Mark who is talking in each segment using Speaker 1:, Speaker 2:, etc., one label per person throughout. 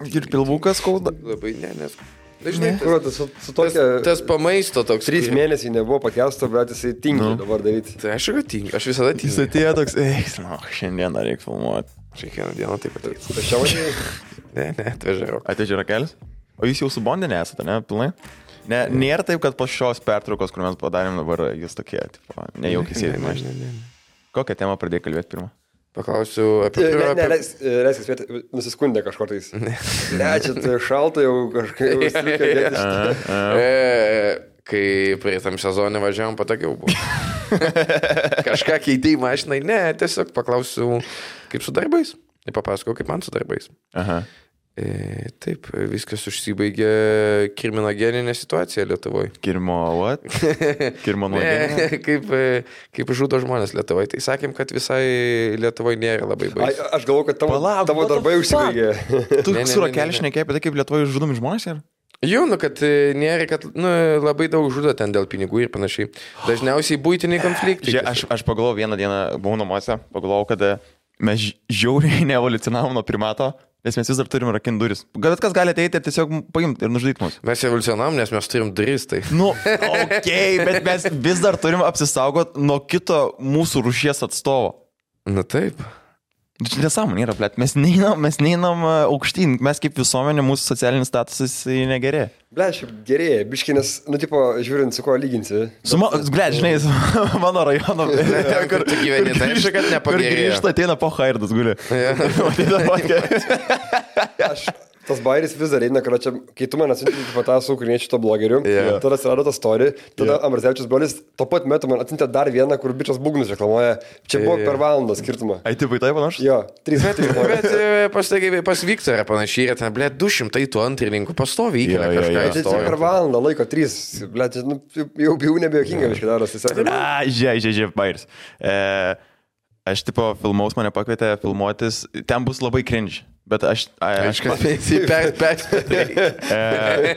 Speaker 1: Ir pilvukas skauda.
Speaker 2: Labai ne, nes. Dažnai
Speaker 1: Ne.
Speaker 2: tas,
Speaker 3: Suprantu, su, su
Speaker 2: tas,
Speaker 3: tokia...
Speaker 2: tas pamaisto toks.
Speaker 3: Trys
Speaker 2: kai-
Speaker 3: mėnesiai nebuvo pakelsto, bet jisai tingi
Speaker 1: Nu.
Speaker 3: nu. dabar daryti.
Speaker 2: Tai aš ir tingiu, aš visada
Speaker 1: Jis
Speaker 2: tingiu.
Speaker 1: atėjo toks, eik, nu, šiandieną reikia filmuoti.
Speaker 2: Kiekvieną dieną taip pat.
Speaker 3: Aš Tai jau važiuoju.
Speaker 2: Ne, ne, atvažiavau.
Speaker 1: Atėjo rakelis. O jūs jau su Bondinė esate, ne, pilnai? Ne, nėra taip, kad po šios pertraukos, kur mes padarėm dabar, jūs tokie, tipo, nejaukiai
Speaker 2: Ne,
Speaker 1: sėdite.
Speaker 2: ne, ne, ne.
Speaker 1: Kokią temą pradėjai kalbėti pirmą?
Speaker 2: Paklausiu apie...
Speaker 3: Ne, ne,
Speaker 2: Tai apie-
Speaker 3: leisk- e, leiskis, bet nusiskundė kažkur tais. Ne, čia tai šalta jau kažkaip. jau striukė dėtis.
Speaker 2: E, kai prie tam sezonį važiavom, patogiau buvo. Kažką keitėjai mašinai, ne, tiesiog paklausiau, kaip su darbais. Ir papasakau, kaip man su darbais.
Speaker 1: Aha.
Speaker 2: E, taip, viskas užsibaigė kriminogeninė situacija Lietuvoje.
Speaker 1: Kirmo, what? Kirmo nuodėmė.
Speaker 2: kaip, e, kaip žudo žmonės Lietuvoje. Tai sakėm, kad visai Lietuvoje nėra labai
Speaker 3: Ai,
Speaker 2: baisu.
Speaker 3: Aš galvoju, kad tavo,
Speaker 1: Palauk,
Speaker 3: tavo
Speaker 1: what the
Speaker 3: darbai
Speaker 1: fuck?
Speaker 3: užsibaigė.
Speaker 1: Tu
Speaker 2: Ne, ne,
Speaker 1: su
Speaker 2: ne,
Speaker 1: rakeliu
Speaker 2: ne, ne.
Speaker 1: šnekėjai apie tai, kaip Lietuvoje žudomi žmonės ir...
Speaker 2: Jau, nu, kad e, nėra, kad nu, labai daug žudo ten dėl pinigų ir panašiai. Dažniausiai būtiniai konfliktai.
Speaker 1: Žia, aš, aš pagalvojau vieną dieną, buvau namuose, pagalvojau, kad e, mes ž- žiauriai neevoliucionavom nuo primato, nes mes vis dar turim rakint duris. Gal bet kas gali ateiti ir tiesiog paimti ir nužudyti mus.
Speaker 2: Mes evoliucionam, nes mes turim duris, tai.
Speaker 1: Nu, ok, bet mes vis dar turim apsisaugot nuo kito mūsų rušies atstovo.
Speaker 2: Na taip.
Speaker 1: Nu, Čia nesąmonė yra, plėt, mes neinam, mes neinam e, aukštyn, mes kaip visuomenė, mūsų socialinis statusas jisai negerėja.
Speaker 3: Ble, šiaip gerėja, biškinis, nu, tipo, žiūrint, su kuo lyginsi.
Speaker 1: Su ma, ble, žinai, su mano rajonu.
Speaker 2: Ten, kur tu gyveni, tai aišku, kad
Speaker 1: Kur
Speaker 2: nepagerėjo.
Speaker 1: grįžta, ateina po Hairdas guli. Matyt,
Speaker 3: Aš, tas bairis vis dar eina, kad čia, kai tu man atsiuntė tipo, tą su ukrainiečiu to blogeriu,
Speaker 2: Jo.
Speaker 3: yeah. tada atsirado tas story, tada yeah. Amrazevičius brolis, tuo pat metu man atsiuntė dar vieną, kur bičias būgnus reklamuoja. Čia buvo
Speaker 2: Jo, jo.
Speaker 3: per valandą skirtumą.
Speaker 1: Aitipai tai panašu?
Speaker 3: Jo, trys metai.
Speaker 2: Bet e, pas, taigi, pas Viktorą panašiai yra ten, ble, 200 tų antrininkų pastovi įkėlė
Speaker 1: Jo, jo,
Speaker 2: kažką.
Speaker 1: jo.
Speaker 3: Tai čia per
Speaker 2: istoriją.
Speaker 3: valandą laiko, trys, ble, čia, nu, jau, jau nebejokinga, biškai darosi. sako.
Speaker 1: A, žiai, žiai, žiai, bairis. E, aš tipo filmaus mane pakvietė filmuotis, ten bus labai cringe, bet aš... A, aš
Speaker 2: Kažkas taip tai per, per, per.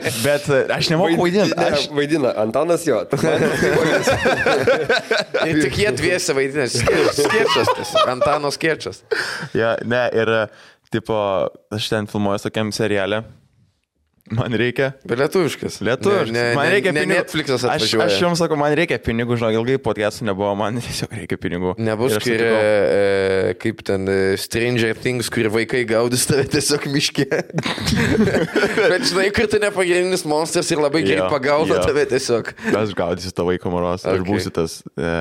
Speaker 1: e, bet e, aš nemoku vaidinti.
Speaker 3: Ne,
Speaker 1: Aš,
Speaker 3: Vaidina, Antanas jo.
Speaker 2: Ir Tai tik jie dviesi vaidinės. Skirčias, tas Antano skirčias.
Speaker 1: ja, ne, ir e, tipo, aš ten filmuoju tokiam serialė. Man reikia.
Speaker 2: Bet lietuviškas.
Speaker 1: Lietuviškas.
Speaker 2: Ne, ne,
Speaker 1: man reikia
Speaker 2: ne,
Speaker 1: pinigų.
Speaker 2: ne Netflix'as
Speaker 1: aš,
Speaker 2: atvažiuoja.
Speaker 1: aš jums sakau, man reikia pinigų, žinau, ilgai podcast'ų nebuvo, man tiesiog reikia pinigų.
Speaker 2: Nebus,
Speaker 1: Ir aš
Speaker 2: kai,
Speaker 1: sutikau.
Speaker 2: e, kaip ten e, Stranger Things, kur vaikai gaudys tave tiesiog miške. Bet žinai, kur tu nepagrindinis monstras ir labai greit
Speaker 1: Jo,
Speaker 2: pagauna
Speaker 1: jo.
Speaker 2: tave tiesiog.
Speaker 1: Aš gaudysiu tavo vaiko moros okay. ir
Speaker 2: Okay.
Speaker 1: būsiu tas. E,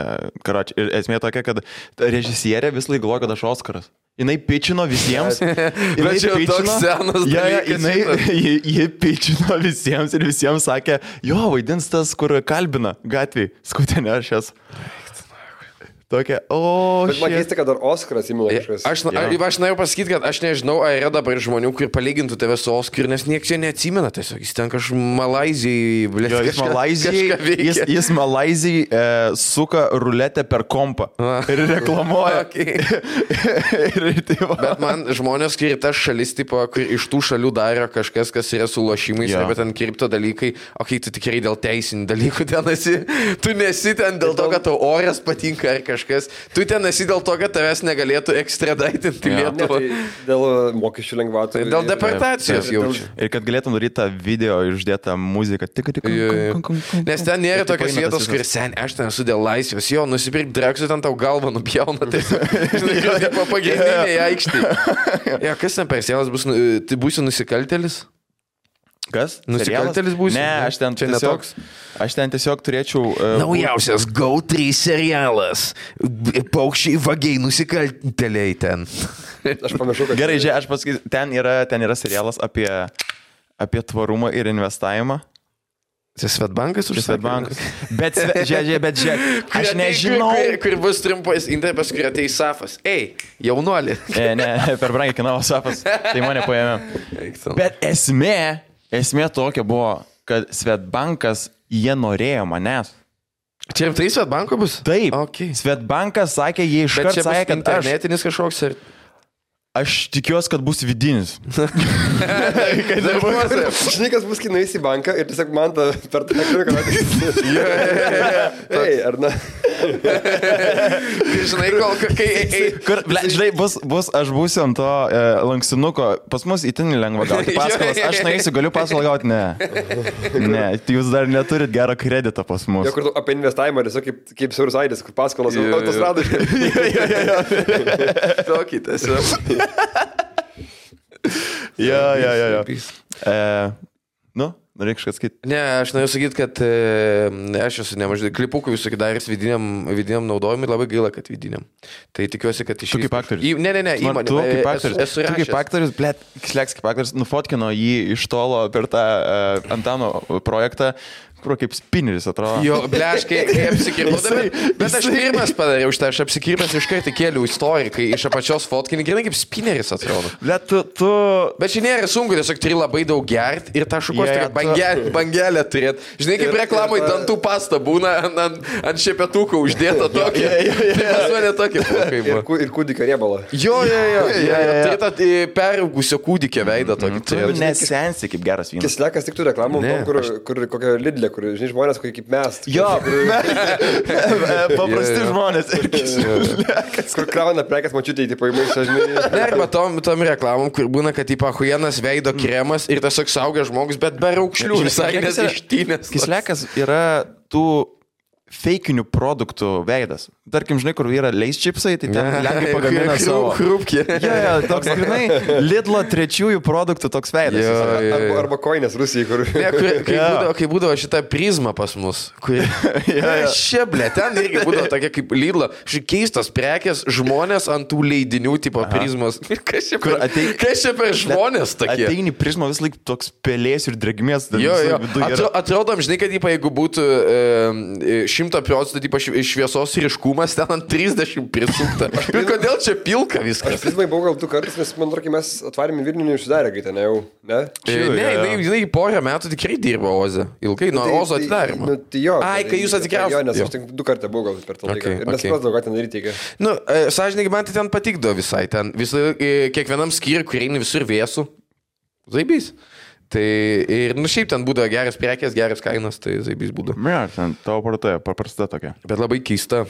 Speaker 1: karoč, ir esmė tokia, kad ta režisierė vis laik galvoja, kad aš Oskaras. Jis pičino visiems. jinai
Speaker 2: čia jau
Speaker 1: pitchino-
Speaker 2: toks senas
Speaker 1: Ja, ja,
Speaker 2: dalykas
Speaker 1: jinai,
Speaker 2: šitas.
Speaker 1: ji, ji pičino visiems ir visiems sakė, jo, vaidins tas, kur kalbina gatvėje, skutinė aš esu. Tokia, o,
Speaker 3: Bet man
Speaker 1: shit.
Speaker 3: keista, kad dar Oskaras įmilo kažkas.
Speaker 2: E, Aš, na-
Speaker 1: Jo.
Speaker 2: aš norėjau pasakyti, kad aš nežinau, ar yra dabar žmonių, kurie palygintų tave su Oskar, nes niekas čia neatsimena tiesiog. Jis ten kažkur Malazijai, blė,
Speaker 1: Jo, jis Malazijai, jis, jis Malazijai e, suka ruletę per kompą
Speaker 2: Va.
Speaker 1: ir reklamuoja.
Speaker 2: Okay.
Speaker 1: ir, ir, tai va.
Speaker 2: Bet man žmonės, kai ir tas šalis, tipo, kur iš tų šalių daro kažkas, kas yra su lošimais,
Speaker 1: Jo.
Speaker 2: yeah. arba ten kripto dalykai, o kai tu tikrai dėl teisinių dalykų ten esi, tu nesi ten dėl to, kad tau oras patinka ar kažkas, tu ten esi dėl to, kad tavęs negalėtų
Speaker 1: Jo.
Speaker 2: ekstradaitinti yeah.
Speaker 3: Ne,
Speaker 2: Lietuvą.
Speaker 3: tai dėl mokesčių lengvatų.
Speaker 2: Tai dėl
Speaker 3: ir-
Speaker 2: deportacijos
Speaker 3: Taip, taip.
Speaker 2: jaučiu.
Speaker 1: Ir kad galėtum daryti tą video išdėtą muziką. Tik, tik,
Speaker 2: Jo, jo. Nes ten nėra
Speaker 1: Ir taip
Speaker 2: tokios
Speaker 1: eina tas
Speaker 2: vietos, kur
Speaker 1: visas.
Speaker 2: sen, aš ten esu dėl laisvės, jo, nusipirk draksų, ten tau galvą nupjauna, tai pagrindiniai aikštė. Ja, kas ten per sielas bus, nu- tai būsi nusikaltelis?
Speaker 1: Kas?
Speaker 2: Nusikaltėlis
Speaker 1: Serialas?
Speaker 2: būsi?
Speaker 1: Ne, aš ten
Speaker 2: Čia ne
Speaker 1: tiesiog,
Speaker 2: toks?
Speaker 1: Aš ten tiesiog turėčiau... Uh,
Speaker 2: Naujausias GO3 serialas. B- Paukščiai vagiai nusikalteliai ten.
Speaker 3: Aš pamiršau, kad...
Speaker 1: Gerai, žiūrėk, aš pasakysiu, ten yra, ten yra serialas apie, apie tvarumą ir investavimą.
Speaker 2: Čia Svetbankas už
Speaker 1: Svetbankas. Bet, sve- žiūrėk, žiūrėk, bet, žiūrėk, aš nežinau.
Speaker 2: Kur, kur bus trumpas interpas, kur ateis Safas. Ei, jaunuolį.
Speaker 1: E, ne, per brangiai kainavo sapas, tai mane paėmė. Bet esmė, esmė tokia buvo, kad Svetbankas, jie norėjo manęs.
Speaker 2: Čia rimtai Svetbanko bus?
Speaker 1: Taip.
Speaker 2: Okay.
Speaker 1: Svetbankas sakė, jie
Speaker 2: Bet
Speaker 1: iškart sakė,
Speaker 2: čia bus
Speaker 1: kad aš,
Speaker 2: internetinis aš... kažkoks ir...
Speaker 1: aš tikiuosi, kad bus vidinis.
Speaker 2: Kai nebus.
Speaker 3: Žinai, kas bus, kai nueisi į banką ir tiesiog man ta per tą ekraną. Ei, ar ne?
Speaker 2: Žinai, kol ka- kai... ei- ei-
Speaker 1: Kur, ble, žinai, bus, bus, aš būsiu ant to e, lankstinuko, pas mus itin lengva gauti paskolas, aš neįsiu, galiu paskolą gauti, ne. Ne, jūs dar neturit gero kredito pas mus.
Speaker 3: Jo, kur tu apie investavimą, tiesiog kaip, kaip Siaurus Aidas, kur paskolas,
Speaker 2: Jo,
Speaker 3: yeah,
Speaker 2: jo.
Speaker 3: tas rado.
Speaker 2: Tokį tiesiog.
Speaker 1: Jo, jo, jo. jo. E, nu, norėčiau atsakyti.
Speaker 2: Ne, aš noriu sakyti, kad e, aš esu nemažai klipukų visų daręs vidiniam, vidiniam naudojimui ir labai gaila, kad vidiniam. Tai tikiuosi, kad iš...
Speaker 1: Tu kaip aktorius.
Speaker 2: Į, ne, ne, ne,
Speaker 1: Man-
Speaker 2: įmonė.
Speaker 1: Tu
Speaker 2: e,
Speaker 1: kaip
Speaker 2: esu-
Speaker 1: aktorius,
Speaker 2: Esu
Speaker 1: tu kaip
Speaker 2: rašęs.
Speaker 1: aktorius, blėt, sleks kaip aktorius, nufotkino jį iš tolo per tą uh, Antano projektą, kur kaip spineris atrodo.
Speaker 2: Jo, bleškai, apsikirpau.
Speaker 1: Jisai-
Speaker 2: bet- Bet aš
Speaker 1: jisai-
Speaker 2: pirmas padariau šitą, aš apsikirpęs iš karto kėliau istorikai iš apačios fotkinį, grinai kaip spineris atrodo.
Speaker 1: Blėt, tu, tu...
Speaker 2: Bet čia nėra sunku, tiesiog turi labai daug gert ir tą
Speaker 1: Jo,
Speaker 2: šukos
Speaker 1: jo,
Speaker 2: yeah,
Speaker 1: tu-
Speaker 2: bangelę, bangelę turėt. Žinai, kaip
Speaker 3: Ir-
Speaker 2: reklamai
Speaker 3: ir ta-
Speaker 2: dantų pasta būna ant, ant, ant šepetuko uždėta tokia. Tai pas mane tokia. buvo, kaip
Speaker 3: Ir,
Speaker 2: buvo.
Speaker 3: ku- ir kūdikio riebalą.
Speaker 2: Jo, jo, jo, jo,
Speaker 1: jo,
Speaker 2: jo.
Speaker 1: jo.
Speaker 2: Tai tą e, peraugusią kūdikio veidą tokį.
Speaker 1: Tu
Speaker 2: turėt.
Speaker 1: nesensi Nu, kaip geras vynas.
Speaker 3: Kislekas tik turi reklamų,
Speaker 2: Ne,
Speaker 3: tom, kur, kur kokia lidlė, kur, žinai, žmonės, kokie kaip mes.
Speaker 1: Jo, paprasti
Speaker 2: Jo, jo.
Speaker 1: žmonės. Ir
Speaker 3: Kas kur krauna prekes, mačiutė, tai paimai,
Speaker 2: Ne,
Speaker 3: žinai.
Speaker 2: arba tom, tom reklamom, kur būna, kad į pahuienas veido
Speaker 1: Mhm.
Speaker 2: kremas ir tiesiog saugia žmogus, bet be raukšlių. Visai
Speaker 1: Kislekas yra-
Speaker 2: nesištynės.
Speaker 1: Kislekas yra tų feikinių produktų veidas. Tarkim, žinai, kur yra leis čipsai, tai ten lenkai pagamina savo.
Speaker 2: Krūpkė.
Speaker 1: Jo, jo, toks grinai Lidlo trečiųjų produktų toks veidas.
Speaker 2: Jo,
Speaker 1: jis yra.
Speaker 2: jo, jo.
Speaker 3: Arba, arba koinės Rusijai, kur.
Speaker 2: Ne, kur, kai,
Speaker 1: Jo.
Speaker 2: būdavo, kai būdavo šita prizma pas mus. Kur...
Speaker 1: jo.
Speaker 2: Šia, ble, ten irgi būdavo tokia kaip Lidla. Ši keistas prekes, žmonės ant tų leidinių tipo prizmos. Kas čia per,
Speaker 1: Kur atei-
Speaker 2: kas čia per žmonės tokie?
Speaker 1: Ateini prizmo vis laik toks pelės ir dregmės. dar
Speaker 2: Jo,
Speaker 1: visur
Speaker 2: jo.
Speaker 1: viduj yra.
Speaker 2: Atro, atrodom, žinai, kad ypa, jeigu būtų e, 100 procentų tipo, šv- šviesos ryškumas, ten ant 30 prisukta. Ir kodėl čia pilka
Speaker 3: Aš
Speaker 2: viskas?
Speaker 3: prizmai buvau gal du kartus, nes man atrodo, kai mes atvarėme Vilnių, neužsidarė, kai ten jau. Ne?
Speaker 2: E,
Speaker 1: jo,
Speaker 2: Ne,
Speaker 1: jo.
Speaker 2: jinai, jinai porą metų tikrai dirbo Oze. Ilgai nuo
Speaker 3: Tai-
Speaker 2: Ozo
Speaker 3: tai-
Speaker 2: atidarimo.
Speaker 3: Nu, tai jo.
Speaker 2: Ai, kai jūs
Speaker 3: Jo,
Speaker 2: atsikraustėt,
Speaker 3: nes
Speaker 2: jo.
Speaker 3: aš tik du kartą buvau gal per tą laiką.
Speaker 2: Okay,
Speaker 3: Okay, ir
Speaker 2: okay.
Speaker 3: nesupratau, okay. ką ten daryti. Iki.
Speaker 2: Nu, e, sąžininkai, man tai ten patikdavo visai. Ten visą, e, kiekvienam skyriui, kur eini visur vėsų. Zaibys. Tai ir, nu, šiaip ten būdavo geras prekės, geras kainas, tai zaibys būdavo.
Speaker 1: Ne, ten tavo parduotuvė paprasta tokia.
Speaker 2: Bet labai keista.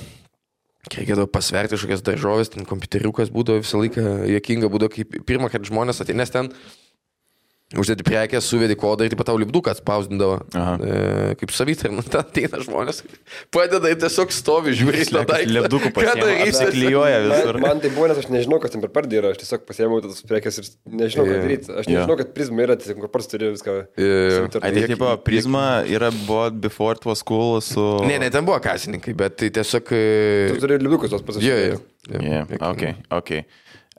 Speaker 2: kai Reikėdavo pasverti kažkokias daržovės, ten kompiuteriukas būdavo visą laiką jokinga, būdavo kaip pirmą kartą žmonės atėjo, nes ten uždėti prekę, suvedi kodą ir taip pat tau lipduką atspausdindavo.
Speaker 1: Aha.
Speaker 2: E, kaip savitarna, ten ateina žmonės, padeda ir tiesiog stovi, žiūri į tą daiktą.
Speaker 1: Ledukų
Speaker 2: Ką darysi?
Speaker 1: pasiklyjuoja
Speaker 3: Man,
Speaker 1: visur.
Speaker 3: man tai buvo, nes aš nežinau, kas ten per pardį yra. Aš tiesiog pasiėmiau tas prekes ir nežinau, ką
Speaker 2: Jo.
Speaker 3: daryti. Aš
Speaker 1: Jo.
Speaker 3: nežinau, kad prizmai yra, tiesiog kur pats turi viską.
Speaker 2: Jo.
Speaker 3: susiimti ir
Speaker 1: Ateitie,
Speaker 3: tiek-
Speaker 1: tai tipo, prizma yra buvo Before It Was Cool su...
Speaker 2: Ne, ne, ten buvo kasininkai, bet tai tiesiog... e,
Speaker 3: Tu turi liubiukus tos pasakyti.
Speaker 2: Jo, jo. jo.
Speaker 1: Yeah, ok, ok.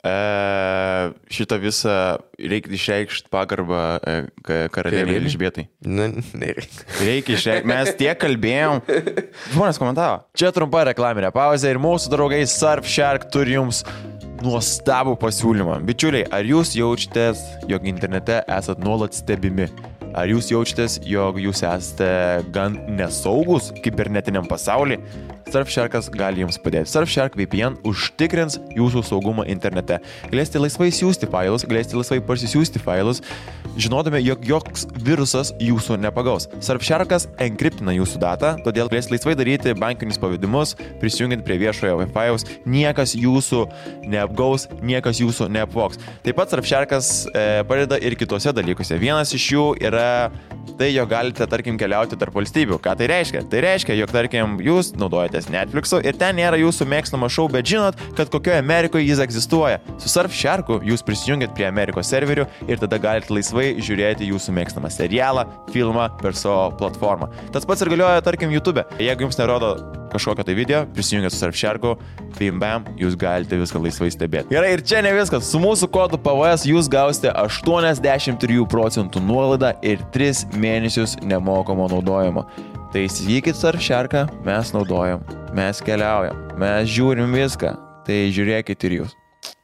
Speaker 1: E, šitą visą reikia išreikšti pagarbą e, ka- karalienei
Speaker 2: Karalienei?
Speaker 1: Elžbietai.
Speaker 2: Na, nereikia.
Speaker 1: Reikia išreikšti, mes tiek kalbėjom. Žmonės komentavo. Čia trumpa reklaminė pauzė ir mūsų draugai Surfshark turi jums nuostabų pasiūlymą. Bičiuliai, ar jūs jaučiatės, jog internete esat nuolat stebimi? Ar jūs jaučiatės, jog jūs esate gan nesaugus kibernetiniam pasauliu? Surfsharkas gali jums padėti. Surfshark VPN užtikrins jūsų saugumą internete. Galėsite laisvai siūsti failus, galėsite laisvai parsisiųsti failus, žinodami, jog joks virusas jūsų nepagaus. Surfsharkas enkriptina jūsų datą, todėl galėsite laisvai daryti bankinius pavadimus, prisijungiant prie viešojo Wi-Fi'aus. Niekas jūsų neapgaus, niekas jūsų neapvoks. Taip pat Surfsharkas e, padeda ir kitose dalykuose. Vienas iš jų yra tai, jog galite, tarkim, keliauti tarp valstybių. Ką tai reiškia? Tai reiškia, jog, tarkim, jūs naudojatės Netflix'u ir ten nėra jūsų mėgstamo šou, bet žinot, kad kokioje Amerikoje jis egzistuoja. Su Surfsharku jūs prisijungiat prie Amerikos serverių ir tada galite laisvai žiūrėti jūsų mėgstamą serialą, filmą per savo platformą. Tas pats ir galioja, tarkim, YouTube. Jeigu jums nerodo kažkokio tai video, prisijungiat su Surfsharku, bim bam, jūs galite viską laisvai stebėti. Gerai, ir čia ne viskas. Su mūsų kodu PVS jūs gausite 83 procentų nuolaidą ir 3 mėnesius nemokamo naudojimo. Tai įsigykit Surfsharką, mes naudojam, mes keliaujam, mes žiūrim viską. Tai žiūrėkit ir jūs.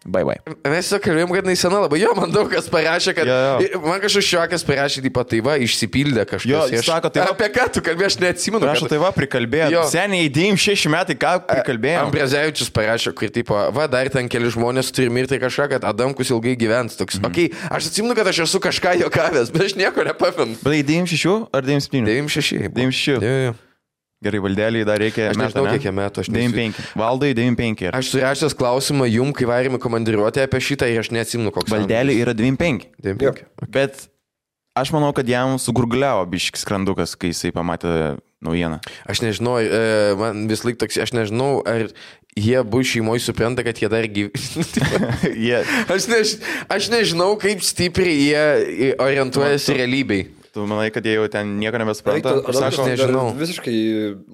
Speaker 1: Bye bye.
Speaker 2: Mes tiesiog kalbėjom, kad jinai sena labai. Jo, man daug kas parašė, kad...
Speaker 1: Jo, jo.
Speaker 2: Ir Man kažkoks šiokas parašė, tai pataiva, išsipildė kažkas.
Speaker 1: Jo,
Speaker 2: Ir aš-
Speaker 1: sako, tai va-
Speaker 2: Apie ką tu kalbėjai, aš neatsimenu.
Speaker 1: Prašau, tai va, prikalbėjau.
Speaker 2: Jo.
Speaker 1: Seniai įdėjim 6 metai, ką prikalbėjau.
Speaker 2: Ambrezevičius parašė, kur tipo, va, dar ten keli žmonės turi mirti kažką, kad Adamkus ilgai gyvens toks.
Speaker 1: Mhm.
Speaker 2: Mm. Okay, aš atsimenu, kad aš esu kažką jokavęs, bet aš nieko nepamenu.
Speaker 1: Bet įdėjim 6 ar įdėjim 7?
Speaker 2: 96. buvo.
Speaker 1: 96.
Speaker 2: Jo, jo.
Speaker 1: Gerai, valdeliai dar reikia.
Speaker 2: Aš nežinau,
Speaker 1: metą, ne?
Speaker 2: kiek jam metų, aš nesu-
Speaker 1: 95. Valdai 95. Yra.
Speaker 2: Aš surašęs klausimą jum, kai varėme komandiruotę apie šitą ir aš neatsimenu, koks.
Speaker 1: Valdeliai yra 25.
Speaker 3: Jo.
Speaker 2: 25.
Speaker 1: Bet aš manau, kad jam sugurgliavo biškis skrandukas, kai jisai pamatė naujieną.
Speaker 2: Aš nežinau, e, man vis laik toks, aš nežinau, ar jie bus šeimoje supranta, kad jie dar gyvi.
Speaker 1: Jie,
Speaker 2: aš, než, aš nežinau, kaip stipriai jie i- orientuojasi realybei.
Speaker 1: tu manai, kad jie jau ten nieko nebesupranta?
Speaker 3: Eik,
Speaker 1: Aš
Speaker 3: tada-
Speaker 1: sakau,
Speaker 2: ne- nežinau.
Speaker 3: Visiškai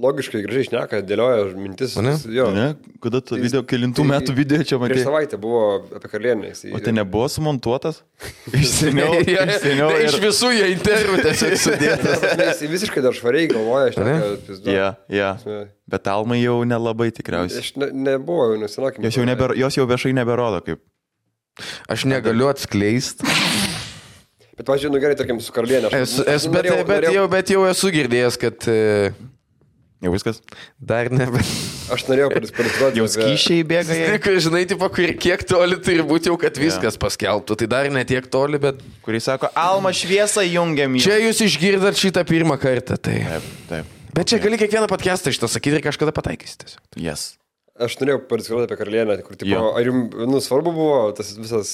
Speaker 3: logiškai, gražiai šneka, dėlioja mintis.
Speaker 2: Ane?
Speaker 3: Jo.
Speaker 1: ne, kada tu video, kilintų
Speaker 3: tai-
Speaker 1: metų video čia
Speaker 3: Prieš
Speaker 1: matėte?
Speaker 3: savaitę buvo apie karalienę. jisai-
Speaker 1: O tai nebuvo sumontuotas? Iš seniau.
Speaker 2: Jie-
Speaker 1: Iš seniau.
Speaker 2: iš
Speaker 1: ir-
Speaker 2: visų jie interviu tiesiog sudėta.
Speaker 3: Ta prasme, Jisai visiškai dar švariai galvoja, aš
Speaker 2: Ane?
Speaker 3: ne.
Speaker 1: Jo, jo. Bet Almai jau nelabai tikriausiai.
Speaker 3: Aš ne, nu, nebuvau, nesinokim.
Speaker 1: Jos jau, nebe, jos jau viešai neberodo, kaip.
Speaker 2: Aš negaliu atskleisti.
Speaker 3: Bet, pažiūrėjau, nu gerai, tarkim, su karalienė. aš-
Speaker 2: Esu, esu, bet,
Speaker 3: norėjau-
Speaker 2: bet,
Speaker 3: norėjau-
Speaker 2: jau, bet jau esu girdėjęs, kad e,
Speaker 1: Jau viskas.
Speaker 2: dar ne.
Speaker 3: Aš norėjau padiskutuoti.
Speaker 1: Jau skyšiai bėga. jai.
Speaker 2: Tik, žinai, tipo, kur, kiek toli turi būti jau, kad viskas paskelbtų. Tai dar ne tiek toli, bet
Speaker 1: Kuris sako, Alma šviesą jungiam į.
Speaker 2: čia jūs išgirdat šitą pirmą kartą. Tai.
Speaker 1: Taip, taip.
Speaker 2: Bet čia gali kiekvieną podcastą šitą sakyti ir kažkada pataikysit. tiesiog.
Speaker 1: Yes.
Speaker 3: Aš norėjau padiskutuoti apie karalienę, kur, tipo,
Speaker 1: Jo.
Speaker 3: ar jums, nu, svarbu buvo tas visas...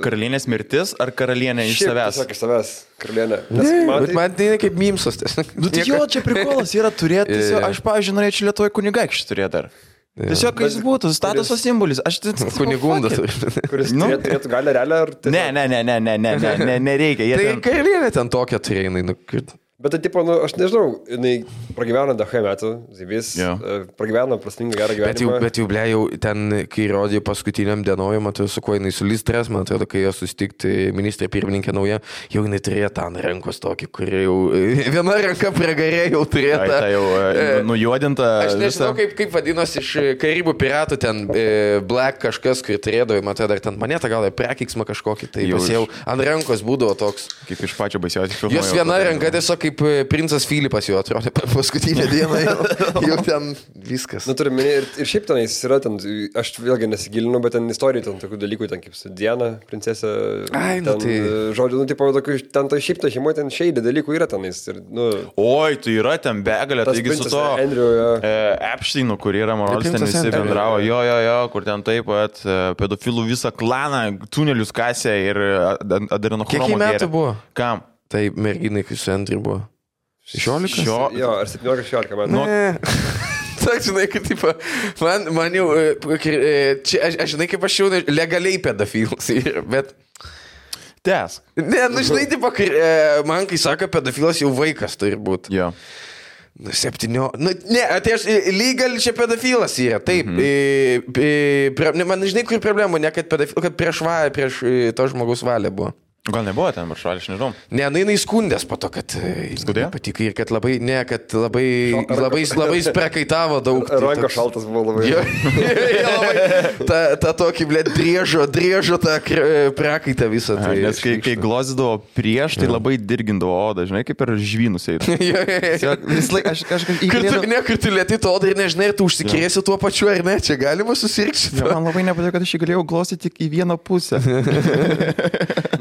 Speaker 1: Karalienės mirtis ar karalienė iš
Speaker 3: Šiaip
Speaker 1: savęs?
Speaker 3: tiesiog Iš savęs, karalienė. Nes man
Speaker 2: Bet
Speaker 3: tai...
Speaker 2: man tai ne kaip mimsas. tiesiog.
Speaker 1: Nu, tai jo, čia prikolas yra turėti. Tiesiog, aš, pavyzdžiui, norėčiau Lietuvoje kunigaikščius turėti dar. Tiesiog, kai jis būtų, statuso simbolis. Aš tai...
Speaker 2: Kunigundas.
Speaker 3: Kuris
Speaker 1: Nu.
Speaker 3: nu? turėtų, turėtų galę realią ar... tiesiog-
Speaker 1: Ne, ne, ne, ne, ne, ne, ne, ne, nereikia. Jie
Speaker 2: Tai
Speaker 1: ten...
Speaker 2: karalienė ten tokia turėjo, jinai, nu, kad-
Speaker 3: Bet, tai, tipo, nu, aš nežinau, jinai pragyveno dahai metų, Zivys,
Speaker 1: Jo.
Speaker 3: yeah. pragyveno prasmingą gerą
Speaker 2: bet jau,
Speaker 3: gyvenimą.
Speaker 2: bet jau, ble, jau ten, kai rodė paskutiniam dienojom, matau, su kuo jinai sulystres, man atrodo, kai jo susitikti ministrė pirmininkė nauja, jau jinai turėjo ten rankos tokį, kuri jau viena ranka pragarė jau turėjo.
Speaker 1: Ai, ta jau e, nujuodinta.
Speaker 2: Aš nežinau,
Speaker 1: visa-
Speaker 2: kaip, kaip vadinosi iš e, Karibų piratų ten e, Black kažkas, kurį turėdavo, matai, dar ten manetą gal prekiksmą kažkokį, tai
Speaker 1: Jau
Speaker 2: jau,
Speaker 1: iš-
Speaker 2: jau ant rankos būdavo toks.
Speaker 1: Kaip iš pačio baisiausio filmo.
Speaker 2: Jos
Speaker 1: jau
Speaker 2: viena
Speaker 1: tada.
Speaker 2: ranka tiesiog kaip e, princas Filipas jau atrodė pa- paskutinę dieną, jau, jau ten viskas.
Speaker 3: Nu, turime ir, ir šiaip ten jis yra, ten, aš vėlgi nesigilinu, bet ten istorijų ten tokių dalykų, ten kaip su Diena, princesė.
Speaker 2: Ai, nu
Speaker 3: ten,
Speaker 2: tai-
Speaker 3: Žodžiu, nu, tipo, tokių, ten to šiaip to šeimoje ten šeidė dalykų yra tenais. Ir, nu,
Speaker 1: Oi, tai yra ten begalė,
Speaker 3: Tas
Speaker 1: taigi su
Speaker 3: princas
Speaker 1: to
Speaker 3: Andrew, jo.
Speaker 1: e, Epšteinu, kur yra Marolis, ten
Speaker 2: princas
Speaker 1: visi
Speaker 2: Andrew.
Speaker 1: bendravo, jo, jo, jo, kur ten taip pat e, pedofilų visą klaną, tunelius kasė ir e, adrenalino
Speaker 2: Kiek jai metų buvo?
Speaker 1: Kam?
Speaker 2: Tai merginai, kai su Andriu buvo. 16?
Speaker 1: Šio...
Speaker 3: jo, ar 17-16 metų.
Speaker 1: Nu,
Speaker 2: Sak, Eh, žinai, kad tipo, man, man jau, e, kai- e, čia, aš, aš žinai, kaip aš jau ne- legaliai pedofilas, yra, bet...
Speaker 1: Tęsk.
Speaker 2: Ne, nu žinai, tipo, kai, e, man kai sako, pedofilas jau vaikas turi būti.
Speaker 1: Jo.
Speaker 2: Nu, septynio. Nu, ne, tai aš lygal čia pedofilas yra. Taip.
Speaker 1: Mhm.
Speaker 2: Mm -hmm. e, e, pre, ne, man žinai, kur problema, ne kad, pedofil, kad prieš, va, prieš e, to žmogus valia buvo.
Speaker 1: Gal nebuvo ten maršalė, aš nežinau.
Speaker 2: Ne, nu, jinai skundės po to, kad... e,
Speaker 1: Skundė?
Speaker 2: Patiko ir kad labai, ne, kad labai, labai, labai sprekaitavo daug. tai
Speaker 3: Ranko
Speaker 2: toks-
Speaker 3: šaltas buvo labai.
Speaker 2: Jo, jo, labai- ta, ta tokį, blė, driežo, driežo tą kre- prakaitą visą. Tai,
Speaker 1: Nes kai, kai glozidavo prieš, tai labai dirgindavo odą, žinai, kaip ir žvynus eiti.
Speaker 2: Jo, jo, jo.
Speaker 1: Vis laik aš kažkaip
Speaker 2: Kur
Speaker 3: nu-
Speaker 2: tu, ne, kur tu lėtai to odai ir nežinai, ar tu užsikrėsi tuo pačiu ar ne, čia galima susirgti.
Speaker 1: Jo, man labai nepatiko, kad aš jį galėjau glostyti tik į vieną pusę.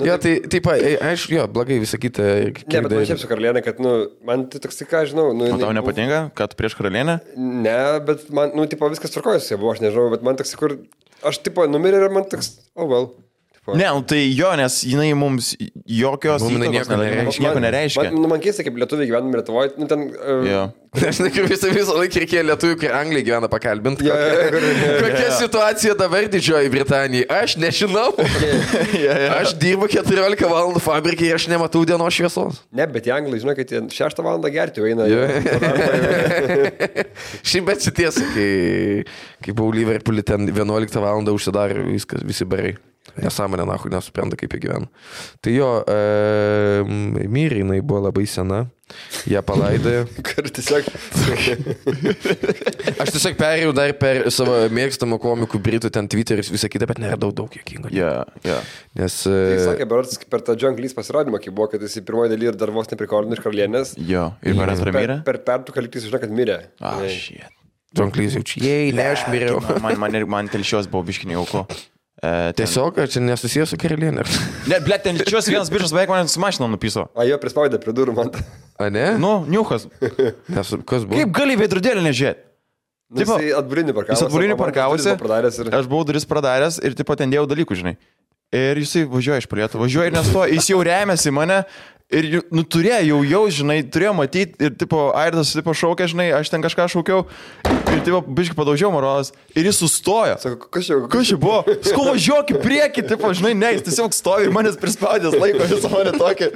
Speaker 2: Jo, tai, taip, aišku, jo, blogai e, visą kitą. ir kiek
Speaker 3: nu Ne, bet
Speaker 2: dar-
Speaker 3: man šiaip su karalienė, kad, nu, man tai toks, ką aš žinau, nu,
Speaker 1: O
Speaker 3: jinai
Speaker 1: tau
Speaker 3: buvo-
Speaker 1: nepatinka, kad prieš karalienę?
Speaker 3: Ne, bet man, nu, tipo, viskas tvarkojasi, buvo, aš nežinau, bet man toks, kur, aš, tipo, numirė ir man toks, o oh, gal. Well,
Speaker 1: Ne, nu tai jo, nes jinai mums jokios
Speaker 2: Mum jinai
Speaker 1: įtakos
Speaker 2: nieko
Speaker 1: nedarė,
Speaker 2: nereiškia.
Speaker 1: nieko nereiškia.
Speaker 3: Man, nu, man keista, kaip lietuviai gyvename Lietuvoje, nu, ten... Uh,
Speaker 1: Jo.
Speaker 2: Žinai, kaip visą, visą laiką reikėjo lietuvių, kai Anglija gyvena pakalbinti.
Speaker 3: jo, jo,
Speaker 2: Kokia,
Speaker 3: jo, jo,
Speaker 2: kokia situacija dabar Didžioji Britanija? Aš nežinau. Aš dirbu 14 valandų fabrikai ir aš nematau dienos šviesos.
Speaker 3: Ne, bet į Angliją, žinai, kad jie 6 val. gerti jau eina.
Speaker 2: Jo.
Speaker 3: Po darbo jau-
Speaker 2: Šiaip bet šities, kai, kai buvau Liverpoolį, ten 11 valandą užsidarė viskas, visi barai. Nesąmonė, nahu, nesupranta, kaip jie gyvena. Tai jo, e, mirė jinai buvo labai sena, ją palaidojo.
Speaker 3: Kur tiesiog...
Speaker 2: Aš tiesiog perėjau dar per savo mėgstamą komikų Britų ten Twitter ir visą kitą, bet neradau daug jėkingo.
Speaker 1: Jo, jo.
Speaker 2: Nes...
Speaker 3: Tai Jis
Speaker 2: e,
Speaker 3: sakė, Berats, per tą John Cleese pasirodymą, kai buvo, kad jis į pirmoji daly ir dar vos neprikordino iš karalienės.
Speaker 1: Jo. Ir manęs
Speaker 3: Per,
Speaker 1: ramyrė?
Speaker 3: per pertrauką lygtis žino, kad mirė.
Speaker 1: Aš jie.
Speaker 2: John Cleese jau čia. Jei, ne, aš miriau.
Speaker 1: Man, man, ir- man telšios buvo biškiniai auko. E, ten...
Speaker 2: Tiesiog, ar čia nesusijęs su karalienė?
Speaker 1: Ne, ble, ten šios vienas bičias beveik mane sumažino nupiso.
Speaker 3: A jo prispaudė prie durų man.
Speaker 2: A ne? Nu,
Speaker 1: Nu, niukas.
Speaker 2: Nesu, kas buvo?
Speaker 1: Kaip gali veidrodėlį nežiūrėti?
Speaker 3: Nu, Jis
Speaker 1: Tipo,
Speaker 3: atbulinį parkavosi.
Speaker 1: Jis atvarinį
Speaker 3: o man
Speaker 1: parkavosi.
Speaker 3: duris buvo Pradaręs ir...
Speaker 1: Aš buvau duris pradaręs ir tipo ten dėjau dalykų, žinai. Ir jisai važiuoja iš palietų, važiuoja ir nesto, jis jau remiasi į mane. Ir ju- nu, turėjo jau, jau, žinai, turėjo matyti, ir tipo, Airdas, tipo, šaukė, žinai, aš ten kažką šaukiau, ir tipo, biškai padaužiau moralas, ir jis sustojo.
Speaker 3: Sako, kas čia?
Speaker 1: Kas čia buvo? Skuvo žiūrėk į priekį, tipo, žinai, ne, jis tiesiog stovi ir manęs prispaudęs laiko visą mane tokį.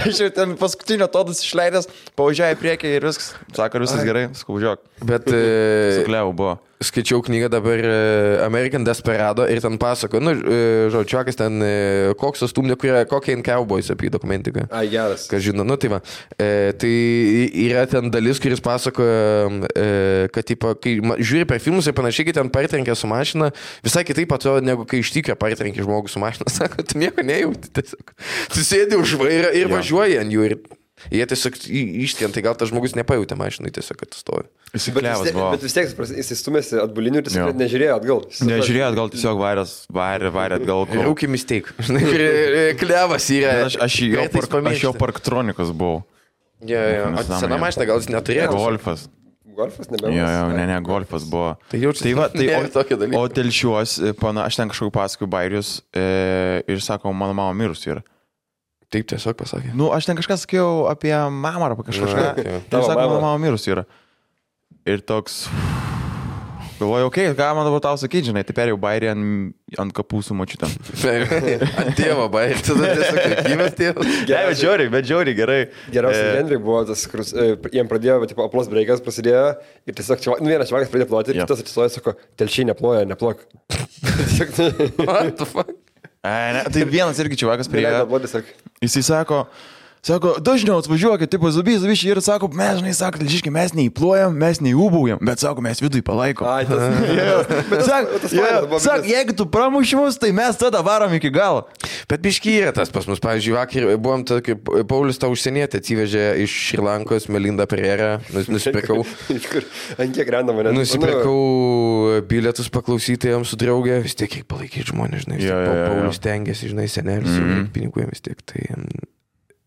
Speaker 1: Aš jau ten paskutinio todas išleidęs, pavažiavai į priekį ir viskas, sako, viskas gerai, skuvo žiūrėk.
Speaker 2: Bet e,
Speaker 1: Kliau buvo.
Speaker 2: skaičiau knygą dabar e, American Desperado ir ten pasako, nu, e, žodžiu, čiokas ten, e, koks sustumdė, kurie, kokie in Cowboys apie dokumentiką.
Speaker 3: A, geras.
Speaker 2: Kas žino, nu tai va. E, tai y- yra ten dalis, kuris pasakoja, e, kad, tipo, kai ma- žiūri per filmus ir panašiai, kai ten partrenkė su mašina, visai kitaip atrodo, negu kai ištikrė partrenkė žmogus su mašina. Sako, tu nieko nejauti tiesiog. Susėdi už vairą ir važiuoji ant jų. Ir jie tiesiog i- ištrien, tai gal tas žmogus nepajutė mašinai tiesiog, kad stovi.
Speaker 1: Jis
Speaker 3: Bet vis,
Speaker 1: kliavas
Speaker 3: tiek,
Speaker 1: buvo.
Speaker 3: bet vis tiek supras- jis įstumėsi atbulinių ir jis
Speaker 1: Jo.
Speaker 3: net nežiūrėjo atgal. Jis
Speaker 1: Nežiūrėjo, gal tiesiog varės, varė, varė atgal. kol-
Speaker 2: Rūkiai mistake. Žinai, ir- ir klevas yra.
Speaker 1: Bet Aš, aš, jo
Speaker 2: Kartais
Speaker 1: park, aš jo
Speaker 2: pamiršta.
Speaker 1: parktronikas buvau.
Speaker 2: Jo, jo. O
Speaker 1: Nesąmonė.
Speaker 2: sena mašina gal jis neturėjo.
Speaker 1: Golfas.
Speaker 3: Golfas
Speaker 1: Jo,
Speaker 3: nebebuvo.
Speaker 1: jo, ne, ne, golfas buvo.
Speaker 2: Tai jaučiu,
Speaker 1: Tai va, tai
Speaker 2: nėra
Speaker 1: o,
Speaker 2: tokio dalyko.
Speaker 1: o telšiuos, e, pana, aš ten kažkokį paskui bairius e, ir sako, mano mama mirus yra.
Speaker 2: Taip tiesiog pasakė.
Speaker 1: Nu, aš ten kažką sakiau apie mamą ar apie kažką.
Speaker 2: Na,
Speaker 1: kažką.
Speaker 2: jo.
Speaker 1: Ir
Speaker 3: Tavo
Speaker 1: sako,
Speaker 3: mama.
Speaker 1: mano mama mirus yra. Ir toks... Galvoju, okei, okay, ką man dabar tau sakyti, žinai, tai perėjau bairį ant, ant kapų su mačiutam.
Speaker 2: Ant tėvo baigė, tada tiesiog gimęs tėvas.
Speaker 1: Ne, bet žiauriai, bet žiauriai, gerai.
Speaker 3: Geriausias
Speaker 1: E,
Speaker 3: Henry buvo tas, kuris, e, pr- jiem pradėjo, tipo, aplos breikas prasidėjo ir tiesiog, čia, nu, vienas žmogus pradėjo ploti ir
Speaker 1: Jo.
Speaker 3: kitas atsistoja, sako, telšiai neploja, neplok. Tiesiog, nu,
Speaker 2: What the fuck?
Speaker 1: ai, ne, tai vienas irgi čiavakas prie...
Speaker 3: prileido ploti, tiesiog.
Speaker 1: Jisai sako, sako, dažniau atvažiuokit, tipo zubys, zubišiai ir sako, mes, žinai, sako, ližiškai, mes neįplojam, mes neįūbaujam, bet sako, mes vidui palaikom.
Speaker 3: Ai, tas.
Speaker 1: Bet sako,
Speaker 3: tas
Speaker 1: jo,
Speaker 3: fainas buvo
Speaker 1: sako,
Speaker 3: bilis.
Speaker 1: jeigu tu pramušimus, tai mes tada varom iki galo.
Speaker 2: Bet biški yra tas pas mus. Pavyzdžiui, vakar buvom, ta, kaip Paulius tą užsienietę atsivežė iš Šrilankos Melinda Pereira, nus- nusipirkau.
Speaker 3: Iš kur, ant kiek renda mane.
Speaker 2: Nu,
Speaker 1: Nu.
Speaker 2: Nusipirkau e, bilietus paklausytėjams su draugė, vis tiek reikia palaikyti žmonės, žinai, vis
Speaker 1: Jo,
Speaker 2: tiek
Speaker 1: jo, Mhm.
Speaker 2: pa-
Speaker 1: jo, jo.
Speaker 2: Paulius tengiasi, žinai, senelis, mm -hmm. pinigų jam vis tiek. Tai mm,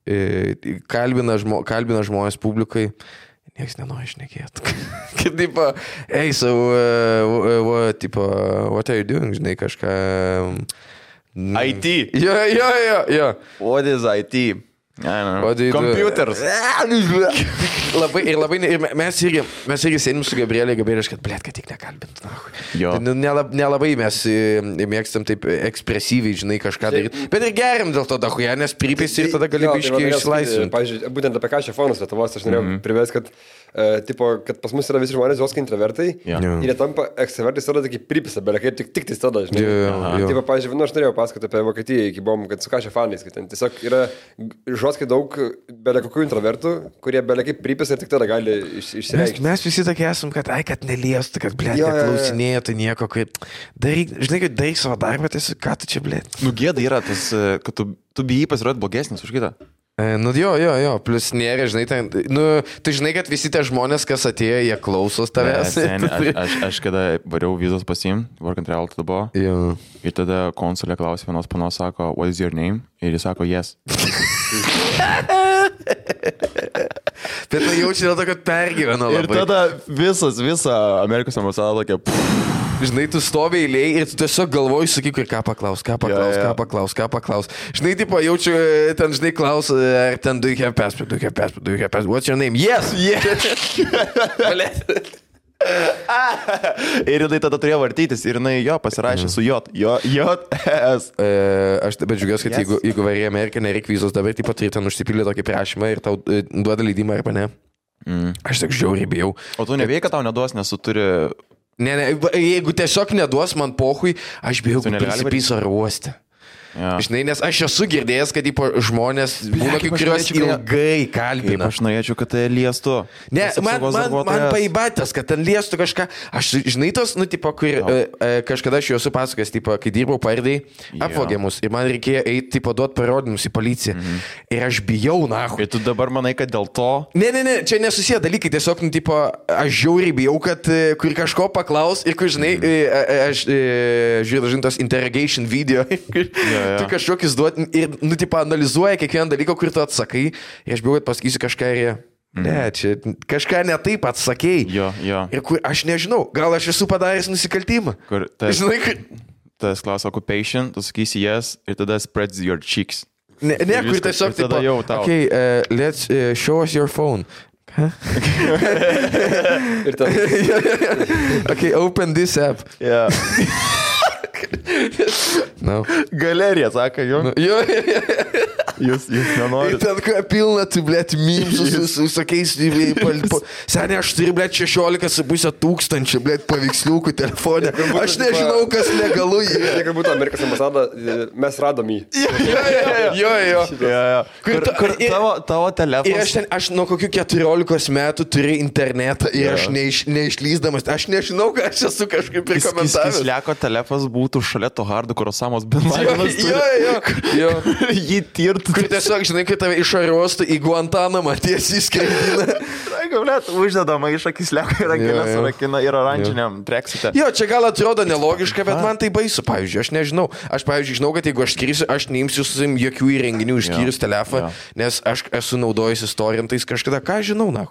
Speaker 2: e, kalbina, žmo, kalbina žmonės publikai, niekas nenori išnekėti. Kaip, tipo, hey, so, uh, what, tipo, what are you doing, žinai, kažką. mm,
Speaker 1: IT.
Speaker 2: Jo, jo, jo, jo.
Speaker 1: What is IT?
Speaker 2: What do you do?
Speaker 1: Computers.
Speaker 2: Labai, ir labai, ne- ir me- mes irgi, mes irgi sėdim su Gabrielė, Gabrielė, kad, blėt, kad tik nekalbintų.
Speaker 1: Jo.
Speaker 2: Nelab, Tai nu, nelabai mes e, mėgstam taip ekspresyviai, žinai, kažką daryti. Bet ir geriam dėl to, dahuja, nes pripėsi
Speaker 3: tai
Speaker 2: ir tada gali biškai išlaisvinti.
Speaker 3: Pavyzdžiui, būtent apie ką čia fonas Lietuvos, aš
Speaker 2: Mhm.
Speaker 3: norėjau mm -hmm. privesti, kad, e, tipo, kad pas mus yra visi žmonės, jos kaip intravertai.
Speaker 1: Jo.
Speaker 2: Jo.
Speaker 3: Ir jie tampa ekstravertais tada, kai pripisa, bet kaip tik, tik tai tada, žinai.
Speaker 2: Jo, jo,
Speaker 3: Aha.
Speaker 2: jo.
Speaker 3: Taip, va, pavyzdžiui, nu, aš norėjau pasakoti apie Vokietiją, iki buvom, kad su ką čia fanais, kad ten tiesiog yra žoskai daug belė kokių intravertų, kurie belė kaip pripisa ir tik tada gali
Speaker 2: Mes,
Speaker 3: iš, išsireikšti.
Speaker 2: mes visi tokie esam, kad, ai, kad neliestų, kad, blėt,
Speaker 3: Jo, jo, jo.
Speaker 2: klausinėtų nieko, kad, daryk, žinai, kad daryk savo darbą, tai su ką tu čia, blėt.
Speaker 1: Nu, gėda yra tas, e, kad tu, tu bijai pasirodyti blogesnis už kitą.
Speaker 2: E, Nu, jo, jo, jo, plus nėra, žinai, ten, nu, tu žinai, kad visi tie žmonės, kas atėjo, jie klausos tavęs.
Speaker 1: Ne, seni, Aš, aš, aš kada variau vizos pasim, Work and Travel tada buvo.
Speaker 2: Jo.
Speaker 1: Ir tada konsulė klausė vienos panos, sako, what is your name? Ir jis sako, yes.
Speaker 2: Bet tai jaučiu dėl to, kad pergyveno
Speaker 1: Ir
Speaker 2: labai.
Speaker 1: tada visas, visa Amerikos ambasada tokia, pff,
Speaker 2: Žinai, tu stovi eiliai ir tu tiesiog galvoji, sakyk, ir ką paklaus, ką paklaus,
Speaker 1: jo.
Speaker 2: ką paklaus, ką paklaus. Žinai, tipo, jaučiu, e, ten, žinai, klaus, e, ar ten du iki paspė, du iki paspė, du iki paspė. What's your name? Yes, yes.
Speaker 1: Ir jinai tada turėjo vartytis ir jinai jo pasirašė su J. Jo, J, S.
Speaker 2: E, aš taip pat džiugiuosi, kad yes. jeigu, jeigu varė Amerika, nereik vizos dabar, taip pat turi ten užsipildyti tokį prašymą ir tau e, duoda leidimą arba ne. Mm. Aš tik žiauriai bijau.
Speaker 1: O tu nebijai, kad tau neduos, nes tu turi...
Speaker 2: Ne, ne, va, jeigu tiesiog neduos man pohui, aš bijau,
Speaker 1: Tu
Speaker 2: kad
Speaker 1: nelegali
Speaker 2: prisipys oro uoste. Ja.
Speaker 1: Jo.
Speaker 2: Žinai, nes aš esu girdėjęs, kad ypo, žmonės, būna
Speaker 1: kaip aš
Speaker 2: kai kurios
Speaker 1: norėčiau, kad-
Speaker 2: ilgai
Speaker 1: Kaip
Speaker 2: kalbina.
Speaker 1: aš norėčiau, kad tai liestų.
Speaker 2: Ne,
Speaker 1: tas
Speaker 2: man,
Speaker 1: apsaugos
Speaker 2: man, man
Speaker 1: darbuotojas.
Speaker 2: paibatės, kad ten liestų kažką. Aš, žinai, tos, nu, tipo, kur e, e, kažkada aš jau esu pasakojęs, tipo, kai dirbau pardai,
Speaker 1: Jo.
Speaker 2: apvogėmus ir man reikėjo eiti, tipo, duoti parodymus į policiją. Mhm. Ir aš bijau, na,
Speaker 1: Ir tu dabar manai, kad dėl to
Speaker 2: Ne, ne, ne, čia nesusiję dalykai, tiesiog, nu, tipo, aš žiauriai bijau, kad e, kur kažko paklaus ir kur, žinai,
Speaker 1: Mhm.
Speaker 2: e, e, aš e, žiūriu dažnai tos interrogation video, kur
Speaker 1: jo.
Speaker 2: tu kažkokius duot ir, nu, tipo, analizuoja kiekvieną dalyką, kur tu atsakai ir aš bijau, kad pasakysiu kažką ir jie. Ne, čia kažką netaip atsakėjai.
Speaker 1: Mhm. Jo, jo.
Speaker 2: Ir kur, aš nežinau, gal aš esu padaręs nusikaltimą.
Speaker 1: Kur- taip.
Speaker 2: Žinai, kur,
Speaker 1: tas klausia occupation, tu sakysi yes ir tada spreads your cheeks.
Speaker 2: ne, ne
Speaker 1: Ir
Speaker 2: kur
Speaker 1: viskas,
Speaker 2: tiesiog,
Speaker 1: ir tada
Speaker 2: tipo,
Speaker 1: jau tau.
Speaker 2: Okay, uh, let's uh, show us your phone.
Speaker 3: Ir ten
Speaker 2: Okay, open this app.
Speaker 1: Yeah.
Speaker 2: No.
Speaker 1: Galerija, sako, jo.
Speaker 2: Nu, jo, jo, jo.
Speaker 1: Jūs, jūs
Speaker 2: Ir
Speaker 1: nenorite.
Speaker 2: ten ką pilna, tu, blėt, mimsus,
Speaker 1: Jis-
Speaker 2: su visokiais, žinai, pal- po- seniai, aš turiu, blėt, 16,5 tūkstančių, blėt, paveiksliukų telefone.
Speaker 3: Turbūt,
Speaker 2: Aš
Speaker 3: tipo-
Speaker 2: nežinau, kas legalu yra.
Speaker 3: tiek ir būtų Amerikos ambasada, e, mes radom jį.
Speaker 2: Jo, jo, jo, jo.
Speaker 1: Yeah.
Speaker 2: Kur
Speaker 1: Kur,
Speaker 2: ta-
Speaker 1: kur
Speaker 2: ir-
Speaker 1: tavo, tavo
Speaker 2: Ir aš,
Speaker 1: telefonas.
Speaker 2: ten, aš nuo kokių 14 metų turiu internetą ir aš
Speaker 1: Jo.
Speaker 2: neiš, neišlyzdamas, aš nežinau, ką aš esu kažkaip prikomentavęs.
Speaker 1: Kisleko telefonas būtų šalia to hardo, kur Osamas Bin
Speaker 2: Jo,
Speaker 1: Ladenas
Speaker 2: jo, jo, jo.
Speaker 1: turi- jį tirtų.
Speaker 2: Kur tiesiog, žinai, kai tave iš aerostų į Guantanamą tiesiai skraidina.
Speaker 1: Gaulėt, uždeda maišą Kisleko ir
Speaker 2: Jo,
Speaker 1: rankinę
Speaker 2: jo.
Speaker 1: surakina ir oranžiniam treksite.
Speaker 2: Jo, čia gal atrodo nelogiška, bet man tai baisu, pavyzdžiui, aš nežinau. Aš, pavyzdžiui, žinau, kad jeigu aš skirsiu, aš neimsiu su savim jokių įrenginių išskyrus
Speaker 1: Jo,
Speaker 2: telefoną,
Speaker 1: jo.
Speaker 2: nes aš esu naudojęs istorintais kažkada, ką aš žinau, na.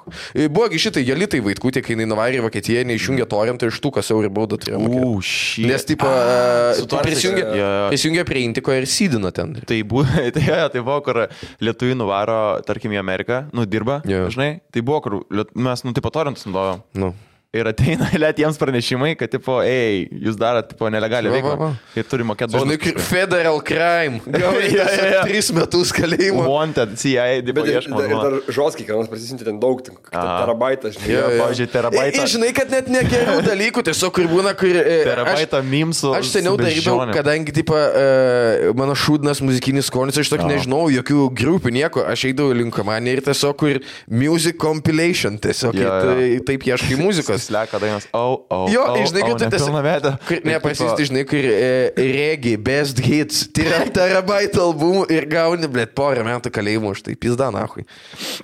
Speaker 2: Buvogi šitai, jelitai vaikų, kai jinai nuvarė į Vokietiją, neišjungė torintą iš tų, kas eurų baudą turėjo. mokėt.
Speaker 1: U, šį.
Speaker 2: Nes, tai tipo,
Speaker 1: su
Speaker 2: a,
Speaker 1: tortais,
Speaker 2: prisijungė,
Speaker 1: jo, jo.
Speaker 2: prisijungė prie Intiko ir Sydino ten.
Speaker 1: Tai, bu, tai, jo, tai buvo, kur lietuvių nuvaro, tarkim, į Ameriką, nu, dirba,
Speaker 2: Jo.
Speaker 1: yeah. žinai, tai buvo, kur liet, mes, nu, tipo, torintus naudojom.
Speaker 2: Nu.
Speaker 1: Ir ateina liet jiems pranešimai, kad, tipo, ei, jūs darot, tipo, nelegalią
Speaker 2: Va, va,
Speaker 1: veiklą.
Speaker 2: va.
Speaker 1: Ir turi mokėti
Speaker 2: Žinai,
Speaker 1: baudą.
Speaker 2: kaip federal crime. Gavai
Speaker 1: Jo, jo, jo.
Speaker 2: 3 metus kalėjimo.
Speaker 1: Wanted, CIA, tipo,
Speaker 3: Bet ir,
Speaker 1: ieškoma.
Speaker 3: ir dar žoskai, kad mes prisisinti ten daug, ten terabaitas,
Speaker 1: Jo,
Speaker 3: žinai.
Speaker 1: jo. pavyzdžiui, terabaitą.
Speaker 2: Ir, ir E, žinai, kad net negerų dalykų, tiesiog kur būna, kur... e,
Speaker 1: Terabaitą
Speaker 2: aš-
Speaker 1: mimsų
Speaker 2: Aš seniau
Speaker 1: su
Speaker 2: darydavau,
Speaker 1: beždžionėm.
Speaker 2: kadangi, tipo, e, mano šūdnas muzikinis skonis, aš tokį nežinau, jokių grupių, nieko, aš eidavau link manį ir tiesiog kur music compilation, tiesiog
Speaker 1: Jo,
Speaker 2: ja,
Speaker 1: jo.
Speaker 2: ja. taip ieškai muzikos.
Speaker 1: Kisleko dainas, au, au.
Speaker 2: Jo,
Speaker 1: au,
Speaker 2: ir žinai,
Speaker 1: au,
Speaker 2: kad tu
Speaker 1: nepilnametė.
Speaker 2: Kur-
Speaker 1: oh," Ir, tipo,
Speaker 2: Nepasisti, žinai, kur e, regi, best hits, tai yra terabaitą albumų ir gauni, blėt, porą metų kalėjimo už tai, pizda, nahui.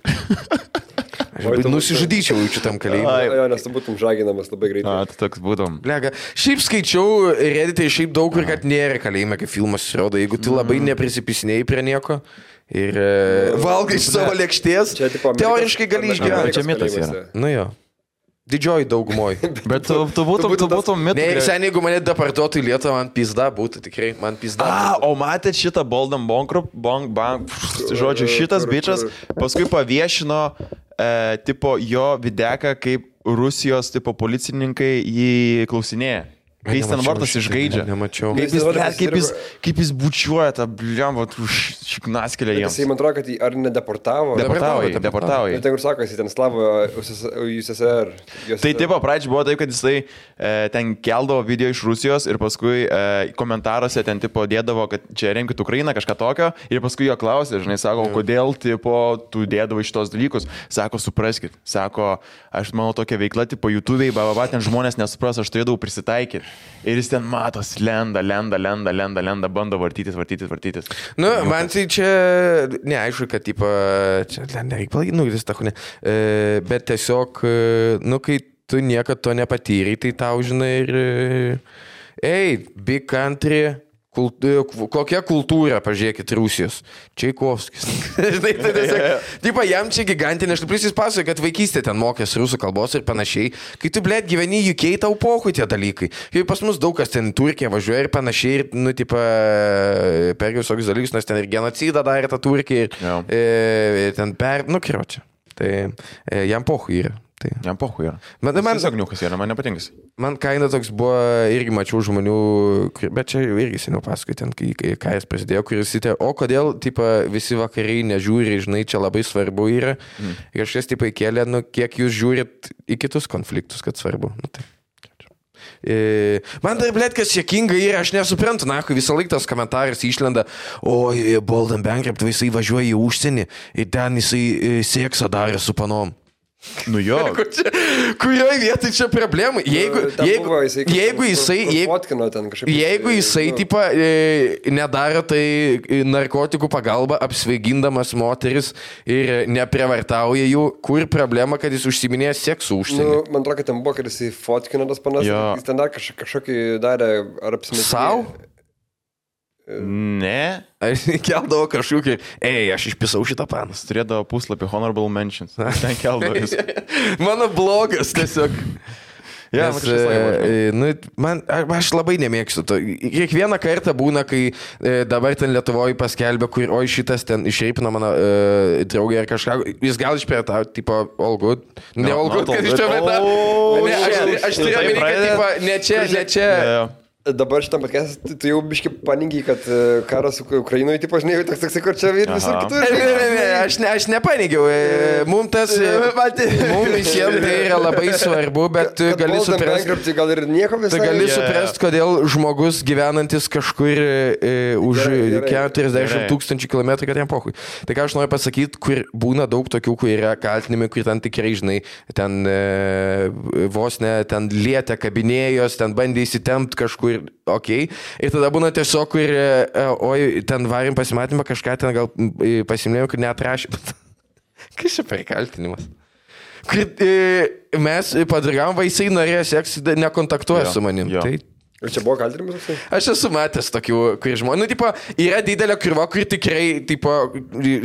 Speaker 2: Aš
Speaker 3: Oi, tu-
Speaker 2: labai nusižudyčiau jaučiu tam kalėjimui.
Speaker 1: Ai,
Speaker 3: Jo, nes tu būtum žaginamas labai greitai.
Speaker 1: A, tu toks būtum.
Speaker 2: Lega, šiaip skaičiau Reddit'e šiaip daug ir kad nėra kalėjime, kai filmas rodo, jeigu tu labai neprisipisinėjai prie nieko ir e, valgai iš savo lėkštės,
Speaker 3: Čia, tipo, Amerikos-
Speaker 2: teoriškai gali
Speaker 1: Amerikos-
Speaker 2: išgyventi.
Speaker 1: Čia mitas yra.
Speaker 3: kalėjimuose.
Speaker 2: Nu jo, didžioji daugumoji.
Speaker 1: Bet tu, tu būtum,
Speaker 3: būtum
Speaker 1: tu
Speaker 3: tas-
Speaker 1: būtum
Speaker 2: Ne, ir
Speaker 1: mitas.
Speaker 2: seniai, jeigu mane deportuotų į Lietuvą, man pizda būtų, tikrai, man pizda.
Speaker 1: A, o matėt šitą Boldam Bankrup, Bonk, Bank, pff, žodžiu, šitas
Speaker 3: Kur- kur-
Speaker 1: bičias paskui paviešino, e, tipo, jo videką, kaip Rusijos, tipo, policininkai jį klausinėja. Kai jis ten
Speaker 2: Nemačiau
Speaker 1: vartas
Speaker 2: šito,
Speaker 1: išgaidžia.
Speaker 2: nemačiau.
Speaker 1: Kaip jis,
Speaker 3: Jis dabar
Speaker 1: net, kaip jis,
Speaker 3: prisirgo-
Speaker 1: kaip jis bučiuoja tą bliamą šiknaskelę jiems.
Speaker 3: Jisai man atrodo, kad jį ar nedeportavo.
Speaker 2: Dabar-
Speaker 1: Deportavo, jį,
Speaker 2: Deportavo,
Speaker 1: deportavo.
Speaker 3: Ir
Speaker 1: jį.
Speaker 3: ten kur sako, jis ten slavo USSR. Jos-
Speaker 1: Tai tipo pradžio buvo taip, kad jisai e, ten keldavo video iš Rusijos ir paskui e, komentaruose ten tipo dėdavo, kad čia remkite Ukrainą, kažką tokio. Ir paskui jo klausė, žinai, sako, kodėl tipo tu dėdavo šitos dalykus. Sako, supraskit. Sako, aš mano tokia veikla, tipo YouTube'ai, bababa, ten žmonės nesupras, aš turėdavau prisitaikyti. Ir jis ten matos, lenda, lenda, lenda, lenda, lenda, bando vartytis, vartytis, vartytis.
Speaker 2: Nu, man tai čia, ne, aišku, kad, tipo, čia ne- nereikia palaikinti, nu, vis ta hunė. Bet tiesiog, e, nu, kai tu niekada to nepatyrei, tai tau, žinai, ir... e, Ei, big country. Kult, e, kv- kokia kultūra, pažiūrėkit, Rusijos? Čaikovskis. Žinai, tai tiesiog, tipo, jam čia gigantinė, aš tu jis pasakoja, kad vaikystė ten mokėsi rusų kalbos ir panašiai. Kai tu, blėt, gyveni UK, tau pohui tie dalykai. Kai pas mus daug kas ten į Turkiją važiuoja ir panašiai, ir, nu, tipo, per visokius dalykus, nes ten ir genocidą darė tą Turkiją, ir
Speaker 1: Jo.
Speaker 2: e, ten per, nu, kiročia. Tai e, jam pohui yra. Tai.
Speaker 1: Jam pohui yra.
Speaker 2: Man,
Speaker 1: tai Man
Speaker 2: man,
Speaker 1: sagniukas yra, man nepatinka. jis.
Speaker 2: Man kaina toks buvo, irgi mačiau žmonių, kur- bet čia jau irgi seniau paskui ten, kai, kai karas prasidėjo, kuris įtė, o kodėl, tipo, visi vakariai nežiūri, žinai, čia labai svarbu yra. Mm. Kažkas, tipo, įkėlė, nu, kiek jūs žiūrit į kitus konfliktus, kad svarbu. Nu, tai. E, Man tai, blėt, kas sėkinga yra, aš nesuprantu, na, kai visą laiką tas komentaras išlenda, o e, Bolden Bankrupt, va, jisai važiuoja į užsienį ir ten jisai e, sėksą darė su panom.
Speaker 1: Nu jo.
Speaker 2: Kur čia- Kurioje vietoje čia problema? Jeigu,
Speaker 3: e, Ten
Speaker 2: jeigu,
Speaker 3: buvo jisai kažkur-
Speaker 2: jeigu jisai,
Speaker 3: kur- kur
Speaker 2: jeigu,
Speaker 3: Fotkino ten kažkaip.
Speaker 2: Jeigu jisai,
Speaker 3: nu,
Speaker 2: tipo, e, nedaro tai e, narkotikų pagalba, apsvaigindamas moteris ir neprievartauja jų, kur problema, kad jis užsiminėja seksų užsienį?
Speaker 3: Nu, man atrodo, kad ten buvo, kad jisai fotkino tas panas,
Speaker 1: Jo.
Speaker 3: jis ten dar kaž, kažkokį darė, ar apsimetė.
Speaker 2: Sau?
Speaker 1: Ne.
Speaker 2: Aš keldavau kažkokį, ei, aš išpisau šitą panas.
Speaker 1: Turėdavo puslapį Honorable Mentions. Ten keldavo jis.
Speaker 2: Mano blogas tiesiog.
Speaker 1: Ja,
Speaker 2: Nes,
Speaker 1: man kažkas sakė,
Speaker 2: e,
Speaker 1: man-
Speaker 2: e, nu, man, a- aš labai nemėgstu to. Kiekvieną kartą būna, kai e, dabar ten Lietuvoje paskelbė, kur, oi, šitas ten išreipino mano e, draugę ar kažką, jis gal išprievartauja, tipo, all good. Ne,
Speaker 1: No,
Speaker 2: all
Speaker 1: not all
Speaker 2: good,
Speaker 1: good.
Speaker 2: kad išprievartauja.
Speaker 1: Oh,
Speaker 2: Ne, aš-
Speaker 1: shit.
Speaker 2: Aš turiu
Speaker 1: Tai
Speaker 2: omeny, kad,
Speaker 1: pradeda-
Speaker 2: tipo, ne čia, ne čia.
Speaker 1: Jo,
Speaker 3: Dabar šitam patkes, tu, tu jau biški paningi, kad e, karas Uk- Ukrainoje, tipo, žinai, toks toks, kur čia ir visur
Speaker 1: Aha.
Speaker 3: kitur.
Speaker 2: Ne,
Speaker 3: žinai.
Speaker 2: ne, ne, aš, ne, aš nepaneigiau. e, Mum tas. e, Mum visiems tai yra labai svarbu, bet tu
Speaker 3: Kad
Speaker 2: gali
Speaker 3: Bolton
Speaker 2: suprasti.
Speaker 3: Bankruptcy Gal ir nieko
Speaker 2: Tu
Speaker 3: visai.
Speaker 2: tai
Speaker 1: Jo,
Speaker 2: gali
Speaker 1: jo.
Speaker 2: suprasti, kodėl žmogus gyvenantis kažkur e, e, už
Speaker 3: Gerai, gerai.
Speaker 2: 40
Speaker 1: Gerai.
Speaker 2: tūkstančių kilometrų, kad jam pohui. Tai ką aš noriu pasakyti, kur būna daug tokių, kur yra kaltinimai, kur ten tikrai, žinai, ten e, vos ne, ten lietė kabinėjos, ten bandė įsitempti kažkur, okei. Okay. Ir tada būna tiesiog, kur, e, e, oi, ten varim pasimatymą, kažką ten gal e, pasimlėjau, kad neatrašė. Kas čia per kaltinimas? Kad e, mes padarėm, vaisai norėjo seksą, nekontaktuoja
Speaker 1: Jo,
Speaker 2: su manim.
Speaker 1: jo.
Speaker 2: Tai
Speaker 3: Ir čia buvo kaltinimas toksai?
Speaker 2: Aš esu matęs tokių, kur žmonių, nu, tipo, yra didelė kurva, kur tikrai, tipo,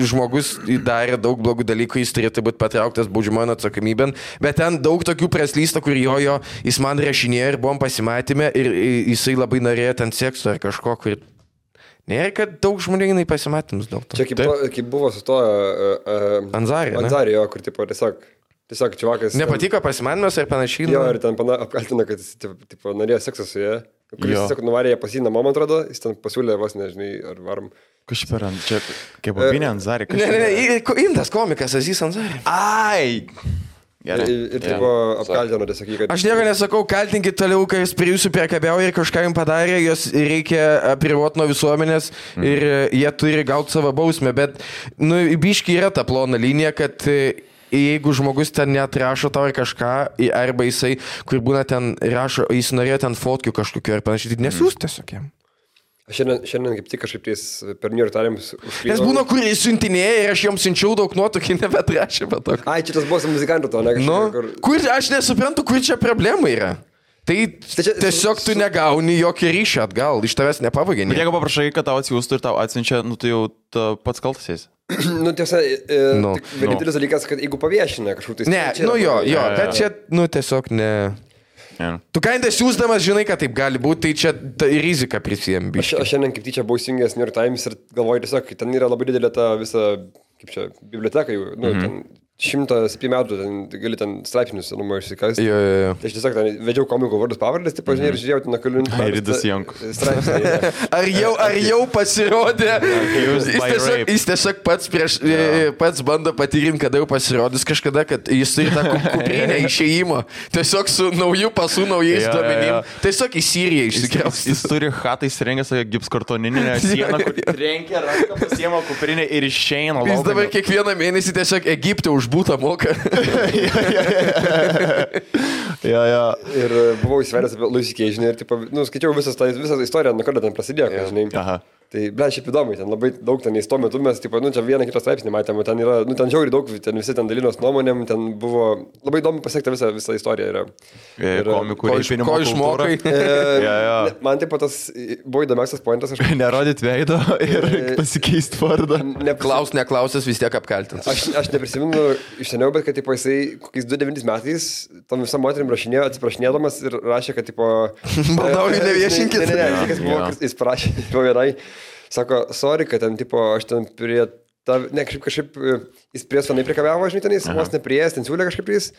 Speaker 2: žmogus darė daug blogų dalykų, jis turėtų būti patrauktas baudžiamojo atsakomybėn, bet ten daug tokių preslysta, kur jo, jo, jis man rašinėjo ir buvom pasimatymę ir i- jisai labai norėjo ten sekso ar kažko, kur... Nėra, kad daug žmonių jinai pasimatymus dėl to.
Speaker 3: Čia kaip, buvo, kaip buvo su to uh, uh,
Speaker 2: Anzarė, ne?
Speaker 3: Anzarijo, kur tipo tiesiog, tiesiog čivakas.
Speaker 2: Nepatiko pasimatymas ar panašiai?
Speaker 3: Jo,
Speaker 2: nu?
Speaker 3: ir ten pana, apkaltino, kad jis tipo, tipo, norėjo seksą su ja. Kuris
Speaker 1: Jo.
Speaker 3: tiesiog nuvarė ją pasinamą, man atrodo, jis ten pasiūlė vos nežinai, ar varom.
Speaker 1: Kažkaip per ant, čia kaip apinė ant Zarį.
Speaker 2: Ne, ne, ne, i- ko- indas komikas, Azys Anzarė.
Speaker 1: Ai.
Speaker 3: Ir,
Speaker 1: Gerai.
Speaker 2: tai
Speaker 3: ir
Speaker 1: jo.
Speaker 3: tipo apkaltino tiesiog, jį, kad...
Speaker 2: Aš nieko nesakau, kaltinkit toliau, kai jis prie jūsų priekabiauja ir kažką jums padarė, jos reikia apribot nuo visuomenės ir e, jie turi gauti savo bausmę, bet, nu, biški yra ta plona linija, kad e, jeigu žmogus ten netrašo tau ar kažką, i- arba jisai, kur būna ten rašo, jis norėjo ten fotkių kažkokiu ar panašiai, tai nesiūs tiesiog jam.
Speaker 3: Aš šiandien, šiandien kaip tik kažkaip tais per New York Times.
Speaker 2: Nes
Speaker 3: užklydau.
Speaker 2: būna, kur jis siuntinėja ir aš jums siunčiau daug nuotokį, nebetrašė, bet tokio.
Speaker 3: Ai, čia tas buvo su muzikantu to, ne kažkur.
Speaker 2: Nu,
Speaker 3: Nu, kur...
Speaker 2: kur, aš nesuprantu, kur čia problema yra. Tai
Speaker 3: čia-
Speaker 2: tiesiog tu negauni jokio ryšio atgal, iš tavęs nepavagė.
Speaker 1: Bet jeigu paprašai, kad tau atsiųstų ir tau atsiunčia, nu tai jau ta pats kaltas esi.
Speaker 3: nu tiesa, e,
Speaker 2: Nu,
Speaker 3: no, vienintelis no. dalykas, kad jeigu paviešinė kažkur tai...
Speaker 2: Ne, nu jo, jo,
Speaker 1: jo,
Speaker 2: kad
Speaker 1: jo.
Speaker 2: čia, nu tiesiog ne.
Speaker 1: Ne.
Speaker 2: Tu kainas siūsdamas žinai, kad taip gali būti, tai čia ta rizika prisijėmė.
Speaker 3: Aš, aš šiandien kaip tyčia buvau įsijungęs New York Times ir galvoju tiesiog, kad ten yra labai didelė ta visa, kaip čia, biblioteka jau, nu,
Speaker 2: Mhm.
Speaker 3: mm -hmm. šimtas metų, ten gali ten straipsnius, nu, išsikasti.
Speaker 2: Jo, jo, Mhm. jo.
Speaker 3: Tai aš tiesiog ten vedžiau komikų vardus pavardės, tai pažinėjau mm -hmm. ir žiūrėjau ten nakalių.
Speaker 1: Aidas Jankus.
Speaker 3: Straipsniai. jo.
Speaker 2: Ar jau, ar jau pasirodė? Jis
Speaker 1: Accused by
Speaker 2: tiesiog,
Speaker 1: rape.
Speaker 2: jis tiesiog pats, prieš, e, pats bando patikrinti, kada jau pasirodys kažkada, kad jis turi tą ku- kuprinę išėjimo. Tiesiog su nauju pasu, naujais
Speaker 1: Jo, jo, jo.
Speaker 2: duomenim. Tiesiog į Siriją
Speaker 1: Jis, jis,
Speaker 2: išsikelsi.
Speaker 1: jis turi hatą įsirengęs tokią gipskartoninę sieną, kur trenkia ranką, pasiema kuprinę ir išeina.
Speaker 2: Jis
Speaker 1: laukan.
Speaker 2: dabar kiekvieną mėnesį tiesiog Egipte už būtą moka.
Speaker 1: Jo, jo.
Speaker 3: ir e, buvau įsivedęs apie Lucy Keižinį ir, tipo, nu, skaičiau visas tą- visą tą istoriją, nuo kada ten prasidėjo, yeah. žinai.
Speaker 1: Aha.
Speaker 3: Tai, ble, šiaip įdomu, ten labai daug ten į to metu mes, tipo, nu, čia vieną kitą straipsnį matėme, ten yra, nu, ten žiauri daug, ten visi ten dalinos nuomonėm, ten buvo labai įdomu pasiekti visą, visą istoriją. Yra.
Speaker 1: E,
Speaker 3: Ir- e,
Speaker 1: Komikų
Speaker 2: Ko, iš,
Speaker 1: reipinimo
Speaker 2: ko
Speaker 1: kultūra.
Speaker 2: išmokai?
Speaker 1: Jo, jo.
Speaker 3: Ne, Man taip pat tas i, buvo įdomiausias pointas, aš
Speaker 1: Nerodyt veido
Speaker 2: E,
Speaker 1: ir pasikeisti vardą.
Speaker 3: neprisimenu.
Speaker 2: Klaus neklausęs vis tiek apkaltins.
Speaker 3: Aš, aš neprisimenu iš seniau, bet kad tipo, jisai kokiais 29 metais tam visam moterim rašinėjo, atsiprašinėdamas ir rašė, kad tipo...
Speaker 2: Maldauju,
Speaker 3: e, e,
Speaker 2: neviešinkit.
Speaker 3: Ne, ne, ne,
Speaker 1: Jo,
Speaker 3: ne, kas buvo,
Speaker 1: jo.
Speaker 3: kas- jis parašė, tipo vienai, sako, sorry, kad ten tipo, aš ten prie... Ta, ne, kažkaip, kažkaip e, jis prie sonai prikabėjo, žinai, ten jis vos neprieės, ten siūlė kažkaip jis.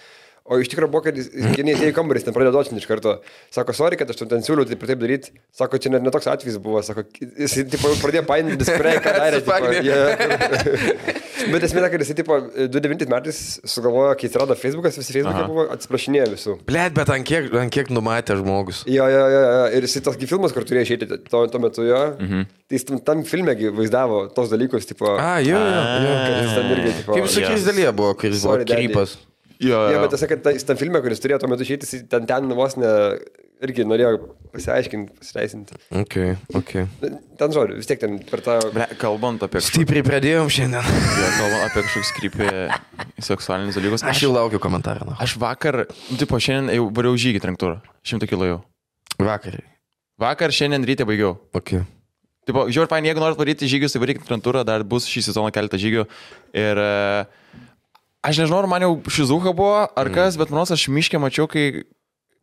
Speaker 3: O iš tikrųjų buvo, kad jis- jis geniai atėjo į kambarį, jis ten pradėjo dočinti iš karto. Sako, sorry, kad aš tau ten siūliau tai taip ir taip daryti. Sako, čia net netoks atvejis buvo. Sako, jis tipo, pradėjo painti diskurę, ką darė. tipo,
Speaker 2: Supainiojo.
Speaker 3: jie- Bet esmė, ta, kad jis tipo 2009 metais sugalvojo, kai atsirado Facebookas, visi Facebook'e buvo atsiprašinėję visų.
Speaker 2: Blet, bet ant kiek, ant kiek numatė žmogus.
Speaker 3: Jo, jo, jo, jo. ir jis tas gi filmas, kur turėjo išėti tuo, tuo metu jo. Mhm. Tai jis tam, tam filmegi vaizdavo tos dalykus, tipo...
Speaker 2: A, jo, jo, jo.
Speaker 3: kad jis ten irgi, tipo,
Speaker 2: Kaip su
Speaker 1: jo.
Speaker 2: kiais dalyje buvo, kai jis buvo
Speaker 3: Sorry, daddy.
Speaker 2: krypas.
Speaker 1: Jo,
Speaker 3: Jo,
Speaker 1: jo.
Speaker 3: bet tas, kad ta- jis tam filme, kuris turėjo tuo metu išėti, jis ten ten vos ne irgi norėjo pasiaiškinti, pasiteisinti.
Speaker 2: Ok, ok.
Speaker 3: Ten žodžiu, vis tiek ten per tą...
Speaker 1: Ble, kalbant apie kažkokius,
Speaker 2: Stipriai pradėjom šiandien.
Speaker 1: kalbant apie kažkokius krypį seksualinius dalykus.
Speaker 2: Aš jau laukiu komentarą. na.
Speaker 1: Aš vakar, nu, tipo, šiandien jau variau žygį tranktūrą. Šimtą kilo jau.
Speaker 2: Vakar.
Speaker 1: Vakar, šiandien ryte baigiau.
Speaker 2: Ok.
Speaker 1: Tipo, žiūrėk, pan, jeigu norit varyti žygius, tai varykit tranktūrą, dar bus šį sezoną keletą žygių. Ir e, aš nežinau, ar man jau šizuha buvo, ar kas, bet manos aš miškę mačiau, kai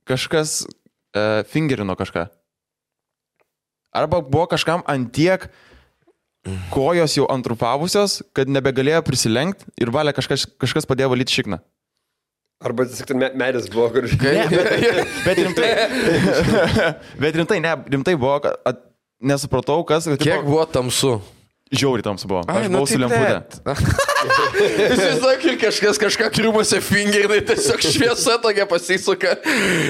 Speaker 1: kažkas e, fingerino kažką. Arba buvo kažkam antiek kojos jau antrupavusios, kad nebegalėjo prisilenkti ir valia kažkas, kažkas padėjo valyti šikną.
Speaker 3: Arba tiesiog ten me- medis buvo, kur...
Speaker 1: Bet rimtai, bet rimtai, ne, rimtai buvo, kad at, nesupratau, kas, kad
Speaker 2: Kiek nu tai
Speaker 1: tipo,
Speaker 2: buvo tamsu?
Speaker 1: žiauri tamsu buvo. Aš buvau su lemputė.
Speaker 2: Jis vis dar ir kažkas kažką kriumose fingerinai, tiesiog šviesa tokia pasisuka.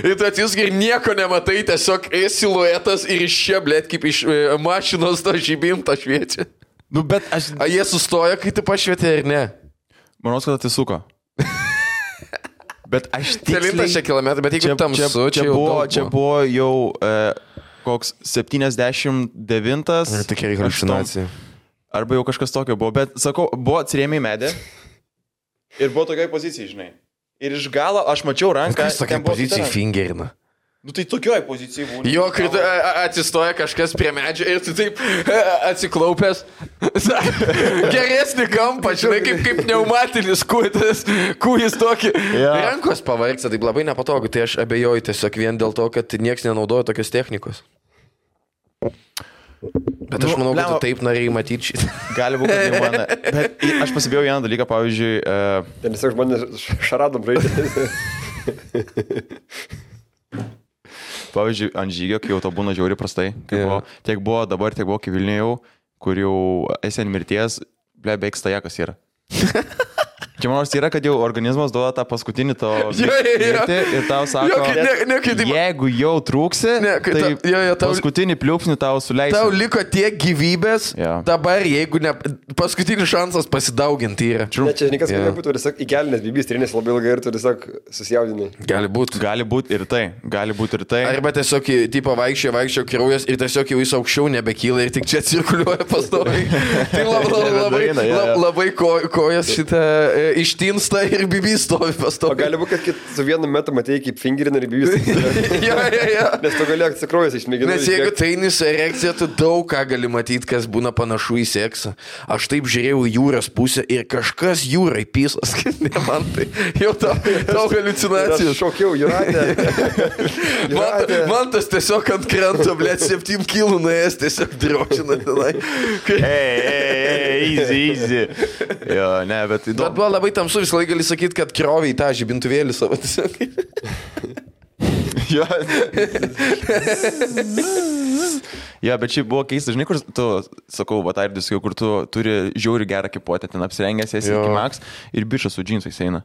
Speaker 2: Ir tu atjusgi ir nieko nematai, tiesiog esi siluetas ir iš čia, blėt, kaip iš e, mašinos to žibinto šviečia.
Speaker 1: Nu, bet aš
Speaker 2: A jie sustoja, kai tu pašvietė ir ne?
Speaker 1: Manau, kad atsisuko. Bet aš
Speaker 2: Kelintą
Speaker 1: tiksliai...
Speaker 2: čia kilometrą, bet jeigu tamsu,
Speaker 1: čia, čia,
Speaker 2: jau
Speaker 1: buvo,
Speaker 2: daug
Speaker 1: čia buvo jau e, koks 79.
Speaker 2: Ne, Nu, Tokia
Speaker 1: aštuom-
Speaker 2: yra halucinacija.
Speaker 1: Arba jau kažkas tokio buvo. Bet sakau, buvo atsirėmė į medį. Ir buvo tokiai pozicijai, žinai. Ir iš galo aš mačiau ranką.
Speaker 2: Kas tokia
Speaker 1: ten buvo
Speaker 2: pozicija
Speaker 1: kita ranka.
Speaker 2: fingerina?
Speaker 1: Nu tai tokioj pozicijai buvo.
Speaker 2: Jo, kai tu, a, a, atsistoja kažkas prie medžio ir tu taip a, atsiklaupęs. Geresnį kampą, žinai, kaip, kaip pneumatinis kūjas, kūjas tokį.
Speaker 1: Jo.
Speaker 2: Yeah. Rankos pavargsta, taip labai nepatogu, tai aš abejoju tiesiog vien dėl to, kad niekas nenaudoja tokios technikos. Bet aš
Speaker 1: Nu,
Speaker 2: manau, kad
Speaker 1: blemba-
Speaker 2: tu taip norėjai matyti šitą.
Speaker 1: Gali būti, kad tai mane. Bet i- aš pasibėjau vieną dalyką, pavyzdžiui, e,
Speaker 3: Ten tiesiog žmonės š- šaradom žaidė.
Speaker 1: pavyzdžiui, ant žygio, kai jau to būna žiauri prastai.
Speaker 2: Jo.
Speaker 1: Yeah. Buvo, tiek buvo dabar, tiek buvo, kai Vilniujau, kur jau esi ant mirties, ble, beveik stajakas yra. Čia man nors yra, kad jau organizmas duoda tą paskutinį to
Speaker 2: Jo, jo, jo.
Speaker 1: mirtį ir tau sako,
Speaker 2: Jo, kai ne- ne, kai taip-
Speaker 1: jeigu jau trūksi,
Speaker 2: Ne, kai
Speaker 1: tai
Speaker 2: ta- jo, jo, tau-
Speaker 1: paskutinį pliūpsnį tau suleis.
Speaker 2: Tau liko tiek gyvybės,
Speaker 1: Jo.
Speaker 2: dabar jeigu ne, paskutinis šansas pasidauginti yra.
Speaker 3: Ne, čia žinai, kas
Speaker 2: Jo.
Speaker 3: yeah. būtų, tiesiog įkelinęs bibis, trinės labai ilgai ir tu tiesiog susijaudinai.
Speaker 2: Gali būti.
Speaker 1: Gali būti ir tai, gali būti ir tai.
Speaker 2: Arba tiesiog, tipo, vaikščio, vaikščio kraujas ir tiesiog jau jis aukščiau nebekyla ir tik čia cirkuliuoja pastoviai. Tai labai, labai,
Speaker 1: Nebedaeina, jo,
Speaker 2: labai,
Speaker 1: jo.
Speaker 2: labai ko, kojas šitą e, ištinsta ir bibis stovi
Speaker 3: O
Speaker 2: pastoviai.
Speaker 3: gali būti, kad kit- su vienu metu matėjai kaip fingerina ir bibis.
Speaker 2: jo, jo, jo.
Speaker 3: Nes tu gali atsikrojęs išmėginti.
Speaker 2: Nes jeigu tai nėra erekcija, tu daug ką gali matyti, kas būna panašu į seksą. Aš taip žiūrėjau į jūros pusę ir kažkas jūrai pysas, kad ne man tai. Jau tau, tau
Speaker 3: Aš
Speaker 2: halucinacijos.
Speaker 3: šaukiau, Juratė.
Speaker 2: Man,
Speaker 3: Jūrate.
Speaker 2: man tas tiesiog ant krento, blė, septym kilų nuėjęs, tiesiog drošina tenai. Kai-
Speaker 1: Ei, ei, ei, easy, easy. Jo, ne, bet
Speaker 2: Bet
Speaker 1: įdomu.
Speaker 2: buvo labai tamsu, visą laiką gali sakyti, kad kroviai tą žibintuvėlį savo tiesiog.
Speaker 1: Jo. jo, bet šiaip buvo keista, žinai, kur tu, sakau, Bataridis, kur tu turi žiauri gerą kipuotę, ten apsirengęs esi
Speaker 2: Jo.
Speaker 1: iki Max ir bičias su džinsais eina.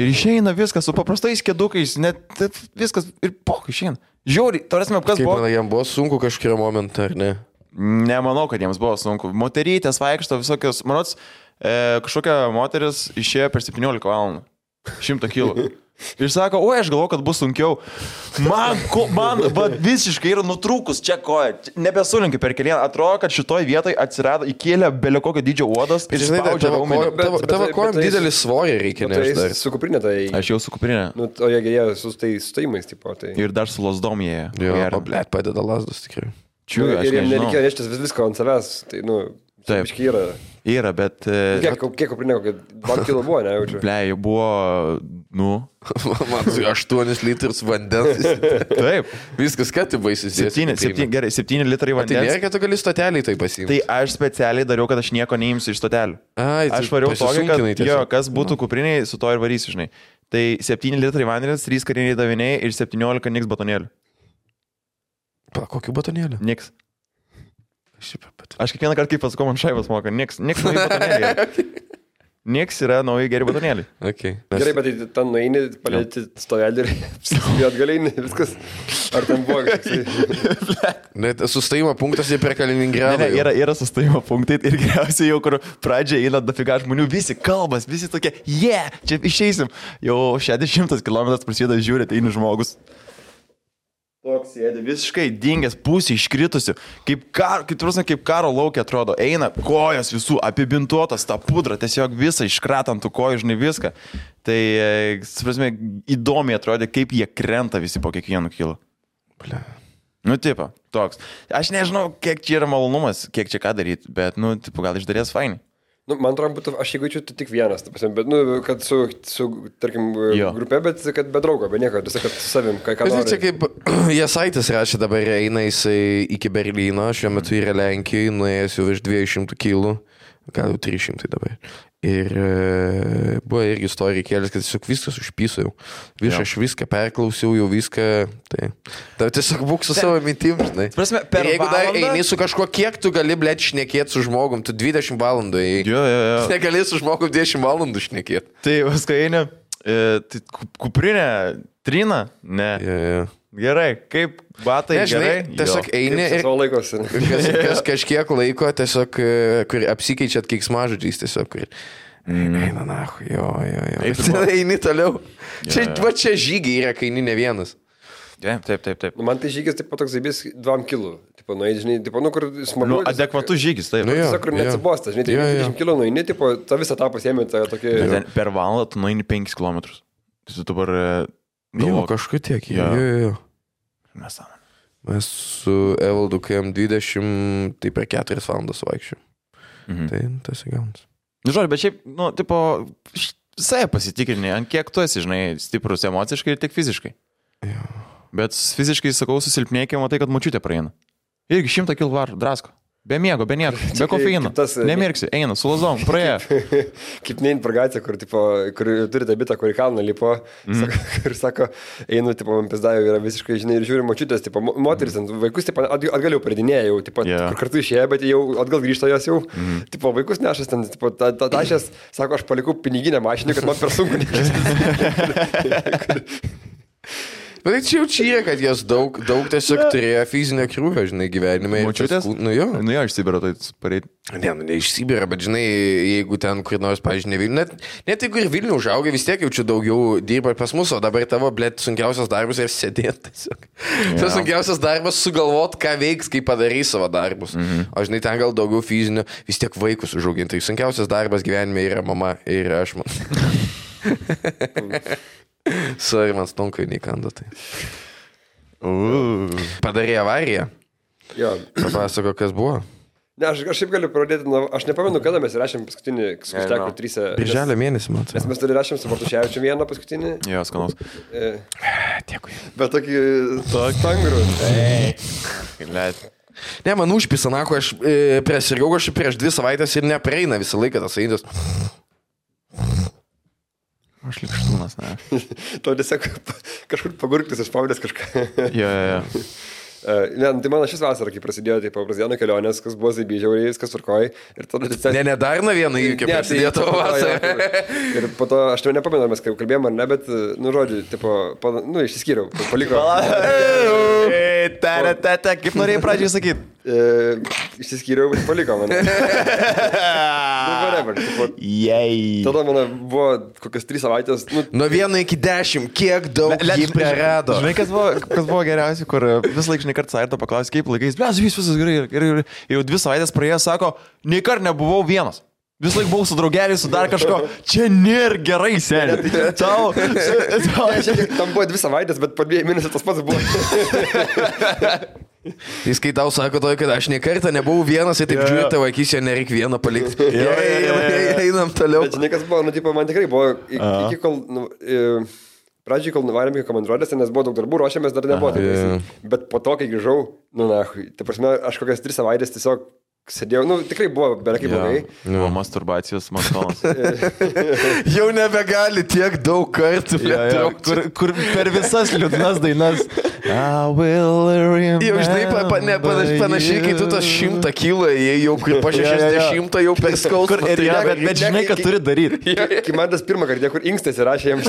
Speaker 1: Ir išeina viskas su paprastais kėdukais, net taip viskas ir pok, išeina. Žiauri, tarsi, kas
Speaker 2: Kaip
Speaker 1: buvo.
Speaker 2: manai, jam buvo sunku kažkurio momento, ar ne?
Speaker 1: Nemanau, kad jiems buvo sunku. Moterytės vaikšto visokios, manots, e, kažkokia moteris išėjo per 17 valandų. 100 kilų. Ir sako, oi, aš galvoju, kad bus sunkiau. Man, ko, man va, visiškai yra nutrūkus čia koja. Nebesulinkiu per kelieną. Atrodo, kad šitoj vietoj atsirado, įkėlė belio kokio dydžio uodas ir
Speaker 2: Žinai, dar
Speaker 1: spaudžia
Speaker 2: tavo,
Speaker 1: raumenį.
Speaker 2: kojom-
Speaker 3: Bet-
Speaker 2: tavo,
Speaker 3: bet-
Speaker 2: tavo
Speaker 3: bet-
Speaker 2: kojom
Speaker 3: bet-
Speaker 2: didelį svorį reikia nešti
Speaker 3: Tai
Speaker 2: dar.
Speaker 3: su kuprinė tai.
Speaker 1: Aš jau su kuprinė.
Speaker 3: Nu, o jeigu jie su tais stojimais, tipo, tai...
Speaker 1: Ir dar su lasdomėje.
Speaker 2: Jo, pablėt, padeda lasdas tikrai.
Speaker 1: Čiū,
Speaker 3: Nu,
Speaker 1: aš
Speaker 3: ir jiems nereikėjo
Speaker 1: nežinau.
Speaker 3: neštis vis- visko ant savęs. Tai, nu,
Speaker 1: Taip.
Speaker 3: Iški yra.
Speaker 1: Yra, bet... e,
Speaker 3: Kiek, kiek kuprinė, kokia 2 kilo buvo, nejaučiu.
Speaker 1: Ble, jau buvo Nu.
Speaker 2: Man 8 litrus vandens.
Speaker 1: Taip.
Speaker 2: Viskas, ką tu baisiai sėsi.
Speaker 1: 7, 7, gerai, 7 litrai
Speaker 2: Tai nėra,
Speaker 1: vandens.
Speaker 2: kad tu gali stotelį tai pasiimti.
Speaker 1: Tai aš specialiai dariau, kad aš nieko neimsiu iš stotelių.
Speaker 2: Ai,
Speaker 1: Aš variau tokį, kad jo, kas būtų kupriniai, su to ir varysiu, žinai. Tai 7 litrai vandens, 3 kariniai daviniai ir 17 niks batonėlių.
Speaker 2: Pa, kokiu batonėliu?
Speaker 1: Niks.
Speaker 2: Šiaip, bet-
Speaker 1: Aš kiekvieną kartą, kai pasakau, man šaibas moka, niks, niks nauji batonėliai. Niks yra nauji geri batonėliai.
Speaker 2: Okay.
Speaker 3: Gerai, bet tai ten nueini, palėti stovelį ir apsisukti atgaliai, viskas. Ar ten buvo tai- kažkas?
Speaker 2: Net sustojimo punktas jie prie Kaliningrado.
Speaker 1: Ne, ne,
Speaker 2: jau.
Speaker 1: yra, yra sustojimo punktai ir geriausiai jau, kur pradžioje eina dafiga žmonių, visi kalbas, visi tokie, jie, yeah, čia išeisim. Jau 60 km prasideda žiūrėti, tai eini žmogus. Toks sėdi visiškai dingęs, pusė iškritusi. Kaip, kar, kaip, prasme, kaip karo laukia atrodo, eina kojas visų apibintuotas, ta pudra, tiesiog visą iškratant tų kojų, žinai viską. Tai, e, suprasme, įdomiai atrodė, kaip jie krenta visi po kiekvieno kilo.
Speaker 2: Ble.
Speaker 1: Nu, tipo, toks. Aš nežinau, kiek čia yra malonumas, kiek čia ką daryti, bet, nu, tipo, gal iš dalies fainai.
Speaker 3: Nu, man atrodo, būtų, aš jeigu čia tik vienas, ta prasme, bet, nu, kad su, su tarkim,
Speaker 1: Jo.
Speaker 3: jo. grupė, bet kad be draugo, be nieko, tiesiog kad su savim, ką, ką
Speaker 2: Bet
Speaker 3: nori.
Speaker 2: tai čia kaip Jasaitis rašė dabar eina jisai iki Berlyno, šiuo metu yra Lenkijoje, nuėjęs jau virš 200 kilų, gal jau 300 dabar. Ir e, buvo irgi istorija kėlės, kad tiesiog viskas užpysau. Vis,
Speaker 1: Jo.
Speaker 2: aš viską perklausiau, jau viską. Tai, tai tiesiog būk su savo mintim, žinai.
Speaker 1: prasme, per
Speaker 2: Ir Jeigu dar
Speaker 1: valandą-
Speaker 2: eini su kažkuo, kiek tu gali, ble, šnekėti su žmogum, tu 20 valandų eini.
Speaker 1: Jo, jo, jo.
Speaker 2: Negali su žmogum 10 valandų šnekėti.
Speaker 1: Tai vaskainė, tai ku- kuprinė, trina, ne.
Speaker 2: Jo, jo.
Speaker 1: Gerai, kaip batai,
Speaker 2: Ne, žinai,
Speaker 1: Tai gerai.
Speaker 2: tiesiog
Speaker 1: Jo.
Speaker 2: eini
Speaker 3: Kaip su
Speaker 2: ir
Speaker 3: savo laikosi.
Speaker 2: kas, kas kažkiek laiko tiesiog, e, kur apsikeičiat keiksmažodžiais tiesiog, kur... Eina, na, jo, jo, jo. Ir
Speaker 1: Mhm. Taip ir
Speaker 2: tada eini toliau. Čia,
Speaker 1: jo.
Speaker 2: va čia žygiai yra, kai eini ne vienas.
Speaker 1: Taip, taip, taip. taip.
Speaker 3: Nu, man tai žygis, taip pat toks įbės, dvam kilų. Tipo, nu, žinai, tipo, nu, kur smagu.
Speaker 1: Nu, adekvatus žygis, taip.
Speaker 2: Nu, jo.
Speaker 3: Tiesiog, kur
Speaker 2: jo.
Speaker 3: neatsibosta, žinai, tai
Speaker 2: Jo, jo.
Speaker 3: 20 kilų, nu, ne, tipo, tą visą tą pasiemi, tą tokį...
Speaker 1: Bet ten Per valandą tu nueini 5 km. Tai tu dabar... e,
Speaker 2: Jau
Speaker 1: galvok,
Speaker 2: kažkur tiek, jo,
Speaker 1: Jo.
Speaker 2: jo, jo.
Speaker 1: nesąmonė.
Speaker 2: Mes su Evaldu KM20, tai per 4 valandas vaikščiu.
Speaker 1: Mhm.
Speaker 2: Tai tas įgaunas.
Speaker 1: Nu, Žodžiu, bet šiaip, nu, tipo, š- visai pasitikrinė, ant kiek tu esi, žinai, stiprus emociškai ir tik fiziškai.
Speaker 2: Jo.
Speaker 1: Bet s- fiziškai, sakau, susilpnėkime, matai, kad mačiutė praeina. Irgi šimtą kilvarų drasko. Be miego, be nieko, be
Speaker 3: kaip-
Speaker 1: kofeino.
Speaker 3: kaip tas-
Speaker 1: Nemirksi, eina, su lazom, praėjo.
Speaker 3: Kaip neinpragacija, kur, tipo, kur turi tą bitą, kur į kalną lipo,
Speaker 2: Mhm.
Speaker 3: mm. sako, kur sako, einu, tipo, man pizdavė, yra visiškai, žinai, ir žiūri, močiutės, tipo, mo- moteris, ant vaikus, tipo, at- atgal jau pradinėjo, jau, tipo,
Speaker 1: Jo.
Speaker 3: yeah. kur kartu išėjo, bet jau atgal grįžta jos jau, mm.
Speaker 2: Mhm.
Speaker 3: tipo, vaikus nešas ten, tipo, ta, ta, tašės, sako, aš palikau piniginę mašiną, kad man per sunku nešas.
Speaker 2: Bet tai čia jau čia, yra, kad jos daug, daug tiesiog turėjo fizinio krūvio, žinai, gyvenime. ir
Speaker 1: Močiutės?
Speaker 2: tas kū- Nu jo.
Speaker 1: Nu jo, išsibėro, tai pareit.
Speaker 2: Ne, nu, ne iš Sibiro, bet žinai, jeigu ten kur nors, pavyzdžiui, ne Vilnių, net, net jeigu ir Vilnių užaugai, vis tiek jaučiu daugiau dirba pas mus, o dabar tavo, blėt, sunkiausias darbas yra sėdėti tiesiog. Yeah. Tas sunkiausias darbas sugalvot, ką veiks, kaip padarys savo darbus. Mm -hmm. O žinai, ten gal daugiau fizinio, vis tiek vaikus užauginti. Tai Sunkiausias darbas gyvenime yra mama ir aš man. Sorry, man stonkai neįkando tai. Padarė avariją,
Speaker 3: jo.
Speaker 2: papasako, kas buvo.
Speaker 3: Ne, aš kažkaip galiu pradėti, nuo, aš nepamenu, kada mes rašėm paskutinį,
Speaker 1: Nežinau.
Speaker 3: skusteku, trys.
Speaker 2: Birželio mėnesį, man
Speaker 3: Nes
Speaker 2: atrodo.
Speaker 3: mes turi rašėm su Bartuševičiu vieną paskutinį,
Speaker 1: Jo, skanus.
Speaker 3: e,
Speaker 2: Dėkui.
Speaker 3: bet tokį stangrų.
Speaker 1: Let.
Speaker 2: Ne, man užpisanako, aš e, persirgau kažkaip prieš dvi savaitės ir nepreina visą laiką tas eidės.
Speaker 1: Aš likštūnas, ne.
Speaker 3: Tau tiesiog kažkur pagurktis, išpaudęs kažką.
Speaker 1: Jo, jo, jo.
Speaker 3: E, Ne, nu, tai mano šis vasara, kai prasidėjo, tai prasidėjo nuo kelionės, kas buvo zaibyžiauriai, viskas tvarkoji. Ir tada tiesiog... tai-
Speaker 2: Ne, ne, dar na vieną įvykį
Speaker 1: tai
Speaker 2: prasidėjo tavo vasarą.
Speaker 3: Ir po to, aš jau nepamenu, mes kaip kalbėjome ar ne, bet, e, nu, žodžiu, tipo, pana- nu, išsiskyriau, pa- paliko.
Speaker 1: Ei, tare, tare, tare, kaip norėjai pradžiai sakyti?
Speaker 3: E, išsiskyriau, bet paliko mane. nu, whatever, tipo,
Speaker 1: Jei.
Speaker 3: tada mano buvo kokias trys savaitės, nu,
Speaker 2: Nuo vieno iki dešimt, kiek daug
Speaker 1: Le-
Speaker 2: jį prarado.
Speaker 1: Žinai, kas buvo, kas buvo geriausia, kur e, vis laik, žinai, kartą Sairto paklausė, kaip laikais, blės, jūs visas gerai, gerai, gerai. Ir jau dvi savaitės praėjo, sako, nei kart nebuvau vienas. Vis laik buvau su draugeliu, su dar kažko. Čia nėra gerai, seniai. Tau. tau-
Speaker 3: Ne, šiek tiek, tam buvo dvi savaitės, bet po dviejų mėnesių tas pats buvo.
Speaker 2: Jis kai tau sako to, kad aš niekada nebuvau vienas, jis taip
Speaker 1: Jo, jo.
Speaker 2: žiūri tavo akis, jo nereik vieną palikti.
Speaker 1: jo, jo, jo, jo.
Speaker 2: Einam toliau.
Speaker 3: Bet žinai, kas buvo, nu, tipo, man tikrai buvo, iki,
Speaker 1: Aha.
Speaker 3: iki kol, nu, e, pradžioj, kol nuvarėm į komandiruotės, nes buvo daug darbų, ruošėmės dar nebuvo. taip
Speaker 2: jo.
Speaker 3: baisiai. Bet po to, kai grįžau, nu, na, tai prasme, aš kokias tris savaitės tiesiog sėdėjau, nu, tikrai buvo, beveik kaip blogai.
Speaker 1: Nuo masturbacijos maratonas.
Speaker 2: Jau nebegali tiek daug kartų. plėtoti.
Speaker 1: kur, kur per visas liūdnas dainas.
Speaker 2: Jau
Speaker 1: Jau
Speaker 2: žinai, pa, pa, ne, panašiai, panašiai, kai tu tą šimtą kilą, jie jau kaip po
Speaker 1: jo, jo.
Speaker 2: 60 jau per skausmą.
Speaker 1: Kur, ir,
Speaker 2: tai
Speaker 1: jo,
Speaker 2: negali-
Speaker 1: bet, bet žinai, kad turi daryti.
Speaker 3: Kai man tas pirmą kartą, kur inkstas įrašė jam.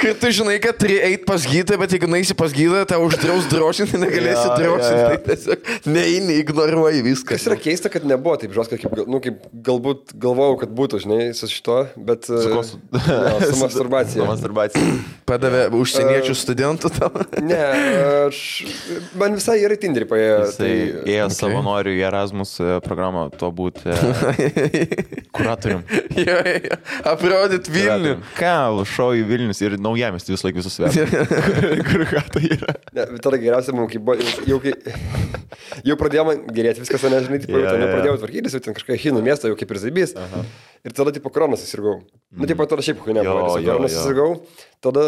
Speaker 2: Kai tu žinai, kad turi eiti pas gydytoją, bet jeigu naisi pas gydytoją, tau uždraus drošinti,
Speaker 1: Jo,
Speaker 2: negalėsi
Speaker 1: jo,
Speaker 2: drošinti.
Speaker 1: jo.
Speaker 2: Tai tiesiog neini, ignoruoji viską.
Speaker 3: Kas yra keista, kad nebuvo taip žostka, kaip, gal- nu, kaip galbūt galvojau, kad būtų, žinai, su šito, bet... e,
Speaker 1: ko su-
Speaker 3: jo, Su
Speaker 1: Nuo
Speaker 3: masturbacija.
Speaker 1: masturbacijos.
Speaker 2: Padavė užsieniečių studentų tau.
Speaker 3: Ne, aš... Man visai yra Tinderį paėjo. tai
Speaker 1: Jisai tai ėjo savanorių į Erasmus e, programą, to būti e, kuratorium.
Speaker 2: Jo, jo, jo. Aprodyt Vilnių.
Speaker 1: Ką, šau į Vilnius ir naujamis vis laik visus vėl. Kur ką tai yra?
Speaker 3: Ne, bet tada geriausia mums, kai buvo, jau, kai, jau pradėjo man gerėti viskas, o ne, žinai, tipo,
Speaker 1: Jo,
Speaker 3: yeah,
Speaker 1: jo,
Speaker 3: yeah.
Speaker 1: jo.
Speaker 3: pradėjau tvarkytis, jau ten kažkokia hinų miestą, jau kaip ir zaibys. Ir tada, tipo, koroną susirgau. Na, mm. tipo, tada šiaip, kai
Speaker 1: Mhm. Jo,
Speaker 3: nebuvo,
Speaker 1: jo,
Speaker 3: koroną
Speaker 1: jo.
Speaker 3: susirgau, tada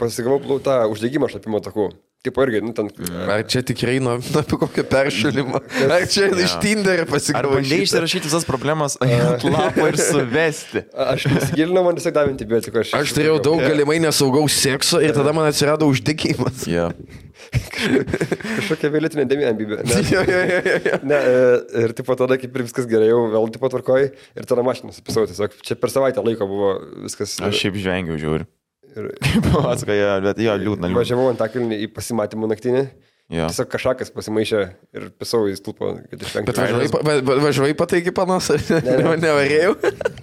Speaker 3: pasigavau plau- tą uždegimą šlapimo takų. Tipo, irgi, nu, ten...
Speaker 1: Mhm.
Speaker 2: Ar čia tikrai nuo, nuo kokio peršalimo? Ar čia iš Tinderio
Speaker 1: Ar
Speaker 2: pasigavo?
Speaker 1: bandai išsirašyti visas problemas ant lapo ir suvesti?
Speaker 3: Aš nesigilinau, man tiesiog davė antibiotikų.
Speaker 2: Aš turėjau daug galimai nesaugaus sekso ir tada man atsirado uždegimas.
Speaker 1: Yeah.
Speaker 3: Kažkokia vėlytinė dėmė antibiotikų.
Speaker 2: Jo, jo, jo, jo, jo.
Speaker 3: Ne, e, ir tipo tada, kaip ir viskas gerai, jau vėl tipo tvarkoji ir tada mašinas apisau, tiesiog čia per savaitę laiko buvo viskas.
Speaker 1: Aš šiaip žvengiau žiūriu.
Speaker 3: ir,
Speaker 1: Pasakoja, bet jo, liūdna, liūdna.
Speaker 3: Važiavau ant akilnį į pasimatymą naktinį.
Speaker 1: Jo.
Speaker 3: Tiesiog kažkas pasimaišė ir pisau į stulpą, kad
Speaker 2: Bet
Speaker 3: išvengčiau.
Speaker 2: važiuoji, va, va, važiuoji pataigi panas, ar ne?
Speaker 3: Ne, ne.
Speaker 2: nevarėjau?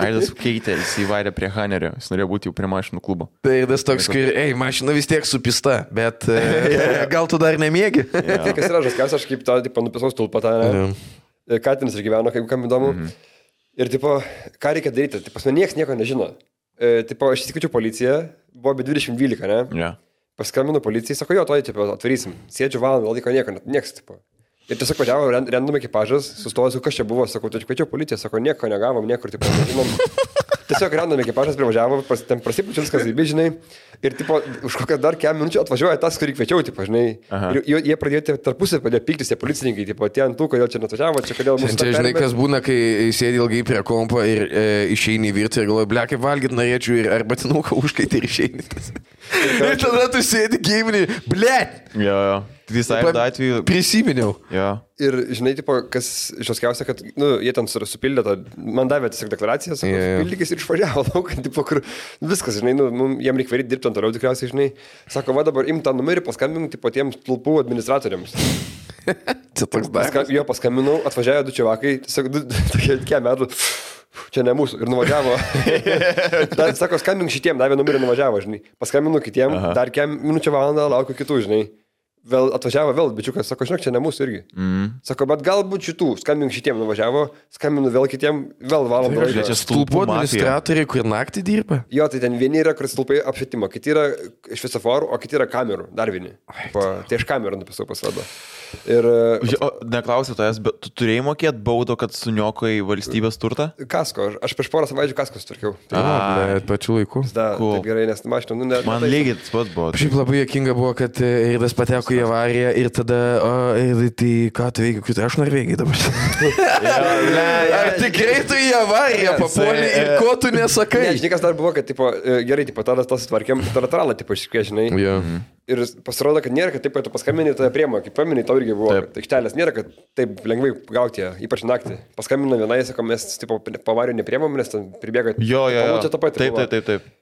Speaker 1: Aidas keitė, jis įvarė prie Hanerio, jis norėjo būti jau prie mašinų klubo.
Speaker 2: Tai tas toks, kur, ei, mašina vis tiek supista, bet e, gal tu dar nemiegi?
Speaker 3: Tai kas yra žaskas, aš kaip tą, tipo, nupisau stulpą tą. ne? Ir Katinas išgyveno, kaip kam įdomu.
Speaker 1: Mhm.
Speaker 3: Ir, tipo, ką reikia daryti, tai pas mane niekas nieko nežino. E, tipo, aš įsikaičiau policiją, buvo be 2012, ne?
Speaker 1: Yeah.
Speaker 3: Paskambinu policijai, sako, jo, toj, tipo, atvarysim. Sėdžiu valandą, laiko nieko, net niekas, tipo. Ir tiesiog važiavo, ren- random ekipažas, sustojau, sakau, kas čia buvo, sakau, tai čia kviečiau policiją, sako, nieko negavom, niekur, tipo, nežinom. Tiesiog random ekipažas privažiavo, pras, ten prasipučiu viskas, įbi, žinai. Ir, tipo, už kokias dar kem minučių atvažiuoja tas, kurį kviečiau, tipo, žinai.
Speaker 1: Aha.
Speaker 3: Ir jie- jie pradėjo tie- tarpusavy pradėjo pyktis, tie policininkai, tipo, tie ant tų, kodėl čia netvažiavo, čia kodėl mūsų...
Speaker 2: Čia
Speaker 3: tą
Speaker 2: žinai,
Speaker 3: perėmė.
Speaker 2: kas būna, kai sėdi ilgai prie kompo ir e, išeini į virtuvę ir galvoji, blekai valgyti norėčiau ir arbatinuką užkaitį ir išeini. ir tada tu sėdi gimni, blek!
Speaker 1: Jo, jo. Visą Aido atveju.
Speaker 2: Prisiminiau.
Speaker 1: Jo.
Speaker 3: Ir, žinai, tipo, kas išoskiausia, kad, nu, jie ten sur- supildė tą, man davė tiesiog deklaraciją, sakau,
Speaker 2: Jo, jo.
Speaker 3: yeah. pildykis ir išvažiavo lauk, tipo, kur viskas, žinai, nu, mum, jam reikia varyti dirbti ant toliau, tikriausiai, žinai. Sako, va dabar im tą numerį, paskambink, tipo, tiems plupų administratoriams.
Speaker 2: Čia toks
Speaker 3: Paska,
Speaker 2: daiktas.
Speaker 3: jo paskambinau, atvažiavo du čiavakai, tiesiog, du- tokie, kiek metų, čia ne mūsų, ir nuvažiavo. dar, sako, skambink šitiem, davė numerį, nuvažiavo, žinai. Paskambinau kitiem, Aha. dar kiek minučių valandą laukiu kitų, žinai. Vėl atvažiavo vėl, bičiukas, sako, žinok, čia ne mūsų irgi. Mm. Sako, bet galbūt šitų, skambink šitiem nuvažiavo, skambinu vėl kitiem, vėl valandą.
Speaker 1: Žiūrėk,
Speaker 3: laiko.
Speaker 1: čia
Speaker 2: Stulpų
Speaker 1: stulpų mafija.
Speaker 2: administratoriai, kur naktį dirba?
Speaker 3: Jo, tai ten vieni yra, kur stulpai apšvietimo, kiti yra šviesoforų, o kiti yra kamerų, dar vieni. Pa, tai aš kamerą nupisau pas vadą. Ir e,
Speaker 1: Jo, o, Neklausiu tavęs, bet tu turėjai mokėti baudą, kad suniokai valstybės turtą?
Speaker 3: Kasko, aš- aš prieš porą savaičių kasko sutvarkiau. Tai
Speaker 1: A,
Speaker 2: Bet pačiu laiku.
Speaker 3: Da,
Speaker 1: Cool.
Speaker 3: cool. taip gerai, nes mašina, nu, ne,
Speaker 1: man
Speaker 3: tai-
Speaker 1: lygiai tas pats buvo.
Speaker 2: Šiaip labai jokinga buvo, kad Eidas pateko į avariją ir tada, o, Eidai, tai ką tu veikiu, kai tu aš Norvegijai dabar. Ar tikrai tu į avariją papuolį ir ko tu nesakai?
Speaker 3: Ne, žinai, kas dar buvo, kad tipo, e, gerai, tipo, tada tas sutvarkėm, taratralą, tipo, iškviežinai. Yeah.
Speaker 2: Jo.
Speaker 1: Mhm.
Speaker 3: Ir pasirodo, kad nėra, kad taip, kad tu paskambini, tada priemo, kaip paminai, tau irgi buvo.
Speaker 1: Taip.
Speaker 3: Taip. Aikštelės nėra, kad taip lengvai gauti, ją, ypač naktį. Paskambina vienai, sako, mes, tipo, pavarių nepriemom, nes ten pribėga.
Speaker 1: Jo, jo.
Speaker 3: Tipo,
Speaker 1: jo.
Speaker 3: nu, Čia tą patį.
Speaker 1: Taip, taip, taip, taip.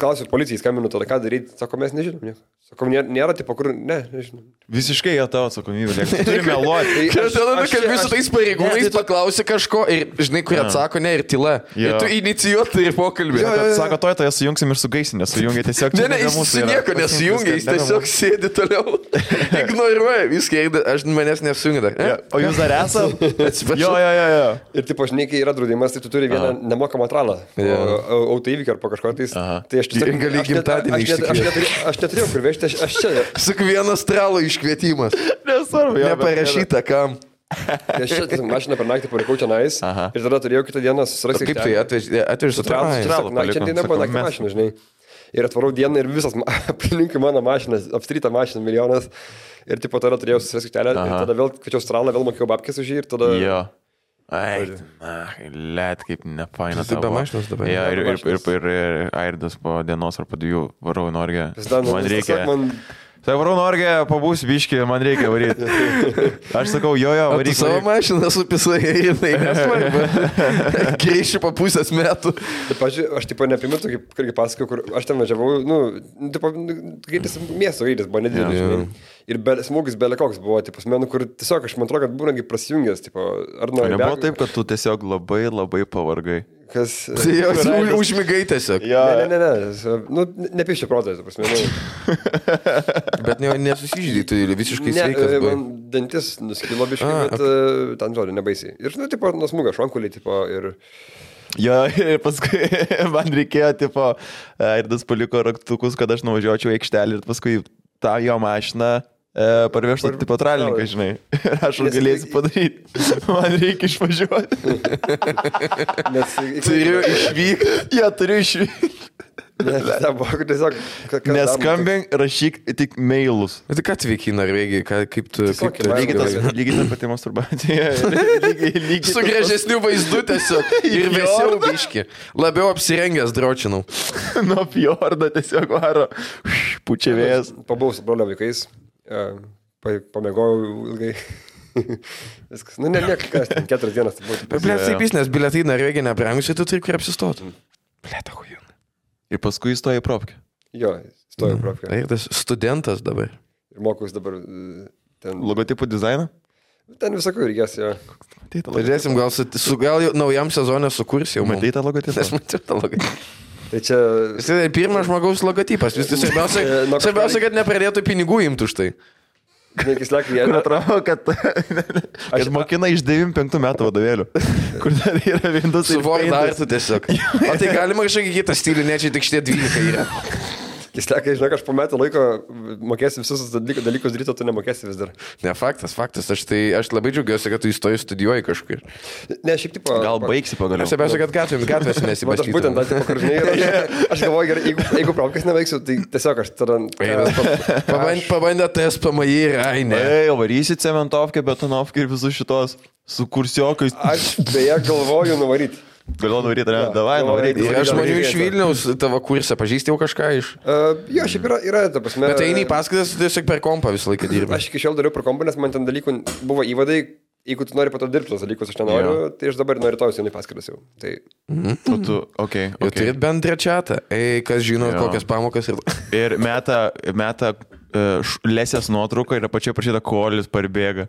Speaker 3: Klausiu policijai, skambinu, tada ką daryti, sako, mes nežinom. Nieko. Sako, nėra, nėra, tipo, kur, ne, nežinom.
Speaker 1: Visiškai jo tavo atsakomybė. lieka. Tu Turi meluoti.
Speaker 2: Ir tada
Speaker 3: Aš- aš-
Speaker 2: nukalbi su
Speaker 3: aš-
Speaker 2: tais pareigūnais,
Speaker 1: Ne, tai-
Speaker 2: paklausi kažko ir, žinai, kur atsako, ne, ir tyla. Ir
Speaker 1: Jo.
Speaker 2: tu inicijuotai ir pokalbį.
Speaker 1: Kad Sako, toj toje sujungsim ir sugaisim, nesujungia tiesiog.
Speaker 2: Ne,
Speaker 1: čia
Speaker 2: ne, jis
Speaker 1: mūsų
Speaker 2: su
Speaker 1: yra.
Speaker 2: nieko nesijungia,
Speaker 1: Viskas,
Speaker 2: jis
Speaker 1: nebe
Speaker 2: tiesiog
Speaker 1: mūsų.
Speaker 2: sėdi toliau, ignoruoja viską, Eidai, aš manęs nesijungia dar.
Speaker 1: Jo,
Speaker 2: Ne?
Speaker 1: O jūs dar esate? Jo,
Speaker 2: Atsiprašau.
Speaker 1: jo, jo, jo.
Speaker 3: Ir, tipo, žinai, kai yra draudimas, tai tu turi vieną nemokamą tralą. Po
Speaker 2: Jo.
Speaker 3: au- autoįvykio ar po kažko, tai jis Tai aš tiesiog...
Speaker 2: Gali
Speaker 3: aš net-
Speaker 2: gimtadienį
Speaker 3: aš net- aš
Speaker 2: išsikviest.
Speaker 3: neturėjau- Aš neturėjau kur vežti, aš, aš čia.
Speaker 2: Suk vieno stralo iškvietimas.
Speaker 1: Nesvarbu, jo, bet-
Speaker 2: Neparašyta, kam.
Speaker 3: Tai Aš čia mašiną per naktį palikau čia nais.
Speaker 1: Aha.
Speaker 3: Ir tada turėjau kitą dieną susirasti.
Speaker 2: Kaip tai atveži su
Speaker 3: Traumas,
Speaker 1: Ai, tralą
Speaker 2: traumas?
Speaker 3: tiesiog nakčia
Speaker 1: palikom,
Speaker 3: ateina
Speaker 1: sakau,
Speaker 3: po naktį
Speaker 1: mes-
Speaker 3: mašiną, žinai. Ir atvarau dieną ir visas ma- aplinkui mano mašinas, apstryta mašina milijonas. Ir tipo tada turėjau susirasti kitelę, ir
Speaker 1: Aha.
Speaker 3: tada vėl kviečiau stralą, vėl mokėjau babkės už jį ir tada...
Speaker 1: Jo. Ai, let kaip nefaina.
Speaker 2: Tai be
Speaker 1: tavo.
Speaker 2: mašinos dabar.
Speaker 1: Jo, ir,
Speaker 3: Be
Speaker 1: ir, ir,
Speaker 3: mašinos.
Speaker 1: ir, ir Airdas po dienos ar po dviejų varau į Norgę.
Speaker 3: Tada, nu,
Speaker 1: Man reikia.
Speaker 3: tiesiog Man...
Speaker 1: Tai varau į Norgę, pabūsiu biški, man reikia varyti. Aš sakau, jo, jo,
Speaker 2: Ar tu
Speaker 1: varyk.
Speaker 2: savo
Speaker 1: varyk.
Speaker 2: mašiną supisai ir tai nesvarbu. Grįšiu po pusės metų.
Speaker 3: Tai, pažiūrėjau, aš tipo neapimirtu, kaip, kaip pasakau, kur aš ten važiavau, nu, tipo, nu, greitis miesto greitis buvo nedidelis.
Speaker 2: Jo, jo.
Speaker 3: žinai. Ir be, smūgis belekoks buvo, tipo, smenų, kur tiesiog aš man atrodo, kad būnagi prasijungęs, tipo, ar nuo...
Speaker 1: Nebuvo taip, kad tu tiesiog labai, labai pavargai.
Speaker 3: Kas...
Speaker 2: Tai jau u- užmigai tiesiog.
Speaker 1: Jo.
Speaker 3: Ne, ne, ne, ne, nu, nepišė protas, ta prasme. Nu,
Speaker 2: Bet ne- nesusižydai, tu Tai visiškai sveikas.
Speaker 3: e,
Speaker 2: buvai.
Speaker 3: man dantis nuskilo biškai,
Speaker 2: A,
Speaker 3: bet okay. ten žodžiu, nebaisiai. Ir, nu, tipo, nusmuga šonkuliai, tipo, ir...
Speaker 1: Jo, ir paskui man reikėjo, tipo, Airdas paliko raktukus, kad aš nuvažiuočiau į aikštelį ir paskui tą jo mašiną e, parvežtų,
Speaker 3: Par-
Speaker 1: tipo, tralininką, žinai. Ir aš
Speaker 3: Nes-
Speaker 1: galėsiu padaryti. Man reikia išvažiuoti.
Speaker 2: Tai
Speaker 3: Nes...
Speaker 2: Turiu išvykti.
Speaker 1: Jie turiu išvykti.
Speaker 3: Nes ten buvo kad tiesiog... ka- kas dar
Speaker 1: Neskambink, rašyk tik mailus.
Speaker 2: Tai ką atvykai į Norvegiją, ką- kaip tu...
Speaker 3: Tiesiog
Speaker 2: kaip tu-
Speaker 3: įvairiai
Speaker 1: Lygiai tas,
Speaker 3: gerai.
Speaker 1: lygiai tas pati masturbacija. Lygiai, lygiai tas
Speaker 2: Su
Speaker 1: pats.
Speaker 2: gražesniu vaizdu tiesiog. Ir
Speaker 1: Į
Speaker 2: vėsiau
Speaker 1: fjordą.
Speaker 2: biški. Labiau apsirengęs dročinau.
Speaker 1: Nuo fjordo tiesiog varo. Pučia
Speaker 3: mums-
Speaker 1: vėjas.
Speaker 3: Pabuvau su brolio vaikais, e, pa- pamiegojau ilgai. Viskas. Nu, ne, ne, kas ten, keturias dienas. tai buvo, tipo,
Speaker 1: Jo,
Speaker 2: Blėt,
Speaker 1: jo.
Speaker 2: taip jis, nes bilietai į Norvegiją nebrangus, tai tu turi kur apsistoti. Blėt, ahuju.
Speaker 1: Ir paskui įstoja į propkę.
Speaker 3: Jo, stojau
Speaker 1: Mhm.
Speaker 3: profkę.
Speaker 2: Tai Ir tas studentas dabar.
Speaker 3: Ir mokus dabar e, ten...
Speaker 1: Logotipų dizainą.
Speaker 3: Ten visokų reikės, jo.
Speaker 1: Matei tą logotipą?
Speaker 2: Pažiūrėsim, gal, su, su, gal jau naujam sezonė sukurs jau. mum.
Speaker 1: Matei tą logotipą?
Speaker 2: Nes mačiau tą logotipą.
Speaker 3: Tai čia...
Speaker 2: Jis yra pirmas žmogaus logotipas. Vis tik svarbiausia,
Speaker 3: E, nuo kažko
Speaker 2: svarbiausia,
Speaker 3: reik-
Speaker 2: kad nepradėtų pinigų imtų už tai.
Speaker 3: Nekis lekai, jie...
Speaker 1: Kur atrodo, kad,
Speaker 3: Aš-
Speaker 1: kad mokina iš 95 metų vadovėlių, kur dar yra Windows
Speaker 2: Su
Speaker 1: ir Paintas.
Speaker 2: Vordartu tiesiog. O tai galima kažkokį kitą stilių, ne čia tik šitie 12 yra.
Speaker 3: Jis lekai, žinok, aš po metų laiko mokėsi visus tuos dalykus- dalykus daryti, o tu nemokėsi vis dar.
Speaker 2: Ne, faktas, faktas. Aš, tai, aš labai džiaugiuosi, kad tu įstoji studijuoji kažkur.
Speaker 3: Ne, šiaip tipo...
Speaker 1: Gal
Speaker 3: pa-
Speaker 1: baigsi
Speaker 2: Ir
Speaker 1: pagaliau.
Speaker 2: svarbiausia, kad gatvėm, gatvės
Speaker 3: Vat aš būtent tą
Speaker 2: nesibastytum.
Speaker 3: tipą, kur žinai, ir aš, aš galvoju, gerai, jeigu, jeigu pravkas neveiksiu, tai tiesiog aš tada...
Speaker 2: Eiras pa- pabandė- Pabandė tas pamai ir ainė.
Speaker 1: Ei, o varysi cementovkę, betonovkę ir visus šitos su kursiokais.
Speaker 3: Aš beje galvoju nuvaryti.
Speaker 1: Galvoju, nuvaryt, ne?
Speaker 3: Jo,
Speaker 1: Davai,
Speaker 3: galvoju,
Speaker 1: nuvaryt.
Speaker 2: Yra
Speaker 3: Yra
Speaker 2: žmonių
Speaker 3: žmonių
Speaker 2: iš Vilniaus tavo kursą, pažįsti jau kažką iš.
Speaker 3: Uh, jo, šiaip yra, yra, ta prasme.
Speaker 2: Bet eini į paskaitas, tu tiesiog per kompą visą laiką dirbi.
Speaker 3: Aš iki šiol dariau prokompą, nes man ten dalykų buvo įvadai, jeigu tu nori pato dirbti tos dalykus, aš nenoriu,
Speaker 1: Jo.
Speaker 3: tai aš dabar noriu tau jau nepaskirtas jau. Tai
Speaker 1: O tu, okei.
Speaker 2: Jau
Speaker 1: okei.
Speaker 2: okay. turit bendrą čatą, Ei, kas žino,
Speaker 1: Jo.
Speaker 2: jo. kokias pamokas ir...
Speaker 1: Ir meta, meta e, š- lesės nuotrauką ir apačioje prašyta, kolis parbėga.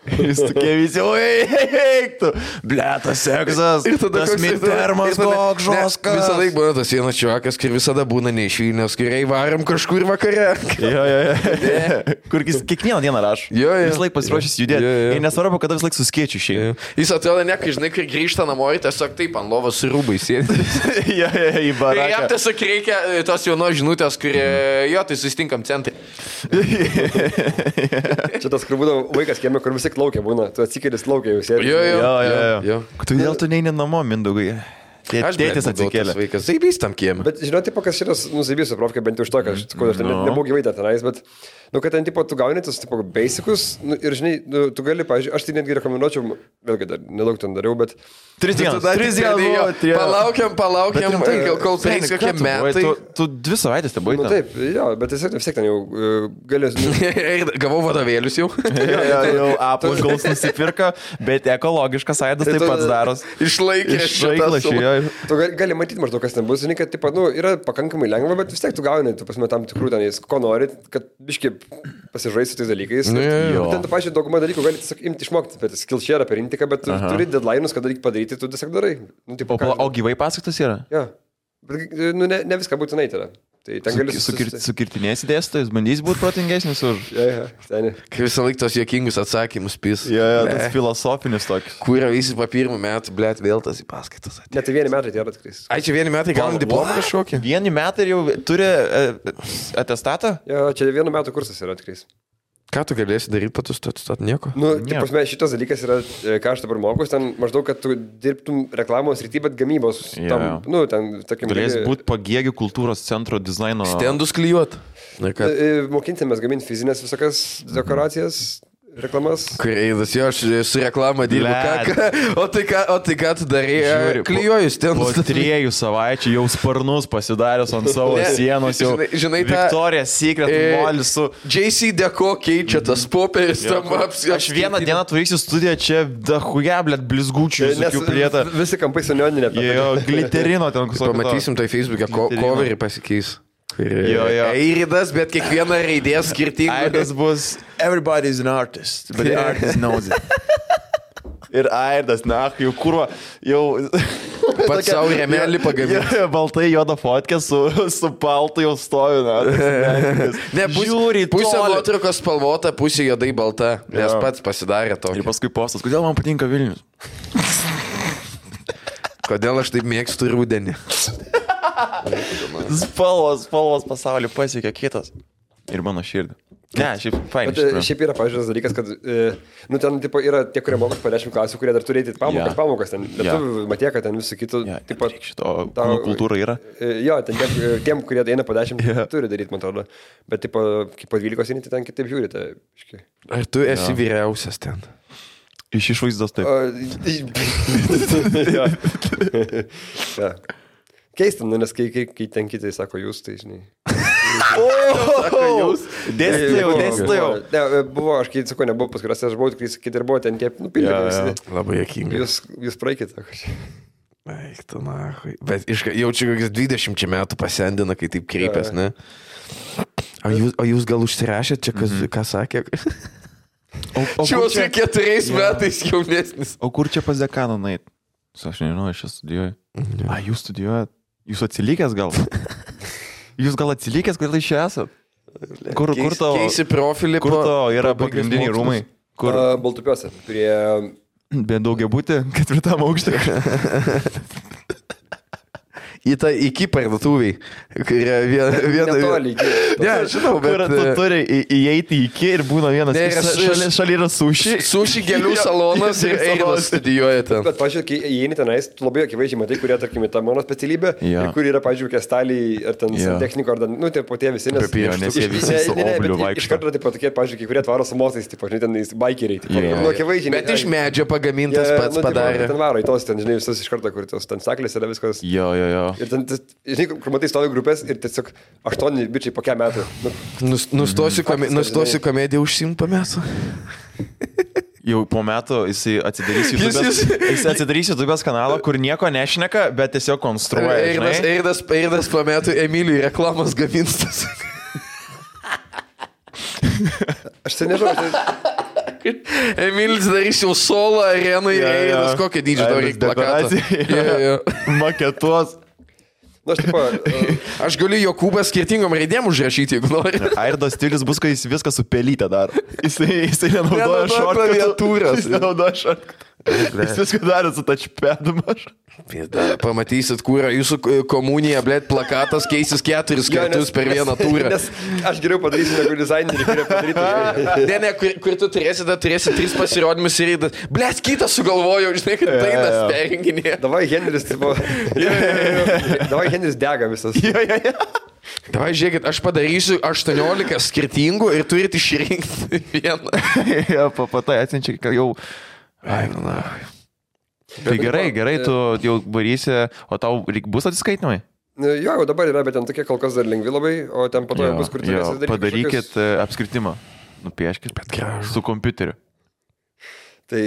Speaker 1: Ir Jis tokie visi, oi, eik tu, blėtas seksas. Ir tada tas mitermas, koks žoskas.
Speaker 2: Visą laiką būna tas vienas čiokas, kur visada būna ne iš Vilnius, kur eivarom kažkur vakare.
Speaker 1: Jo, jo, jo. Kur jis kiekvieną dieną rašo.
Speaker 2: Jo, jo.
Speaker 1: Vis laik pasiruošęs judėti.
Speaker 2: Jo, jo.
Speaker 1: Ir nesvarbu, kada vis laik suskiečiu išėjai.
Speaker 2: Jis atrodo, ne, kai žinai, kai grįžta namo, ir tiesiog taip ant lovos su rūbais sėdi.
Speaker 1: Jo, jo, jo, į
Speaker 2: Ir jam
Speaker 1: baraką.
Speaker 2: tiesiog reikia e, tos jaunos žinutės, kurie, jo, tai susitinkam centre.
Speaker 3: čia tas, kur būdavo vaikas kieme, kur visi laukia būna, tu atsikėlis laukia jau sėdi.
Speaker 2: Jo,
Speaker 1: Jo, jo, jo.
Speaker 2: Jo.
Speaker 1: Tu vėl tu neini namo, mindaugai. Tė-
Speaker 2: Aš
Speaker 1: Tėtis atsikėlė.
Speaker 2: Vaikas, taip, jis tam kiemė.
Speaker 3: Bet žinot, tipo, kas šitas nusibys, profkė bent jau iš to, kad aš, ko, aš ten no.
Speaker 1: Nu.
Speaker 3: nebuvau gyvai ten tenais, bet, nu, kad ten, tipo, tu gauni tos, tipo, basicus nu, ir, žinai, nu, tu gali, pavyzdžiui, aš tai netgi rekomenduočiau, vėlgi, dar nedaug ten dariau, bet,
Speaker 1: Tris dienas.
Speaker 2: Tada
Speaker 1: Tris
Speaker 2: tik
Speaker 1: dienas.
Speaker 2: pradėjo.
Speaker 1: buvo, tris-
Speaker 2: Palaukiam, palaukiam,
Speaker 1: rimtai,
Speaker 2: kol- kol
Speaker 1: Seni,
Speaker 2: praeis
Speaker 1: ką
Speaker 2: kokie
Speaker 1: tu buvai?
Speaker 2: metai.
Speaker 1: Tu- Tu dvi savaitės te
Speaker 3: na, nu,
Speaker 1: baigai.
Speaker 3: taip, jo, bet tiesiog vis tiek ten jau uh, galės, nu,
Speaker 2: Ir Gavau vadovėlius jau.
Speaker 1: Jau aplankaus nusipirka, bet ekologiškas aidas taip
Speaker 2: Tai
Speaker 3: tu-
Speaker 1: pat daros.
Speaker 2: Išlaikė
Speaker 1: Iš šaiklašio. jo.
Speaker 3: Tu gali, gali matyti maždaug, kas ten bus, žinai, kad, tipo, nu, yra pakankamai lengva, bet vis tiek tu gauni, tu pasme, tam tikrų tenais, ko nori, kad biški pasižaisti tais dalykais.
Speaker 2: Nu, jo,
Speaker 1: jo.
Speaker 3: Ir Ten, tu, pažiūrėjau, daugumą dalykų gali tiesiog imti išmokti, bet skilšėra per intiką, bet tu turi deadline'us, kada reikia padaryti, tu tiesiog darai. Nu,
Speaker 1: O,
Speaker 3: tipo, ką e,
Speaker 1: pala-
Speaker 3: žinau.
Speaker 1: o gyvai paskaitos yra?
Speaker 3: Jo. Bet, nu, ne, ne viską būtinai tai yra. Tai Tai ten gali
Speaker 1: Sukir, sukirtinės dėstytojas, bandys būti protingesnis už...
Speaker 3: Seniai.
Speaker 2: Kai visą laiką tos jokingus atsakymus pys.
Speaker 1: Jo, jo,
Speaker 2: Ne.
Speaker 1: tas filosofinis toks.
Speaker 2: Kuria visi po pirmų metų, blėt, vėl tas į paskaitas atėjo.
Speaker 3: Net tai vieni metai tai yra tikrai.
Speaker 2: Ai, čia vieni metai gavom
Speaker 1: What?
Speaker 2: diplomą kažkokį.
Speaker 1: Vieni metai ir jau turi e, atestatą?
Speaker 3: Jo, čia vienų metų kursas yra tikrai.
Speaker 2: Ką tu galėsi daryti patus, tu atstot nieko?
Speaker 3: Nu, tai
Speaker 1: Nieko.
Speaker 3: prasme, šitas dalykas yra, e, ką aš dabar mokus, ten maždaug, kad tu dirbtum reklamos rytį, bet gamybos.
Speaker 1: Jo,
Speaker 3: Tam,
Speaker 1: jo.
Speaker 3: nu, ten, tarkim,
Speaker 1: Galės
Speaker 3: gali-
Speaker 1: būti pagėgių kultūros centro dizaino.
Speaker 2: Stendus klyjuot. Na ką?
Speaker 3: E, Mokinsimės gaminti fizinės visokias
Speaker 1: Mhm.
Speaker 3: dekoracijas, reklamas.
Speaker 2: Kreidas, jo, aš e, su reklama dirbu. Ką,
Speaker 1: Blet.
Speaker 2: ką, o, tai ką, o tai ką tu darai?
Speaker 1: Žiūri, po- Po
Speaker 2: Klyjuoju stendus.
Speaker 1: trijų savaičių jau sparnus pasidarius ant savo
Speaker 2: Ne,
Speaker 1: sienos. Jau,
Speaker 2: žinai- žinai tą-
Speaker 1: Viktorija Secret
Speaker 2: e,
Speaker 1: molis su...
Speaker 2: JC deko keičia tas popieris, tam apsi.
Speaker 1: Aš vieną dieną atvarysiu studiją čia, dahuja, blėt, blizgučių, visokių prieta.
Speaker 3: visi kampai senioninė.
Speaker 1: Jo, gliterino ten kažkas.
Speaker 2: Pamatysim tai Facebook'e, ko,
Speaker 1: Interino.
Speaker 2: coverį pasikeis.
Speaker 1: Jo, jo.
Speaker 2: э, Eiridas, bet kiekviena raidė skirtinga.
Speaker 1: Airdas bus. Everybody's tai an artist, but the artist knows it. Ir Airdas, na, jau kurva, jau...
Speaker 2: Pats sau rėmelį pagamino.
Speaker 1: Jo, jo, Baltai juoda fotkė su, su paltu jau stovi, na. toks
Speaker 2: Ne,
Speaker 1: menininkas.
Speaker 2: pus,
Speaker 1: Žiūri į
Speaker 2: pusė
Speaker 1: tolį.
Speaker 2: nuotraukos spalvota, pusė juodai balta, nes
Speaker 1: Jo.
Speaker 2: pats pasidarė to.
Speaker 1: Ir paskui postas, kodėl man patinka Vilnius?
Speaker 2: Kodėl aš taip mėgstu rudenį?
Speaker 1: Spalvos, spalvos pasaulį pasiekia kitas. Ir mano širdį. Ne, šiaip fainai.
Speaker 3: Bet
Speaker 1: iš
Speaker 3: e,
Speaker 1: tikrųjų.
Speaker 3: šiaip yra, pažiūrėjau, tas dalykas, kad, e, nu, ten, tipo, yra tie, kurie mokosi po 10 klasių, kurie dar turi eiti į pamokas,
Speaker 1: Jo.
Speaker 3: yeah. pamokas ten. Bet
Speaker 1: Jo.
Speaker 3: yeah. tu matė, kad ten visų kitų,
Speaker 1: Jo,
Speaker 3: yeah, taip pat...
Speaker 1: nereik šito, o kūno kultūra yra?
Speaker 3: E, Jo, ten tiem, tiem kurie eina po 10,
Speaker 1: Jo.
Speaker 3: yeah. turi daryti, man atrodo. Bet, tipo, kai po 12 eini, tai ten kitaip žiūri. Tai, biškį.
Speaker 2: Ar tu esi vyriausias ten?
Speaker 1: Iš išvaizdos taip.
Speaker 3: o, i- jo. Jo. Keista, nu, nes kai, kai, kai ten kitai sako jūs, tai žinai.
Speaker 1: O, dėstai jau,
Speaker 3: Buvo-
Speaker 1: dėstai jau.
Speaker 3: buvo- Ne, e, buvo, aš kai sakau, nebuvau paskirtas, aš buvau tikrai, kai dirbau ten tie, nu,
Speaker 1: Jo, jo.
Speaker 3: piliečiai. Yeah, yeah.
Speaker 2: Labai jokingai.
Speaker 3: Jūs, jūs praeikite, sako. čia.
Speaker 2: Eik tu nahui. Bet iš, jaučiu, kokius 20 metų pasendina, kai taip kreipias, ne? O jūs, o jūs gal užsirašėt čia, kas, ką sakė?
Speaker 1: O, o,
Speaker 2: Čia
Speaker 1: kur
Speaker 2: jau keturiais metais jaunesnis.
Speaker 1: o kur čia pas dekaną nait? Su, Aš nežinau, aš čia studijuoju. A, jūs studijuojat? Jūs atsilikęs gal? Jūs gal atsilikęs, kodėl iš čia esat? Kur, kur to,
Speaker 2: Keisi profilį,
Speaker 1: kur to yra
Speaker 2: pabaigęs
Speaker 1: pagrindiniai
Speaker 2: mokslus.
Speaker 1: rūmai? Kur?
Speaker 3: A, Baltupiuose, prie...
Speaker 1: Bent daugia būti ketvirtam aukštui.
Speaker 2: Į tą iki parduotuviai, kur yra viena... viena
Speaker 3: Netoli, iki-
Speaker 2: Ne, žinau,
Speaker 1: Kur
Speaker 2: bet... e,
Speaker 1: tu turi į- įeiti iki ir būna vienas.
Speaker 2: Ne, ir
Speaker 1: Sa-
Speaker 2: esu-
Speaker 1: Šalia šalia yra suši.
Speaker 2: Suši gėlių salonas ir eilės studijuoja ten.
Speaker 3: Nu, Bet, pažiūrėk, kai įeini tenais, tu labai akivaizdžiai matai, kurie, tarkim, ta mano specialybė,
Speaker 1: Jo.
Speaker 3: ir kur yra, pažiūrėk, kestaliai, ar
Speaker 1: Jo.
Speaker 3: ten yeah. techniko, ar, ten, nu, tie patie visi, nes...
Speaker 2: Apie-
Speaker 1: Jo, nes jie visi su
Speaker 3: ne, ne, bet
Speaker 1: obliu
Speaker 3: i- Iš
Speaker 1: vaikšto.
Speaker 3: karto, tai patikėt, pažiūrėk, kai kurie atvaro su mosais, tai pažiūrėk, ten jis bikeriai, tai
Speaker 1: Jo.
Speaker 3: yeah. nu, akivaizdžiai.
Speaker 2: Bet iš medžio
Speaker 3: jie,
Speaker 2: pagamintas pats
Speaker 3: nu, tipo,
Speaker 2: padarė.
Speaker 3: Ten varo į tos, ten, žinai, visas iš karto, kur tos ten saklės yra viskas.
Speaker 1: Jo, jo, jo.
Speaker 3: Ir ten, tas- žinai, kur matai stovi grupės ir tiesiog aštuoni bičiai po kiek metų. Nu,
Speaker 2: Nus- Nustosiu komi-
Speaker 3: Faktas,
Speaker 2: nustosiu
Speaker 3: žinai.
Speaker 2: komediją užsimt pamėsą.
Speaker 1: Jau po metų jisai atsidarys
Speaker 2: Jis-
Speaker 1: YouTube'ės, jis,
Speaker 2: jis-
Speaker 1: jis... Jis atsidarys YouTube'ės kanalą, kur nieko nešneka, bet tiesiog konstruoja.
Speaker 2: Eirdas,
Speaker 1: žinai.
Speaker 2: Eirdas, Eirdas pamėtų Emilijui reklamos gaminstas.
Speaker 3: aš tai nežinau, aš
Speaker 2: Emilis darys jau solo arenai ir
Speaker 1: Jo, jo.
Speaker 2: Eirdas kokio dydžio tau
Speaker 1: Eirdas
Speaker 2: reikia plakatą.
Speaker 1: dekoracijai.
Speaker 2: Jo, jo.
Speaker 1: Maketuos.
Speaker 3: tai... Nu, aš tipo... e,
Speaker 2: Aš galiu Jokūbą skirtingom raidėm užrašyti, jeigu nori.
Speaker 1: Airdos stilius bus, kai jis viską su pelytė daro. Jisai, jisai nenaudoja
Speaker 2: Nenaudoja
Speaker 1: šortkatų.
Speaker 2: klaviatūros.
Speaker 1: Jis nenaudoja šortkatų. Jis viską darė su tačpedu maž.
Speaker 2: Pizda, Pamatysit, kur yra jūsų e, komunija, blėt, plakatas keisis keturis
Speaker 3: Jo, nes-
Speaker 2: kartus per vieną turą.
Speaker 3: Nes aš geriau padarysiu negu dizaineriai, kurie padarytų. žinai.
Speaker 2: Ne, ne, kur, kur tu turėsi, tada turėsi tris pasirodymus ir įdas. Blėt, kitas sugalvojau, žinai, kad dainas
Speaker 1: jo.
Speaker 2: perrenginė.
Speaker 3: Davai Henris, tipo. Davai Henris dega visas.
Speaker 2: Davai, žiūrėkit, aš padarysiu 18 skirtingų ir turit išrinkti vieną.
Speaker 1: Ja, papatai atsiunčia, kad jau. nu,
Speaker 2: Ai, na.
Speaker 1: Tai gerai, gerai, tu jau varysi, o tau lyg bus atsiskaitimai.
Speaker 3: Nu, Jo, jau dabar yra, bet ten tokie kol kas dar lengvi labai, o ten po to jau
Speaker 1: Jo,
Speaker 3: bus kur
Speaker 1: jo,
Speaker 3: turėsi daryti.
Speaker 1: Padarykit
Speaker 3: kažkokius-
Speaker 1: e, apskritimą. Nupieškit. Bet gražu. Su kompiuteriu.
Speaker 3: Tai,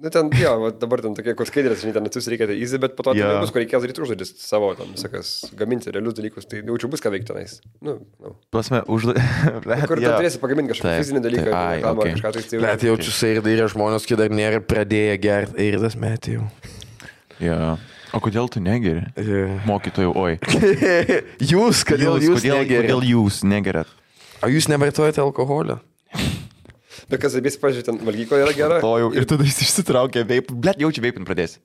Speaker 3: nu ten, jo, va, dabar ten tokie, kur skaidrės, žinai, ten atsius reikia tai įsi, bet po to
Speaker 1: Jo.
Speaker 3: yeah. bus, kur reikės daryti užduotis savo, tam, sakas, gaminti realius dalykus, tai jaučiu bus ką veikti tenais. Nu, nu.
Speaker 1: Plasme, užduotė.
Speaker 3: Kur yeah. turėsi pagaminti kažkokį
Speaker 1: Taip,
Speaker 3: fizinį dalyką,
Speaker 1: taip, ai,
Speaker 3: reklamą,
Speaker 1: okei.
Speaker 3: kažką tai tai
Speaker 2: Net jaučiu, sairdai yra žmonės, kai dar nėra pradėję gerti. Eirdas metė jau.
Speaker 1: Ja. O kodėl tu negeri?
Speaker 2: E.
Speaker 1: Mokytojų, oi.
Speaker 2: jūs, kodėl jūs, jūs
Speaker 1: kodėl,
Speaker 2: negeriat?
Speaker 1: kodėl jūs negerat?
Speaker 2: O jūs nevartojate alkoholio?
Speaker 3: Bet kas abys, pažiūrėjau, ten valgykloje yra gera.
Speaker 1: To jau ir tada jis išsitraukė veip. Blet, jaučiu veipin pradės.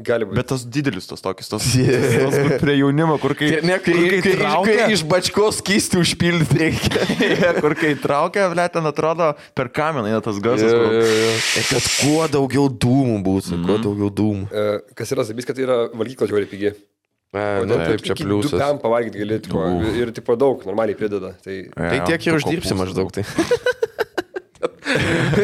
Speaker 3: Gali būti.
Speaker 1: Bet tas didelis tos tokius, tos, tos kur prie jaunimo, kur kai...
Speaker 2: Ir ne, kai,
Speaker 1: kur
Speaker 2: kai, kai,
Speaker 1: traukia.
Speaker 2: kai iš bačkos kisti užpildyti reikia.
Speaker 1: kur kai traukia, ble, ten atrodo per kaminą eina tas garsas. kur-
Speaker 2: Ir kad E, kuo daugiau dūmų būtų, kuo
Speaker 1: Mhm.
Speaker 2: daugiau dūmų.
Speaker 3: Bet... Kas yra abys, kad tai yra valgykla žiauriai pigi.
Speaker 2: E,
Speaker 3: O
Speaker 2: nu,
Speaker 3: ten
Speaker 2: taip, čia
Speaker 3: iki
Speaker 2: pliusas.
Speaker 3: Du pem pavalgyti gali, tipo,
Speaker 1: Uf.
Speaker 3: ir tipo daug, normaliai prideda. Tai...
Speaker 1: Jo,
Speaker 2: Tai tiek ir
Speaker 1: to
Speaker 2: uždirbsi
Speaker 1: kopūstų.
Speaker 2: maždaug. Tai.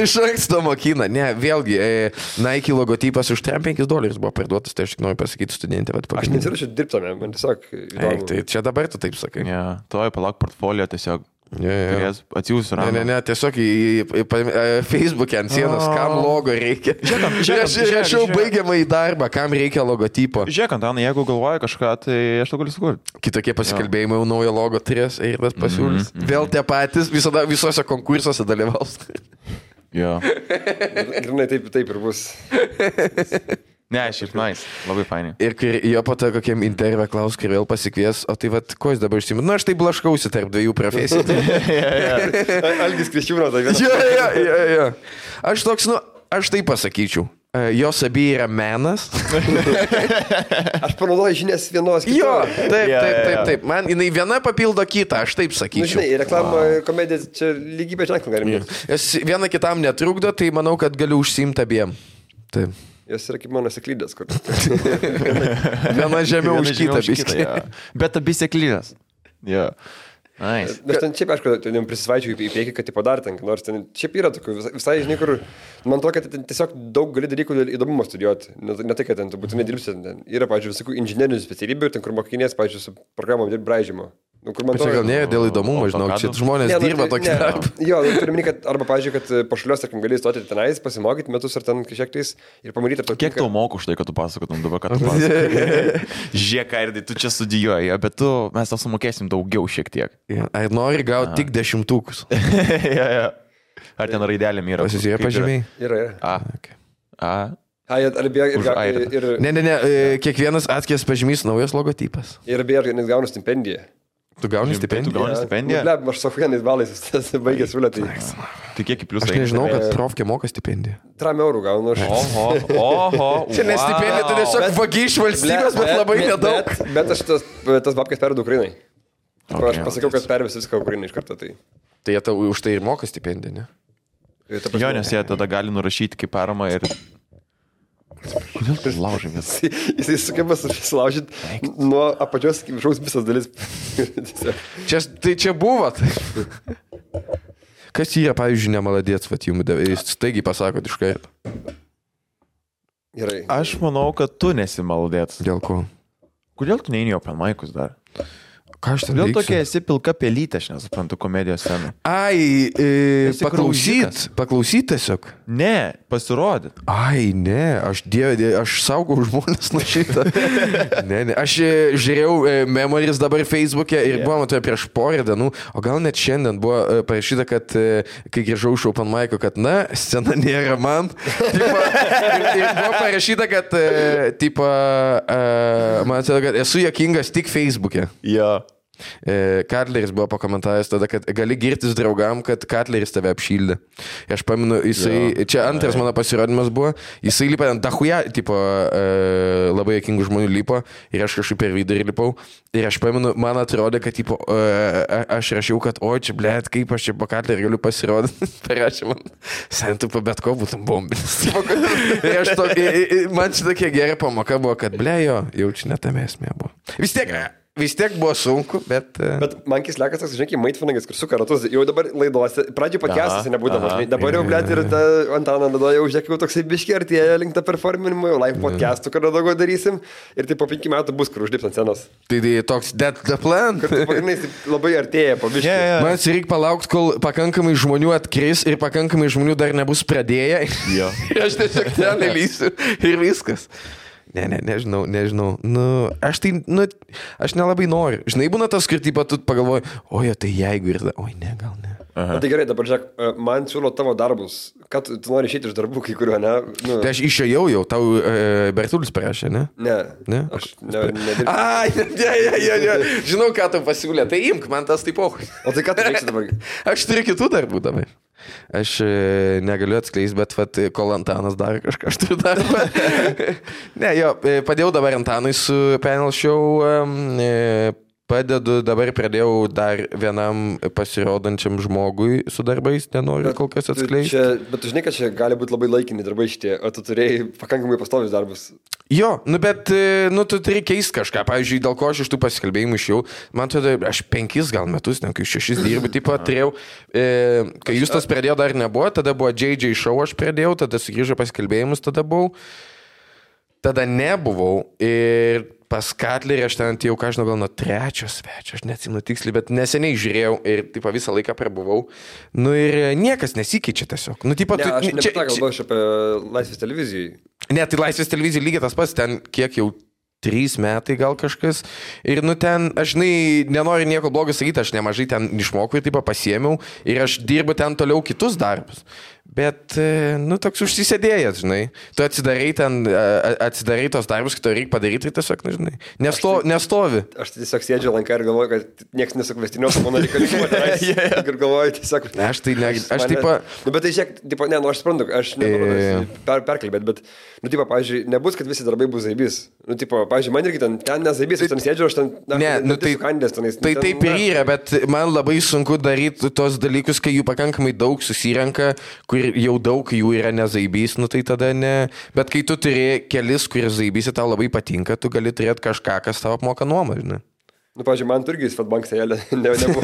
Speaker 2: Iš anksto mokina, ne, vėlgi, e, Nike logotipas už 3-5 dolerius buvo parduotas, tai aš tik noriu pasakyti studentė, bet
Speaker 3: Aš
Speaker 2: pakankamai.
Speaker 3: nesirašiau dirbtame, man tiesiog
Speaker 2: Eik,
Speaker 3: įdomu.
Speaker 2: tai čia dabar tu taip sakai.
Speaker 1: Ne, toj palauk portfolio tiesiog.
Speaker 2: Jo, jo, jo.
Speaker 1: Atsiųsiu
Speaker 2: Ne, ne,
Speaker 1: ranką.
Speaker 2: ne, tiesiog į, į, į, paim- e, Facebook'e ant sienos, kam logo reikia.
Speaker 1: Žiūrėkam,
Speaker 2: Ir Aš
Speaker 1: žiūrėkam,
Speaker 2: rašiau
Speaker 1: žiūrėkam.
Speaker 2: baigiamą į darbą, kam reikia logotipo.
Speaker 1: Žiūrėk, Antanai, jeigu galvoji kažką, tai aš to galiu sukurti.
Speaker 2: Kitokie pasikalbėjimai jau naujo logo turės ir
Speaker 1: Mhm,
Speaker 2: tas pasiūlys. Vėl tie patys, visada visose konkursuose dalyvaus.
Speaker 1: Jo.
Speaker 3: Grinai taip, taip ir bus.
Speaker 1: Ne, šiaip nice, labai fainai.
Speaker 2: Ir kai jo po to kokiam intervė klaus, kai vėl pasikvies, o tai vad, ko jis dabar išsimina? Na, aš tai blaškausi tarp dviejų profesijų.
Speaker 3: Al- Algis Kriščiūnas, tai vienas.
Speaker 2: jo, jo, jo, jo. Aš toks, nu, aš tai pasakyčiau. E, Jos abi yra menas.
Speaker 3: Aš panaudoju žinias vienos. kitos.
Speaker 2: Jo,
Speaker 1: Jo,
Speaker 2: taip, taip,
Speaker 1: jo,
Speaker 2: taip,
Speaker 1: jo.
Speaker 2: taip. Man jinai viena papildo kitą, aš taip
Speaker 3: Nu,
Speaker 2: sakyčiau.
Speaker 3: žinai, reklama ir komedija čia lygybė ženklą galime.
Speaker 2: Jos viena kitam netrukdo, tai manau, kad galiu užsimti abiem. Taip.
Speaker 3: Jos yra kaip mano seklydės, kur.
Speaker 2: Viena žemiau
Speaker 1: Viena
Speaker 2: už kitą.
Speaker 1: žemiau už
Speaker 2: biškį.
Speaker 1: jo. Bet abi sėklyras. Jo. Nice.
Speaker 3: Nes ten šiaip, aišku, ten prisisvaičiu į priekį, kad tipo dar ten, nors ten šiaip yra tokių, visai- visai, žinai, kur, man atrodo, kad ten tiesiog daug gali dalykų dėl įdomumo studijuoti. Ne, ne tai, kad ten tu būtinai dirbsi, ten yra, pavyzdžiui, visokių inžinerinių specialybių, ten, kur mokinės, pavyzdžiui, su programom dirbi braižymo. Nu, kur man
Speaker 2: Bet čia gal ne dėl įdomumo, žinau, čia
Speaker 1: Avokado?
Speaker 2: žmonės
Speaker 3: Ne, nu,
Speaker 2: dirba
Speaker 3: tai-
Speaker 2: tokį
Speaker 3: ne.
Speaker 2: darbą.
Speaker 3: Jo, nu, turiu minėti, kad arba, pavyzdžiui, kad e, po šalios, tarkim, gali stoti tenais, pasimokyti metus ar ten kažkiek tais ir pamatyti, ar
Speaker 1: Kiek tau moku už tai, kad tu pasakotum dabar, kad tu pasakotum? Žiūrėk, Airdai, tu čia studijuoji, jo, bet tu, mes tau sumokėsim daugiau šiek tiek.
Speaker 2: Jo, Ar nori gauti tik dešimtukus?
Speaker 1: jo, jo. Ar ten raidelėm yra?
Speaker 2: Pasisėjo
Speaker 1: Kaip yra?
Speaker 2: pažymiai.
Speaker 3: Yra, yra.
Speaker 1: A.
Speaker 2: Okay.
Speaker 1: A.
Speaker 3: A, jie ar bėga ir,
Speaker 1: Už
Speaker 3: ga-
Speaker 1: airą.
Speaker 3: ir,
Speaker 2: Ne, ne, ne, e, kiekvienas atskiras pažymys naujas logotipas.
Speaker 3: ir bėga, nes gaunu stipendiją.
Speaker 2: Tu gauni
Speaker 1: Tu
Speaker 2: stipendiją?
Speaker 1: gauni stipendiją?
Speaker 3: Ne, aš su vienais balais baigęs siūlyti.
Speaker 1: Tai kiek į pliusą?
Speaker 2: Aš nežinau, kad trofkė moka stipendiją.
Speaker 3: 3 eurų gaunu už.
Speaker 1: Oho, oho. tai
Speaker 2: vagi iš
Speaker 3: Bet, bet aš tas, tas babkas perdu Ukrainai. Okay, aš
Speaker 1: Okay.
Speaker 3: pasakiau, kad pervės viską Ukrainai iš karto. Tai,
Speaker 2: Tai jie tau už tai ir moka stipendiją, ne?
Speaker 3: tai, ta
Speaker 1: Jo,
Speaker 3: prasme,
Speaker 1: nes jie tada gali nurašyti kaip parama ir... Kodėl tu laužėmės?
Speaker 3: Tai Jisai sugeba susilaužyti nuo apačios iki viršaus visas dalis. Tiesiog.
Speaker 2: Čia, tai čia buvot. Kas jie, pavyzdžiui, nemaladėts, vat jums davė, jis staigiai pasako iš karto.
Speaker 3: Gerai.
Speaker 1: Aš manau, kad tu nesimaldėts.
Speaker 2: Dėl ko?
Speaker 1: Kodėl tu neini į Open Mic'us dar?
Speaker 2: Ką aš ten
Speaker 1: Kodėl
Speaker 2: veiksiu?
Speaker 1: tokia esi pilka pelytė, aš nesuprantu, komedijos scenai.
Speaker 2: Ai, e,
Speaker 1: Esi
Speaker 2: paklausyt,
Speaker 1: kraujikas.
Speaker 2: paklausyt tiesiog.
Speaker 1: Ne, pasirodyt.
Speaker 2: Ai, ne, aš dievė, dievė, aš saugau žmonės nuo šitą. ne, ne, aš e, žiūrėjau e, memories dabar Facebook'e ir yeah. buvo, matau, prieš porą dienų, o gal net šiandien buvo e, parašyta, kad e, kai grįžau iš Open Mike'o, kad, na, scena nėra man. tipo, ir, ir buvo parašyta, kad, e, tipo, e, man atrodo, kad esu jokingas tik Facebook'e.
Speaker 1: Jo.
Speaker 2: E, Katleris buvo pakomentavęs tada, kad gali girtis draugam, kad Katleris tave apšildė. Ir Aš pamenu, jisai, jo. čia antras mano pasirodymas buvo, jisai lipa ant dahuja, tipo, e, labai jėkingų žmonių lipo ir aš kažkaip per vidurį lipau. Ir aš pamenu, man atrodė, kad, tipo, e, a- aš rašiau, kad, oi, čia, blėt, kaip aš čia po Katlerį galiu pasirodyti. Parašė man, sen tu po bet ko būtum bombinis. Tipo, kad- ir aš to, i- i- i- man čia tokia gera pamoka buvo, kad, blėjo, jaučiu netame esmė buvo. Vis tiek. e, Vis tiek buvo sunku, bet... e, bet
Speaker 3: Bet man kislekas toks, žinai, maitvanagas, kur suka ratus, jau dabar laidose, pradžioje pakestas
Speaker 1: Aha,
Speaker 3: nebūdavo,
Speaker 1: aha. Mhm.
Speaker 3: žinai, dabar jau, blėt, ir ta Antaną nado jau uždėkiau toksai biški, artėja link tą performinimą, jau
Speaker 1: Mhm.
Speaker 3: live podcastų, kada daugiau darysim, ir tai po penkių metų bus, kur uždirbs ant scenos.
Speaker 2: tai, tai toks that's the plan.
Speaker 3: Kad pagrindai labai artėja po biški.
Speaker 1: Yeah,
Speaker 2: Man reikia palaukti, kol pakankamai žmonių atkris ir pakankamai žmonių dar nebus pradėję.
Speaker 1: Jo.
Speaker 2: Ir aš tiesiog ten įlysiu ir viskas. Ne, ne, nežinau, nežinau. Nu, aš tai, nu, aš nelabai noriu. Žinai, būna tas, kur taip pat tu pagalvoji, oi, o tai jeigu ir... da- Oi, ne, gal ne.
Speaker 3: Na, tai gerai, dabar žiūrėk, e, man siūlo tavo darbus, kad tu nori išėti iš darbų kai kuriuo, ne? Nu,
Speaker 2: Tai aš išėjau jau, tau e, Bertulis parašė, ne?
Speaker 3: ne.
Speaker 2: Ne?
Speaker 3: Aš ne, nedirbu.
Speaker 2: Ai, ne, ne, ne, ne. Žinau, ką tu pasiūlė, tai imk, man tas taip ohai.
Speaker 3: O tai ką tu veiksi dabar?
Speaker 2: Aš turiu kitų darbų dabar. Aš e, negaliu atskleisti, bet vat, kol Antanas dar kažką aš turiu darbą. ne, jo, e, padėjau dabar Antanui su panel show. em, e, Padedu, dabar pradėjau dar vienam pasirodančiam žmogui su darbais, nenoriu kol kas
Speaker 3: Tu
Speaker 2: atskleisti.
Speaker 3: Čia, bet tu žinai, kad čia gali būti labai laikini darbai šitie, o tu turėjai pakankamai pastovius darbus.
Speaker 2: Jo, nu bet, e, nu tu turi keisti kažką. Pavyzdžiui, dėl ko aš iš tų pasikalbėjimų išėjau, man atrodo, aš penkis gal metus, ne, kai šešis dirbu, taip pat turėjau, e, kai jūs tas pradėjo dar nebuvo, tada buvo JJ Show, aš pradėjau, tada sugrįžo pasikalbėjimus, tada buvau, tada nebuvau ir pas Katlerį aš ten jau, ką žinau, gal nuo trečio svečio, aš neatsimenu tiksliai, bet neseniai žiūrėjau ir taip visą laiką prabuvau. Nu ir e, niekas nesikeičia tiesiog. Nu, tipo,
Speaker 3: Ne, aš ne
Speaker 2: čia-
Speaker 3: apie tą
Speaker 2: čia-
Speaker 3: kalbu, aš apie Laisvės televiziją.
Speaker 2: Ne, tai Laisvės televizija lygiai tas pats, ten kiek jau trys metai gal kažkas. Ir nu ten, aš žinai, nenoriu nieko blogo sakyti, aš nemažai ten išmokau ir taip pasiemiau ir aš dirbu ten toliau kitus darbus. Bet, e, nu, toks užsisėdėjęs, žinai. Tu atsidarai ten, e, atsidarai tos darbus, kai to reikia padaryti, tai tiesiog, nu, žinai, nesto, nestovi.
Speaker 3: Aš tai tiesiog sėdžiu lanką ir galvoju, kad niekas nesukvestiniuos mano reikalingumo. tenais. Ir galvoju, tiesiog...
Speaker 2: Aš tai ne- aš
Speaker 3: mane-
Speaker 2: tipo-
Speaker 3: Nu, bet tai šiek tiek, ne, nu, aš suprantu, aš nenoriu
Speaker 2: E.
Speaker 3: per, perkalbėti, bet, nu, tipo, pavyzdžiui, nebus, kad visi darbai bus zaibys. Nu, tipo, pavyzdžiui, man irgi ten, ten nezaibys, aš ten sėdžiu, aš ten... na,
Speaker 2: Ne, nu
Speaker 3: dirbsiu
Speaker 2: tai,
Speaker 3: kandęs tenais. nu,
Speaker 2: tai
Speaker 3: ten,
Speaker 2: taip ir
Speaker 3: na.
Speaker 2: yra, bet man labai sunku daryti tos dalykus, kai jų pakankamai daug susirenka, kur jau daug jų yra nezaibys, nu tai tada ne. Bet kai tu turi kelis, kurie zaibys ir tau labai patinka, tu gali turėti kažką, kas tau apmoka nuomą, žinai.
Speaker 3: Nu, pavyzdžiui, man irgi Svetbank sėlė, ne, nebuvo.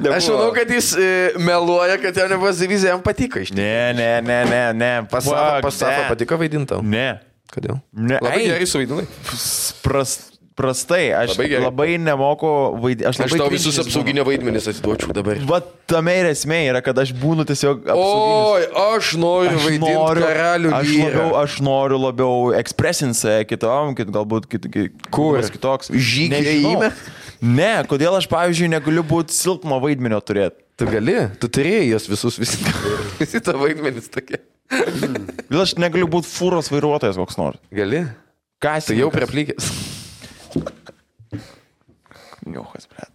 Speaker 3: nebuvo.
Speaker 2: Aš manau, kad jis e, meluoja, kad jam nebuvo zaibys, jam patiko iš tikrųjų.
Speaker 1: Ne, ne, ne, ne, ne.
Speaker 2: Pasako,
Speaker 1: fuck
Speaker 2: pasako,
Speaker 1: that.
Speaker 2: patiko vaidintau.
Speaker 1: Ne.
Speaker 2: Kodėl?
Speaker 1: Ne,
Speaker 2: Labai
Speaker 1: ai.
Speaker 2: gerai suvaidinai.
Speaker 1: Pras, prastai, aš
Speaker 2: Labai
Speaker 1: labai,
Speaker 2: gerai.
Speaker 1: labai nemoku vaidinti. Aš,
Speaker 2: Aš
Speaker 1: labai
Speaker 2: tau visus
Speaker 1: cringe'is būnu.
Speaker 2: apsauginio vaidmenis atiduočiau dabar.
Speaker 1: Va tame ir esmė yra, kad aš būnu tiesiog apsauginis.
Speaker 2: Oi, aš noriu vaidinti karalių.
Speaker 1: aš,
Speaker 2: vyrą.
Speaker 1: labiau, aš noriu labiau ekspresinse kitom, kit, galbūt kit, kit,
Speaker 2: Kur?
Speaker 1: būdamas kitoks.
Speaker 2: Žygio
Speaker 1: Nežinau.
Speaker 2: ėjime?
Speaker 1: Ne, kodėl aš, pavyzdžiui, negaliu būti silpno vaidmenio turėti.
Speaker 2: Tu gali, tu turėjai jos visus, visi, visi ta vaidmenys tokie.
Speaker 1: Kodėl aš negaliu būti fūros vairuotojas koks nors.
Speaker 2: Gali?
Speaker 1: Kas
Speaker 2: Tai jau prieplykęs.
Speaker 1: Jokas, blėt.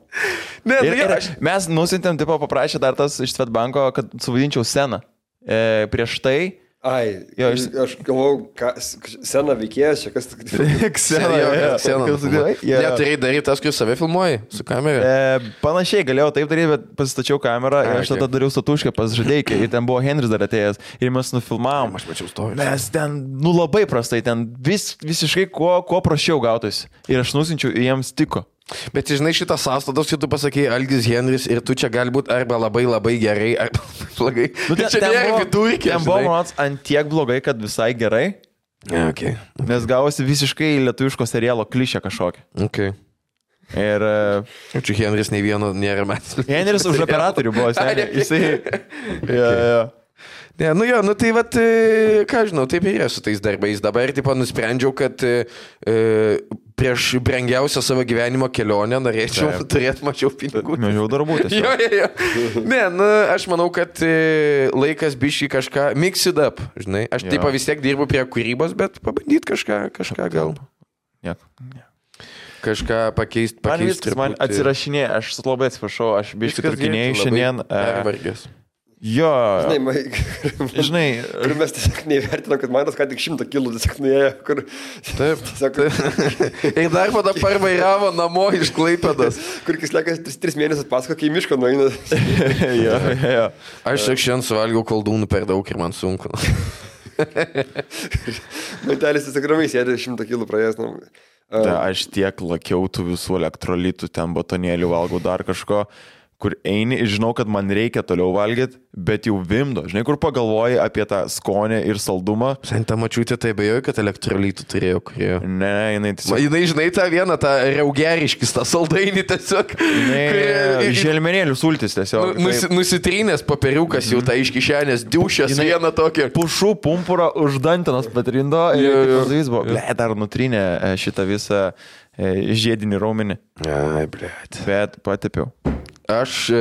Speaker 2: Ne,
Speaker 1: Ir, ir mes nusintėm, tipo, paprašė dar tas iš Svetbanko, kad suvaidinčiau sceną. E, prieš tai.
Speaker 3: Ai,
Speaker 1: Jo,
Speaker 3: jo,
Speaker 1: iš-
Speaker 3: aš, aš galvau, kas, sena veikėjas, čia kas...
Speaker 1: Ksena,
Speaker 2: Neturėjai daryti tas, kai save filmuoji su kamera.
Speaker 1: E, panašiai galėjau taip daryti, bet pasistačiau kamerą ir
Speaker 2: Ai,
Speaker 1: aš tada
Speaker 2: okei.
Speaker 1: dariau statuškę pas žadėjį ir ten buvo Henris dar atėjęs ir mes nufilmavom.
Speaker 2: Aš mačiau stovi.
Speaker 1: Mes ten, nu labai prastai, ten vis, visiškai kuo, kuo prašiau gautus. Ir aš nusinčiau, ir jiems tiko.
Speaker 2: Bet žinai, šitas sąstatas, kai tu pasakėjai Algis Henris ir tu čia galbūt arba labai labai gerai, arba blogai.
Speaker 1: Nu,
Speaker 2: čia nėra vidurkis.
Speaker 1: ten buvo man ant tiek blogai, kad visai gerai,
Speaker 2: Ne, okay.
Speaker 1: nes gavosi visiškai lietuviško serialo klišė kažkokia.
Speaker 2: okay.
Speaker 1: Ir e,
Speaker 2: Čia Henris nei vieno nėra matęs.
Speaker 1: Henris už operatorių buvo, seniai. jisai. Ja, ja.
Speaker 2: Ne, nu jo, nu tai vat, e, ką žinau, taip ir yra su tais darbais. Dabar, tipo, nusprendžiau, kad e, e, prieš brangiausią savo gyvenimo kelionę norėčiau
Speaker 1: Taip.
Speaker 2: turėti mažiau pinigų.
Speaker 1: Mažiau darbų tiesiog.
Speaker 2: Jo, jo, jo. Ne, nu, aš manau, kad e, laikas bišį kažką, mix it up, žinai. Aš
Speaker 1: Jo.
Speaker 2: taip vis tiek dirbu prie kūrybos, bet pabandyti kažką, kažką gal.
Speaker 1: Nieko.
Speaker 2: Kažką pakeisti,
Speaker 1: Man
Speaker 2: pakeisti.
Speaker 1: viskas, man atsirašinė, aš labai atsiprašau, aš biškai trukinėjau šiandien. e,
Speaker 2: Pervargęs.
Speaker 1: Jo,
Speaker 3: Žinai, man...
Speaker 1: žinai,
Speaker 3: Ir mes tiesiog neįvertinom, kad man tas ką tik šimtą kilų tiesiog nuėjo, kur...
Speaker 2: Taip,
Speaker 3: Tiesiog,
Speaker 2: Tai- Ir dar po to parvairavo namo iš Klaipėdas.
Speaker 3: kur jis lekas tris, tris mėnesius pasako, kai į mišką nueina.
Speaker 1: jo, jo, jo.
Speaker 2: Aš tik šiandien suvalgiau koldūnų per daug ir man sunku.
Speaker 3: Matelis tiesiog ramiai sėdė šimtą kilų praėjęs. Nu,
Speaker 1: Ta, aš tiek lakiau tų visų elektrolitų, ten batonėlių valgau dar kažko, kur eini ir žinau, kad man reikia toliau valgyti, bet jau vimdo. Žinai, kur pagalvoji apie tą skonį ir saldumą.
Speaker 2: Sen tą mačiutę tai bejoju, kad elektrolytų turėjo, kurie.
Speaker 1: Ne, ne, jinai tiesiog.
Speaker 2: Jis, žinai, tą vieną, tą reugeriškis, tą saldainį tiesiog.
Speaker 1: Jinai,
Speaker 2: kurie-
Speaker 1: želmenėlių sultis
Speaker 2: Nu,
Speaker 1: tiesiog.
Speaker 2: nusi-
Speaker 1: Nusi...
Speaker 2: Nusitrynęs papiriukas jau tą iš kišenės, diušęs
Speaker 1: Jinai-
Speaker 2: vieną tokį.
Speaker 1: Pušų pumpurą uždantinas patrindo ir
Speaker 2: Jo, jo.
Speaker 1: yeah, yeah. buvo. Ble, dar nutrinė e, šitą visą e, žiedinį raumenį.
Speaker 2: Ai, blėt.
Speaker 1: Bet patepiau.
Speaker 2: Aš e,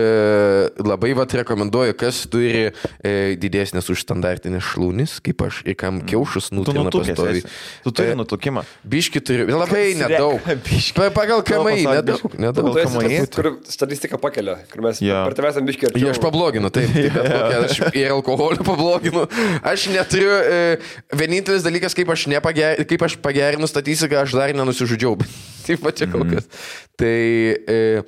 Speaker 2: labai vat rekomenduoju, kas turi e, didesnės už standartinės šlūnis, kaip aš, ir kam kiaušus
Speaker 1: Tu
Speaker 2: nutina
Speaker 1: nutukęs.
Speaker 2: pastoviai.
Speaker 1: esi. Tu turi
Speaker 2: E,
Speaker 1: nutukimą.
Speaker 2: Biški turiu, labai
Speaker 1: Kas
Speaker 2: nedaug.
Speaker 1: reka, biški.
Speaker 2: Pa- Pagal kamai,
Speaker 1: pasauly
Speaker 2: nedaug,
Speaker 1: biški.
Speaker 2: nedaug.
Speaker 1: Pagal-
Speaker 3: Tu esi
Speaker 1: Alkamai.
Speaker 3: nu, tai tas, kur statistika pakelia, kur mes
Speaker 1: Jo.
Speaker 3: per tavęs ant biškį
Speaker 2: Jį aš pabloginu, taip. taip bet kokia, aš ir alkoholį pabloginu. Aš neturiu, e, vienintelis dalykas, kaip aš, nepager, kaip aš pagerinu statistiką, aš dar nenusižudžiau. bet taip pat čia kol kas. Tai e,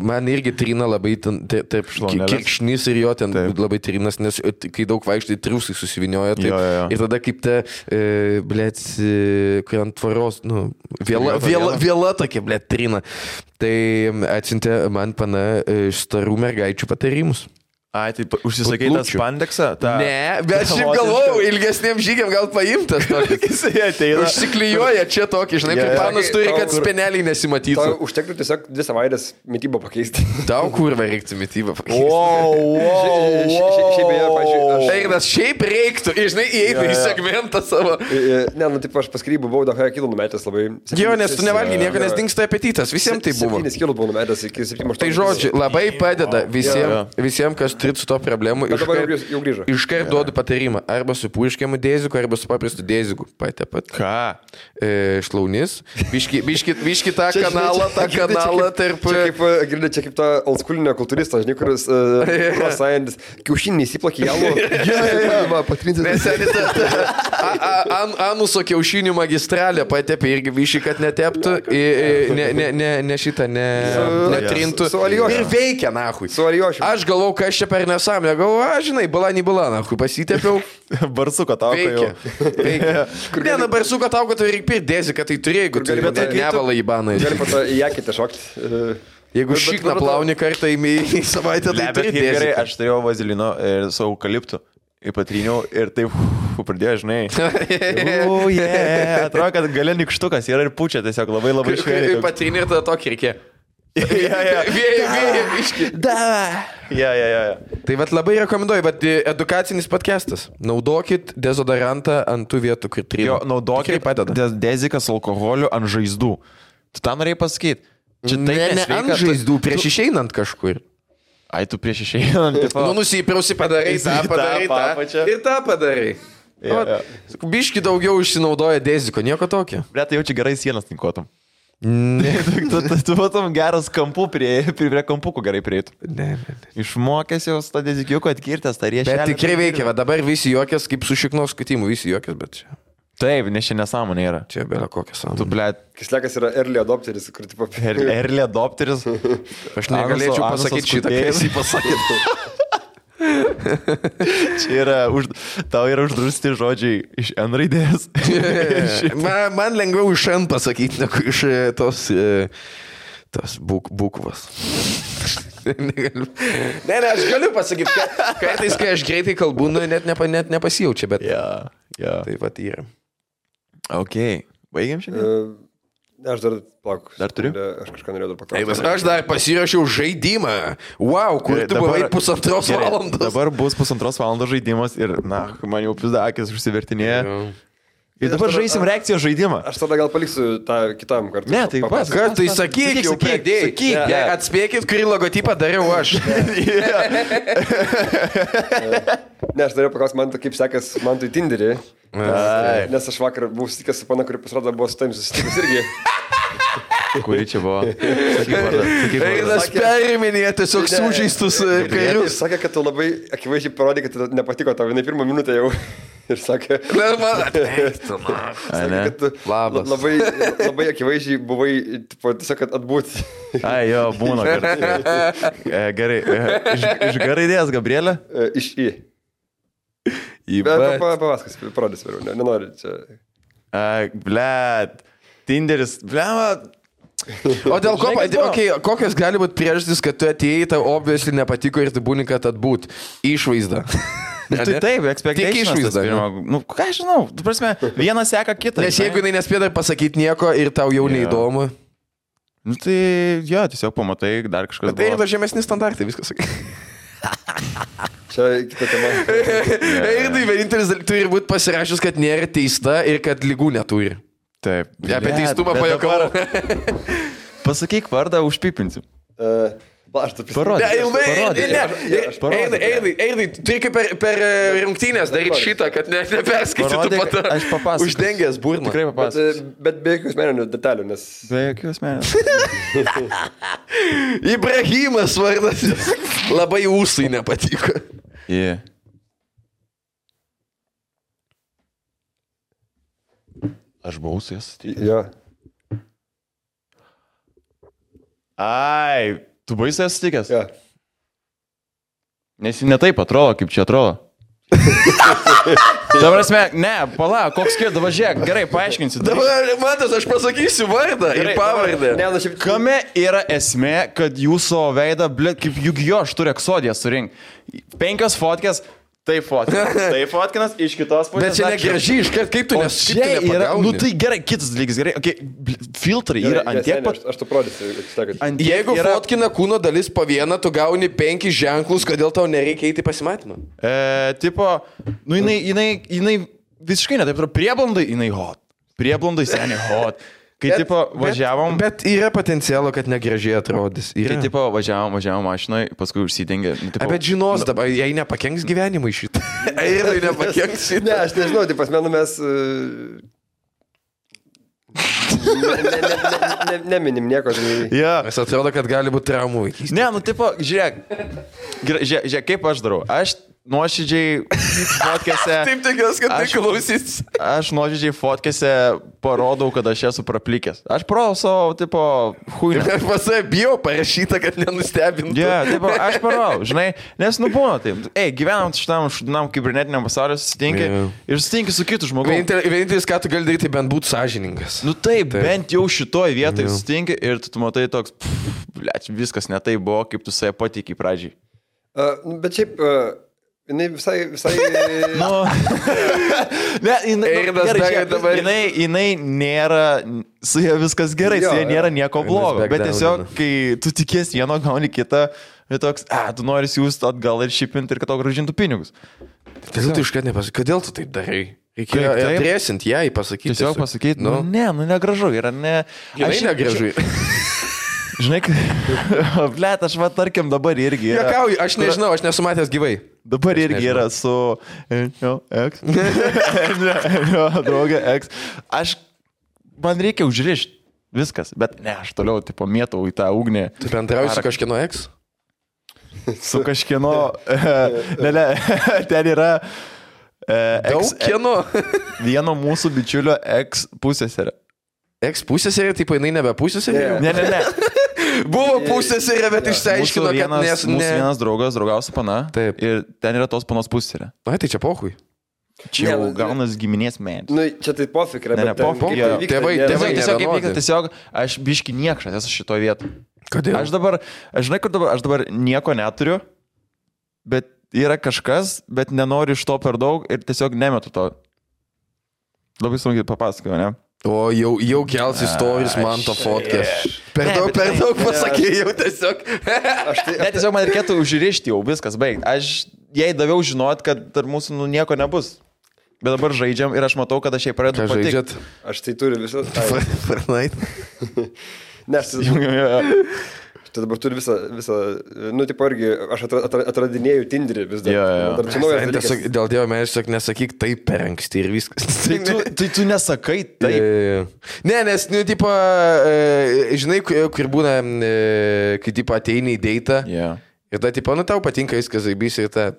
Speaker 2: man irgi trina labai, ten- te- taip,
Speaker 1: Šlauneles.
Speaker 2: kirkšnys ir jo ten
Speaker 1: Taip.
Speaker 2: labai trinas, nes e, t- kai daug vaikštai, triusai susivinioja. Taip,
Speaker 1: Jo, jo, jo.
Speaker 2: Ir tada kaip ta, e, blėt, kai ant tvaros, nu, vėla,
Speaker 1: Vėliava,
Speaker 2: vėla,
Speaker 1: vėliava.
Speaker 2: Vėla tokia, ble, trina. Tai atsintė man pana e, iš starų mergaičių patarimus.
Speaker 1: Ai, tai pa- užsisakai tą
Speaker 2: Plaučių.
Speaker 1: spandeksą? tą-
Speaker 2: Ne, bet
Speaker 1: tą
Speaker 2: šiaip
Speaker 1: moterišką?
Speaker 2: galvojau, ilgesniem žygiam gal paimtas. tokis.
Speaker 1: Jisai ateina.
Speaker 2: Užsiklijuoja čia tokį, žinai, kaip
Speaker 1: Jo, jo.
Speaker 2: panas turi, kad
Speaker 3: Kur-
Speaker 2: speneliai
Speaker 3: Tau
Speaker 2: nesimatytų.
Speaker 3: užtektų tiesiog dvi savaitės mytybą pakeisti.
Speaker 2: Tau kurva reiktų mytybą.
Speaker 1: Wow, wow,
Speaker 3: Ši- ši- ši- šiaip beje, pavyzdžiui, aš-
Speaker 2: Einas šiaip reiktų, ir, žinai, įeina
Speaker 1: Jo,
Speaker 2: į
Speaker 1: jo.
Speaker 2: segmentą savo.
Speaker 3: E, e, Ne, nu taip aš paskirybų buvau, daug kilų numetęs labai.
Speaker 2: Jo, nes tu nevalgy nieko, nes
Speaker 3: Jo.
Speaker 2: dinksta apetitas, visiems tai buvo.
Speaker 3: 7 kilų buvau numetęs iki 7-8.
Speaker 2: Tai žodžiu, labai padeda
Speaker 1: Jo,
Speaker 2: visiems, visiem, kas turi su to problemu.
Speaker 3: Bet dabar jau
Speaker 2: iškart-
Speaker 3: grįž- jau grįžo.
Speaker 2: Iškart duodu patarimą. Arba su puiškiamu dėziku, arba su paprastu dėziku. Patepat.
Speaker 1: Ką?
Speaker 2: E, šlaunis. Biški, biški, biški tą
Speaker 3: Čia, žinai,
Speaker 2: kanalą,
Speaker 3: čia-
Speaker 2: tą
Speaker 3: čia kaip-
Speaker 2: kanalą tarp...
Speaker 3: Čia kaip, e, girdi, čia kaip ta alskulinė kultūrista, žinai, kuris uh, prosajantis, kiaušinį įsiplakė jalų. Gerai,
Speaker 2: Nes
Speaker 3: patrinti.
Speaker 2: seniai ta- ta- a- a- an- Anuso kiaušinių magistralė patepė irgi višį, kad neteptų, i- i- ne, ne, ne, ne šitą, ne,
Speaker 3: Su-
Speaker 2: netrintų.
Speaker 3: su alijošiu.
Speaker 2: Ir veikia, nahui.
Speaker 3: Su alijošiu.
Speaker 2: Aš galvau, kas čia per nesąmonę, galvau, aš žinai, balanį balaną, nahui, pasitepiau,
Speaker 1: Barsuko tau jau.
Speaker 2: Veikia. Veikia. Ne, dabar suka tau, kad tu reikia pirkti dėzį, kad tai turėjai, jeigu turi
Speaker 3: gali
Speaker 2: bet
Speaker 3: pataikyti-
Speaker 2: nevalą į baną.
Speaker 3: Gerai, pat į akitę šokti. e,
Speaker 2: Jeigu
Speaker 3: bet- bet
Speaker 2: šikną
Speaker 3: dabar tau-
Speaker 2: plauni kartą į mėnesį, į savaitę, tai
Speaker 1: Ne, bet
Speaker 2: turi
Speaker 1: kaip gerai,
Speaker 2: dėzį.
Speaker 1: aš turėjau vazilino ir su eukaliptu. Įpatryniau ir taip uf, pradėjo, žinai.
Speaker 2: Oh,
Speaker 1: O, yeah. Atrodo, kad gale nikštukas yra ir pučia tiesiog labai labai švariai.
Speaker 2: Patinė ir tada tokį reikia.
Speaker 1: Ja, ja.
Speaker 2: Vėjai, vėjai, biški.
Speaker 1: Ja, ja, ja.
Speaker 2: Tai vad labai rekomenduoju, bet edukacinis podcastas. Naudokit dezodorantą ant tų vietų, kur trijų.
Speaker 1: Jo, naudokit
Speaker 2: Tikrai tai padeda.
Speaker 1: de- deziką su alkoholiu ant žaizdų. Tu tą norėjai pasakyti? Čia
Speaker 2: Ne,
Speaker 1: tai
Speaker 2: ne ant žaizdų, prieš išeinant kažkur.
Speaker 1: Ai, tu prieš išeinant. tipo,
Speaker 2: Nu, nusipiausi, padarai tą,
Speaker 1: Tą
Speaker 2: padarai tą.
Speaker 1: papačią.
Speaker 2: Ir tą padarai.
Speaker 1: Jo,
Speaker 2: Vat, Biški daugiau užsinaudoja deziko, nieko tokio.
Speaker 1: Ble, tai jaučiu gerai sienas tinkotum. tu, tu, tu, tu matom geras kampų prie, prie, prie kampukų gerai prieitų.
Speaker 2: Ne, ne, ne.
Speaker 1: Išmokęs jau tą dezikiuką atkirtęs, tą tai riešę.
Speaker 2: Bet tikrai veikia, va dabar visi juokės, kaip su šiknos skutimu, visi juokės, bet čia,
Speaker 1: Taip, nes čia nesąmonė yra.
Speaker 2: čia belė kokia
Speaker 1: Tu,
Speaker 2: sąmonė.
Speaker 1: ble,
Speaker 3: Kislekas yra early adopteris, kur tipo...
Speaker 1: er, erlė adopteris.
Speaker 2: Aš negalėčiau pasakyti šitą, ką jisai pasakė.
Speaker 1: Čia yra, už, tau yra uždrausti žodžiai iš N raidės.
Speaker 2: man, man lengviau iš N pasakyti, negu iš e, tos, e, tos buk, bukvos. Negaliu. ne, ne, aš galiu pasakyti, kad kartais, kai aš greitai kalbu, nu, net, nepa, net nepasijaučia, bet yeah.
Speaker 1: Ja, ja.
Speaker 2: taip pat yra.
Speaker 1: Ok, baigiam šiandien.
Speaker 3: e, Aš dar plauk.
Speaker 1: Dar turiu?
Speaker 3: Aš kažką norėjau dar
Speaker 2: Eimas,
Speaker 3: paklausti.
Speaker 2: Tai aš dar pasirašiau žaidimą. Wow, kur tu
Speaker 1: Dabar-
Speaker 2: dabar, buvai pusantros
Speaker 1: gerai,
Speaker 2: valandos.
Speaker 1: Dabar bus pusantros valandos žaidimas ir, na, man jau pizda akis užsivertinėja. Ir dabar žaisim reakcijos žaidimą.
Speaker 3: Aš tada gal paliksiu tą kitam kartui.
Speaker 1: Ne, tai pas-
Speaker 3: Papasakosiu.
Speaker 2: Kas tai sakyk,
Speaker 1: Sakyk,
Speaker 2: jau
Speaker 1: sakyk,
Speaker 2: pradėjai.
Speaker 1: sakyk,
Speaker 2: Ne,
Speaker 1: ne.
Speaker 2: Atspėkit, kurį logotipą dariau aš.
Speaker 3: Ne, aš norėjau paklausti, man tai kaip sekas, man tai Tinderį.
Speaker 1: Ai.
Speaker 3: Nes, nes aš vakar buvau susitikęs su pana, kuri pasirodo buvo su tavim susitikus irgi.
Speaker 1: Kuri čia buvo? Sakyk, vardą, sakyk, vardą.
Speaker 2: Einas periminėje tiesiog sužeistus e,
Speaker 3: Ir
Speaker 2: karius.
Speaker 3: sakė, kad tu labai akivaizdžiai parodė, kad tai nepatiko tau, jinai pirmą minutę jau. Ir sakė,
Speaker 2: Ne, man atleistų, man.
Speaker 1: Ai,
Speaker 3: sakė
Speaker 1: ne?
Speaker 3: kad tu la-
Speaker 2: Labas.
Speaker 3: labai, labai akivaizdžiai buvai, tipo, tiesiog, kad atbūt.
Speaker 1: Ai, jo, būna. kartais. E, Gerai. e, Iš, iš gerai idėjas, Gabrielė.
Speaker 3: e, Iš į.
Speaker 1: Į
Speaker 3: Bet pa- pa- papasakos, parodys vėliau, ne, nenori čia.
Speaker 1: Blet. Tinderis. Blet.
Speaker 2: O dėl ko,
Speaker 1: Žinai, kas buvo?
Speaker 2: okay, kokios gali būti priežastys, kad tu atėjai, tau obviously nepatiko ir tu būni, kad atbūt? Išvaizda.
Speaker 1: Tai taip, expectations.
Speaker 2: Tik išvaizda,
Speaker 1: tas pirma. Nu, ką aš žinau, tu prasme, vieną seka kitą.
Speaker 2: Nes
Speaker 1: žinai.
Speaker 2: jeigu jinai nespėda pasakyti nieko ir tau jau
Speaker 1: Jo.
Speaker 2: neįdomu.
Speaker 1: Nu, tai jo, tiesiog pamatai, dar kažkas.
Speaker 2: Tai ir
Speaker 1: buvo.
Speaker 2: dar žemesni standartai, viskas.
Speaker 3: Čia kita tema.
Speaker 2: Ir tai vienintelis dalykas turi būti pasirašęs, kad nėra teista ir kad lygų neturi.
Speaker 1: Taip.
Speaker 2: Apie
Speaker 1: Blet,
Speaker 2: teistumą
Speaker 1: bet
Speaker 2: pajokau.
Speaker 1: dabar- Pasakyk vardą, užpipinsiu.
Speaker 3: E, plaštapis.
Speaker 1: Parodyk.
Speaker 2: Ne, ilgai,
Speaker 1: Parodyk.
Speaker 2: ne, ne,
Speaker 3: Ja, aš
Speaker 1: parodyk.
Speaker 2: eidai, eidai, eidai, tu reikia per, per e, rungtynės daryti
Speaker 3: Parodyk.
Speaker 2: šitą, kad ne, neperskaitytų
Speaker 1: Parodyk,
Speaker 2: patą.
Speaker 1: aš papasakosiu.
Speaker 2: Uždengęs burną.
Speaker 1: Tikrai
Speaker 3: Bet,
Speaker 1: papasakosiu.
Speaker 3: e, bet be jokių asmeninių detalių, nes...
Speaker 2: e-
Speaker 1: Be jokios meilės.
Speaker 2: Ibrahimas vardas. Labai ūsai nepatiko.
Speaker 1: Yeah. Aš buvau su jas.
Speaker 3: Jo.
Speaker 1: Ai, tu buvai su jas sutikęs?
Speaker 3: jo.
Speaker 1: Nes ji netaip atrodo, kaip čia atrodo. Dabar prasme, ne, pala, koks skirtumas, važiuok, gerai, paaiškinsiu.
Speaker 2: Dabar, matas, aš pasakysiu vardą ir
Speaker 1: Gerai,
Speaker 2: pavardę.
Speaker 3: Ne, nu šiaip...
Speaker 1: Kame yra esmė, kad jūsų veidą, blėt, kaip juk jo, aš turiu eksodiją surink. Penkios fotkės, tai fotkinas, tai fotkinas, iš kitos pusės.
Speaker 2: Bet čia
Speaker 1: dar
Speaker 2: negražiai, iš kad
Speaker 3: Oh,
Speaker 2: kaip tu
Speaker 1: O
Speaker 2: nes... kaip tu
Speaker 1: čia yra,
Speaker 2: nepagauni?
Speaker 1: nu tai gerai, kitas dalykas, gerai, okay, bl- filtrai yra
Speaker 3: Gerai,
Speaker 1: ant tiek
Speaker 3: ne,
Speaker 1: pat.
Speaker 3: Aš, aš tu prodysiu, jeigu sakai.
Speaker 1: ant tiek
Speaker 2: Jeigu
Speaker 1: yra,
Speaker 2: yra... fotkina kūno dalis po vieną, tu gauni penkis ženklus, kodėl tau nereikia eiti į pasimatymą.
Speaker 1: E, tipo, nu jinai, jinai, jinai visiškai netaip, atrodo, prieblandai jinai hot. Prieblandai seniai hot. Kai bet, tipo važiavom. Bet,
Speaker 2: Bet, bet yra potencialo, kad negražiai atrodys.
Speaker 1: bet,
Speaker 2: Yra.
Speaker 1: kai tipo važiavom, važiavom mašinoje, paskui užsidengė. Nu, tipo,
Speaker 2: A, Bet žinos dabar, jei nepakenks gyvenimui šitą. Eidai nepakenks šitą.
Speaker 3: Ne, aš nežinau, tai pasmenu mes... e, ne- ne- ne- ne- ne- Neminim nieko, žinai.
Speaker 1: ja.
Speaker 2: Nes atrodo, kad gali būti traumų iki.
Speaker 1: Ne, nu tipo, žiūrėk. Gra- Žiūrėk, žiūrėk kaip aš darau. Aš nuoširdžiai fotkėse,
Speaker 2: tikiuosi, kad tai
Speaker 1: Aš-
Speaker 2: klausys.
Speaker 1: aš nuoširdžiai fotkėse parodau, kad aš esu praplikęs. Aš parodau savo, tipo, huinę.
Speaker 2: Pasai bijo parašyta, kad nenustebintų.
Speaker 1: Ne, yeah, taip, aš parau, žinai, nes nubūna taip. Ei, gyvenam šitam šudinam kibernetiniam pasauliu, susitinki
Speaker 2: Jo.
Speaker 1: yeah. ir susitinki su kitu žmogumi.
Speaker 2: Vienintel- Vienintelis, ką tu gali daryti, bent būti sąžiningas.
Speaker 1: Nu taip, taip,
Speaker 2: Taip.
Speaker 1: bent jau šitoj vietoj yeah. susitinki ir tu, tu matai toks, blech, viskas netai buvo, kaip tu save patikiai pradžiai.
Speaker 3: E, nu, Bet šiaip... e, Jinai visai... visai...
Speaker 1: Nu, ne, jinai,
Speaker 2: Eirdas
Speaker 1: gerai,
Speaker 2: dar
Speaker 1: žiūrėk,
Speaker 2: dabar-
Speaker 1: jinai, jinai nėra, su ja viskas gerai,
Speaker 3: Jo,
Speaker 1: su ja
Speaker 3: jo.
Speaker 1: nėra nieko
Speaker 2: Eirdas
Speaker 1: blogo, bet
Speaker 2: backdown,
Speaker 1: tiesiog,
Speaker 2: jo.
Speaker 1: kai tu tikies vieno, gauni kitą, ir toks, a, tu nori siūsti atgal ir šipinti ir kad tau gražintų pinigus.
Speaker 2: Kodėl tu iškart nepasakai, kodėl tu taip darai? Reikėjo
Speaker 1: Kaip taip?
Speaker 2: atrėsinti ją, pasakyti.
Speaker 1: Tiesiog pasakyti, nu, ne, nu negražu, yra ne.
Speaker 2: Aš
Speaker 1: šiaip-
Speaker 2: negražu.
Speaker 1: Žinai, blėt, aš va, tarkim, dabar irgi. yra-
Speaker 2: Jokauju, aš nežinau, aš nesu matęs gyvai.
Speaker 1: Dabar irgi
Speaker 2: nežinau.
Speaker 1: yra su Enio X. Enio draugė X. Aš, man reikia užrišti viskas, bet ne, aš toliau, tipo, mėtau į tą ugnį.
Speaker 2: Tu bendrauji su
Speaker 1: Ar-
Speaker 2: kažkieno eks?
Speaker 1: Su kažkieno, ne, ne, ten yra e,
Speaker 2: Daug
Speaker 1: ex,
Speaker 2: kieno.
Speaker 1: vieno mūsų bičiulio X pusėserė.
Speaker 2: Eks pusėserė, tai painai nebe pusėserė.
Speaker 3: Ne.
Speaker 1: Ne, ne, ne.
Speaker 2: Buvo pusėserė, bet
Speaker 1: Mūsų
Speaker 2: išsiaiškino, kad
Speaker 1: vienas,
Speaker 2: nesu
Speaker 1: mūsų
Speaker 2: ne.
Speaker 1: vienas draugas draugavo su pana.
Speaker 2: Taip.
Speaker 1: Ir ten yra tos panos pusėserė.
Speaker 2: Na, tai čia pohui.
Speaker 1: Čia jau
Speaker 3: Ne,
Speaker 1: gaunas giminės medis.
Speaker 3: Nu, čia tai pofik yra,
Speaker 1: Ne, ne,
Speaker 3: bet ten
Speaker 1: pofik,
Speaker 3: kaip
Speaker 1: jo.
Speaker 3: tai vyksta,
Speaker 2: Tėvai-
Speaker 3: nėra-
Speaker 2: tėvai
Speaker 1: Tiesiog, tiesiog, kaip
Speaker 2: nevienodi.
Speaker 1: vyksta, tiesiog aš biški niekšas esu šito vietu.
Speaker 2: Kodėl?
Speaker 1: Aš dabar, aš žinai, kur dabar, aš dabar nieko neturiu, bet yra kažkas, bet nenoriu iš to per daug ir tiesiog nemetu to. Labai sunkiai papasakojau, ne?
Speaker 2: O jau, jau kels istorijos man to fotkės. Per
Speaker 1: Ne,
Speaker 2: daug,
Speaker 1: bet-
Speaker 2: per daug pasakėjau tiesiog.
Speaker 3: Aš tai...
Speaker 1: Ne, tiesiog man reikėtų užrišti jau, viskas, baig. Aš jai daviau žinot, kad tarp mūsų nu, nieko nebus. Bet dabar žaidžiam ir aš matau, kad aš jai pradedu
Speaker 2: Ką
Speaker 1: patikti.
Speaker 2: žaidžiat?
Speaker 3: Aš tai turiu visą...
Speaker 2: Fortnite.
Speaker 3: Ne, aš tai... Tai dabar turiu visą, visą, nu, tipo irgi, aš atra- atra- atradinėjau Tinderį vis dar.
Speaker 1: Jo, jo, jo.
Speaker 3: Dar čia naujas
Speaker 2: Tiesiog
Speaker 3: dalykas.
Speaker 2: dėl Dievo mes tiesiog nesakyk taip per anksti ir viskas.
Speaker 1: Tai tu, tai tu nesakai taip.
Speaker 2: Taip. Ne, nes, nu, tipo, e, žinai, kur kur būna, e, kai, tipo, ateini į deitą
Speaker 1: Yeah.
Speaker 2: ir tada, tipo, nu, tau patinka viskas, zaibys ir ta,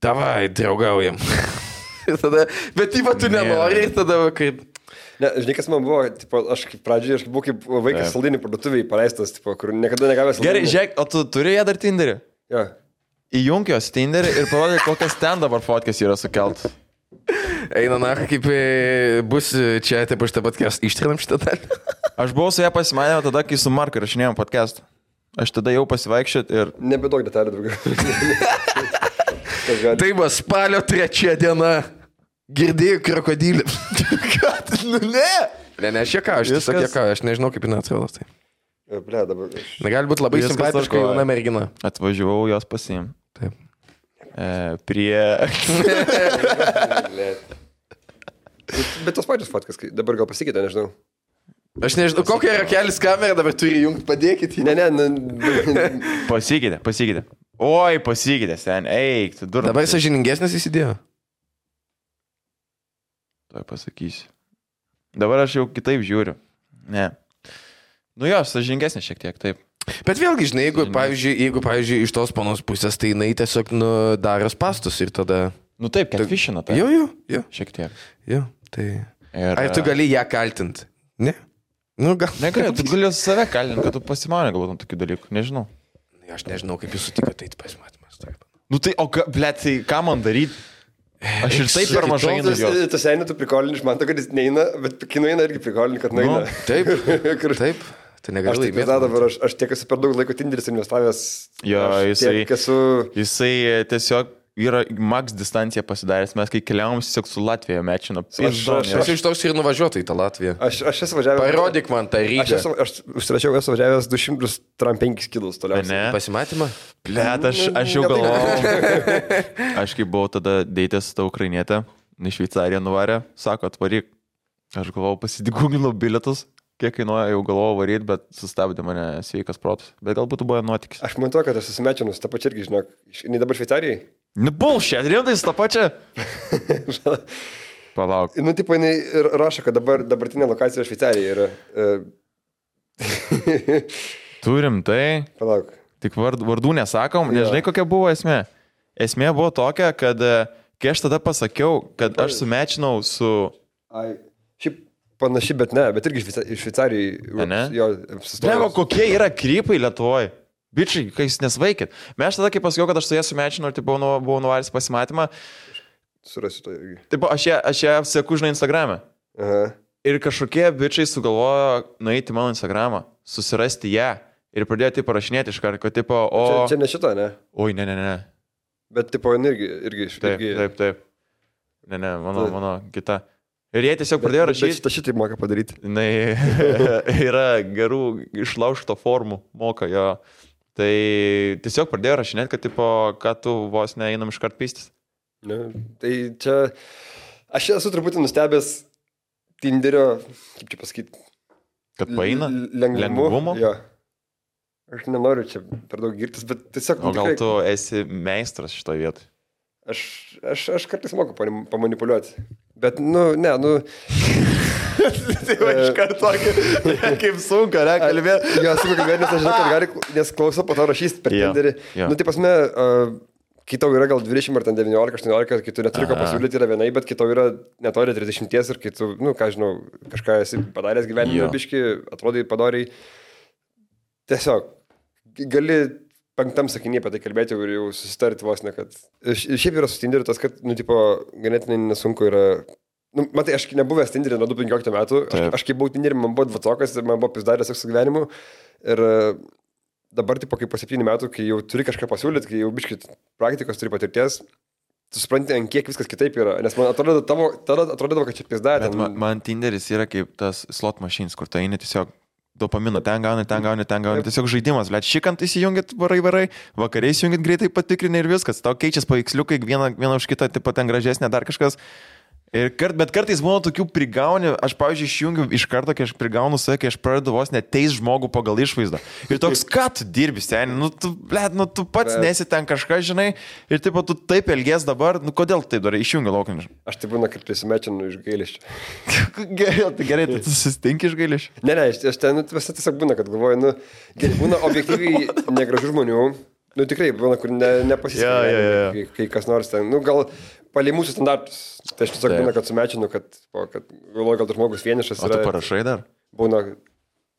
Speaker 2: davai, draugaujam. Ir tada, bet, tipo, tu nenori ir tada, kaip,
Speaker 3: Ne, žinai, kas man buvo, tipo, aš kaip pradžioje, aš buvau kaip vaikas
Speaker 1: Taip.
Speaker 3: saldinių parduotuviai paleistas, tipo, kur niekada negavęs.
Speaker 1: Gerai,
Speaker 3: saldainių.
Speaker 1: žiūrėk, o tu turi ją dar Tinderį?
Speaker 3: Jo.
Speaker 1: Įjunk jos Tinderį ir parodyk, kokias ten dabar fotkės yra sukelt.
Speaker 2: eina, na, kaip e, bus e, čia, taip, aš tą podcast ištrinam šitą dalį.
Speaker 1: Aš buvau su ją pasimatęs tada, kai su Marku rašinėjom podcast. Aš tada jau pasivaikščiot ir...
Speaker 3: Nebedaug detalių daugiau. Kas gali.
Speaker 2: Tai buvo spalio trečia diena. Girdėjau krokodilį. Kad, nu ne. Ne, ne, aš jėka, aš tiesiog
Speaker 1: Viskas-
Speaker 2: jėka, aš nežinau, kaip jinai atrodo. Tai.
Speaker 3: Tai... Ble, dabar. aš-
Speaker 2: Na, gali būti labai
Speaker 1: Viskas
Speaker 2: simpatiška
Speaker 1: tvarkoj.
Speaker 2: jauna mergina.
Speaker 1: Atvažiavau jos pasim.
Speaker 2: Taip.
Speaker 1: E, prie...
Speaker 3: Ble. Bet tos pačios fotkas, kai dabar gal pasikeitė, nežinau.
Speaker 2: Aš nežinau, kokią rakelis kamerą dabar turi jungti, padėkit jį.
Speaker 3: Ne, nu- ne, ne.
Speaker 1: Pasikeitė, pasikeitė. Oi, pasikeitė, sen, eik, tu durnas.
Speaker 2: Dabar sažiningesnis įsidėjo.
Speaker 1: Tuoj pasakysiu. Dabar aš jau kitaip žiūriu. Ne. Nu jo, sažingesnis šiek tiek, taip.
Speaker 2: Bet vėlgi, žinai, jeigu, pavyzdžiui, jeigu, pavyzdžiui, iš tos panos pusės, tai jinai tiesiog nu, daro pastus ir tada...
Speaker 1: Nu taip, catfishina, taip.
Speaker 2: Jo, jo, jo,
Speaker 1: Šiek tiek.
Speaker 2: jo. Tai...
Speaker 1: Ir, e,
Speaker 2: Ar tu gali ją kaltinti? Ne. Nu, gal.
Speaker 1: Negali, tu gali save kalinti, kad tu pasimanė galbūt ant tokių dalykų, nežinau.
Speaker 2: Aš nežinau, kaip jūs tai sutikote į pasimatymas.
Speaker 1: Nu tai, o, blėt, tai ką man daryti? Aš ir taip per mažai einu. jo.
Speaker 3: Tu seniai tu prikoliniš, man to, kad jis neina, bet kinu eina irgi prikoliniš, kad
Speaker 1: Nu,
Speaker 3: neina.
Speaker 2: Taip,
Speaker 3: Kur-
Speaker 2: taip. Tai
Speaker 3: Aš
Speaker 2: negali
Speaker 3: taip ir
Speaker 2: laimėti.
Speaker 3: dabar, aš, aš tiek esu per daug laiko Tinderis investavęs.
Speaker 1: Jo,
Speaker 3: Aš
Speaker 1: jisai-
Speaker 3: Tiek esu...
Speaker 1: Jisai e, tiesiog yra max distanciją pasidaręs, mes kai keliavom tiesiog su Latvija mečino.
Speaker 3: aš-
Speaker 2: Aš iš toks ir nuvažiuotų į tą Latviją.
Speaker 3: Aš, aš esu važiavęs.
Speaker 2: Parodyk man tą
Speaker 3: Aš,
Speaker 2: ryšį.
Speaker 3: esu, aš užsirašiau, esu važiavęs 205 kilus toliau.
Speaker 1: Ne,
Speaker 2: Pasimatymą?
Speaker 1: blėt, aš, aš jau
Speaker 3: Nelabai.
Speaker 1: galvojau. Aš kaip buvau tada deitęs su ta ukrainietė, į Šveicariją nuvarė, sako, atvaryk. Aš galvojau, pasidiguginau bilietus, kiek kainuoja, jau galvojau varyti, bet sustabdė mane sveikas protas. Bet galbūt buvo nuotykis.
Speaker 3: Aš man to, kad esu sumečianus, tą pačią irgi, žinok, iš- jinai dabar Šveicarijai.
Speaker 1: Nu, bulšė, rimtai su tą pačią. Palauk.
Speaker 3: Nu, tipo, jinai ir rašo, kad dabar, dabartinė lokacija yra Šveicarija. Ir, uh,
Speaker 1: Turim tai.
Speaker 3: palauk.
Speaker 1: Tik vard, vardų nesakom, nežinai kokia buvo esmė. Esmė buvo tokia, kad e, kai aš tada pasakiau, kad aš sumečinau su...
Speaker 3: Ai, šiaip panaši, bet ne, bet irgi Šveica- iš Šveicarijai.
Speaker 1: Ne?
Speaker 3: Jo,
Speaker 1: Neva,
Speaker 3: apsistojau.
Speaker 1: kokie yra krypai Lietuvoje. Bičiai, kai jūs nesvaikit. Mes aš tada, kai pasakiau, kad aš su jais sumečinau ir tai buvau, nu- buvau nuvaręs į pasimatymą,
Speaker 3: Surasiu to irgi.
Speaker 1: tai buvo, aš ją, aš ją seku, žinai, Instagram'e.
Speaker 3: Aha.
Speaker 1: Ir kažkokie bičiai sugalvojo nueiti į mano Instagramą, susirasti ją ir pradėjo tai parašinėti iš karto, kad tipo, o...
Speaker 3: Čia, čia ne šito, ne?
Speaker 1: Oi, ne, ne, ne.
Speaker 3: Bet, tipo, jinai irgi, irgi iš
Speaker 1: Taip,
Speaker 3: irgi-
Speaker 1: taip, taip. Ne, ne, mano,
Speaker 3: Taip.
Speaker 1: mano kita. Ir jie tiesiog
Speaker 3: Bet-
Speaker 1: pradėjo
Speaker 3: bet
Speaker 1: rašyti.
Speaker 3: Šitą šitaip moka padaryti.
Speaker 1: jinai yra gerų išlaužto formų, moka jo. Tai tiesiog pradėjo rašinėti, kad, tipo, kad tu vos neįinam iš kart pystis.
Speaker 3: Ne? Tai čia... Aš esu truputį nustebęs Tinderio, kaip čia pasakyti,
Speaker 1: Kad paina?
Speaker 3: lengvumo.
Speaker 1: Lengvumo?
Speaker 3: Jo. Aš nenoriu čia per daug girtis, bet tiesiog...
Speaker 1: O
Speaker 3: nu,
Speaker 1: gal
Speaker 3: tikrai
Speaker 1: tu esi meistras šitoje vietoje?
Speaker 3: Aš, aš, aš kartais moku panim- pamanipuliuoti. Bet, nu, ne, nu...
Speaker 1: tai va
Speaker 3: iš
Speaker 1: karto tokia, kaip sunku, ne,
Speaker 3: Jo, esu kalbėjęs, nes aš žinau, kad gali, nes klauso po to rašys per
Speaker 1: Jo,
Speaker 3: Tinderį.
Speaker 1: jo.
Speaker 3: Nu, tai pasme, kai tau yra gal 20 ar ten 19, 18, kai tu neturi ką
Speaker 1: Aha.
Speaker 3: pasiūlyti yra vienai, bet kai tau yra netoli 30 ir kai tu, nu, ką žinau, kažką esi padaręs gyvenime,
Speaker 1: Jo.
Speaker 3: biški, atrodai padoriai. Tiesiog gali penktam sakinį apie tai kalbėti ir jau susitarti vos ne, kad... Š- Šiaip yra su Tinderiu tas, kad, nu, tipo, ganėtinai nesunku yra... Nu, matai, aš nebuvęs Tinderį nuo 2015 metų, aš,
Speaker 1: Taip.
Speaker 3: aš kaip buvau Tinderį, man buvo dvatokas ir man buvo pizdaręs su gyvenimu. Ir e, dabar, tipo, kaip po septynių metų, kai jau turi kažką pasiūlyti, kai jau biškit praktikos turi patirties, tu supranti, ant kiek viskas kitaip yra. Nes man atrodo, tavo, tada atrodydavo, kad čia pizda,
Speaker 1: Bet
Speaker 3: ten
Speaker 1: man, man Tinderis yra kaip tas slot mašins, kur tu eini tiesiog dopamino, ten gauni, ten gauni, ten gauni, tiesiog žaidimas, bet šikant įsijungit varai varai, vakariai įsijungit greitai patikrinai ir viskas, tau keičiasi paveiksliukai, viena, viena už kitą, tipo ten gražesnė, dar kažkas. Ir kart, bet kartais būna tokių prigauni, aš pavyzdžiui išjungiu iš karto, kai aš prigaunu save, kai aš pradedu vos neteis žmogų pagal išvaizdą. Ir toks, ką tu dirbi, seniai, nu tu, blėt, nu tu pats
Speaker 3: Bet-
Speaker 1: nesi ten kažką, žinai, ir taip, tu taip elgies dabar, nu kodėl tu taip darai, išjungi laukinį.
Speaker 3: aš tai būna, kad prisimečinu iš gailiščio.
Speaker 1: Gerai, tai gerai, tai tu susitinki iš gailiš.
Speaker 3: Ne, ne, aš, aš ten nu, visą tiesiog būna, kad galvoju, nu, gerai, būna objektyviai negražių žmonių, nu tikrai būna, kur ne, nepasiseka,
Speaker 1: Jo, jo, jo.
Speaker 3: Kai, kai kas nors ten, nu gal palei mūsų standartus. Tai aš tiesiog
Speaker 1: Taip.
Speaker 3: būna, kad sumečinu, kad, po, kad galvoju, gal tas žmogus vienišas
Speaker 1: O tu
Speaker 3: yra.
Speaker 1: parašai dar?
Speaker 3: Būna,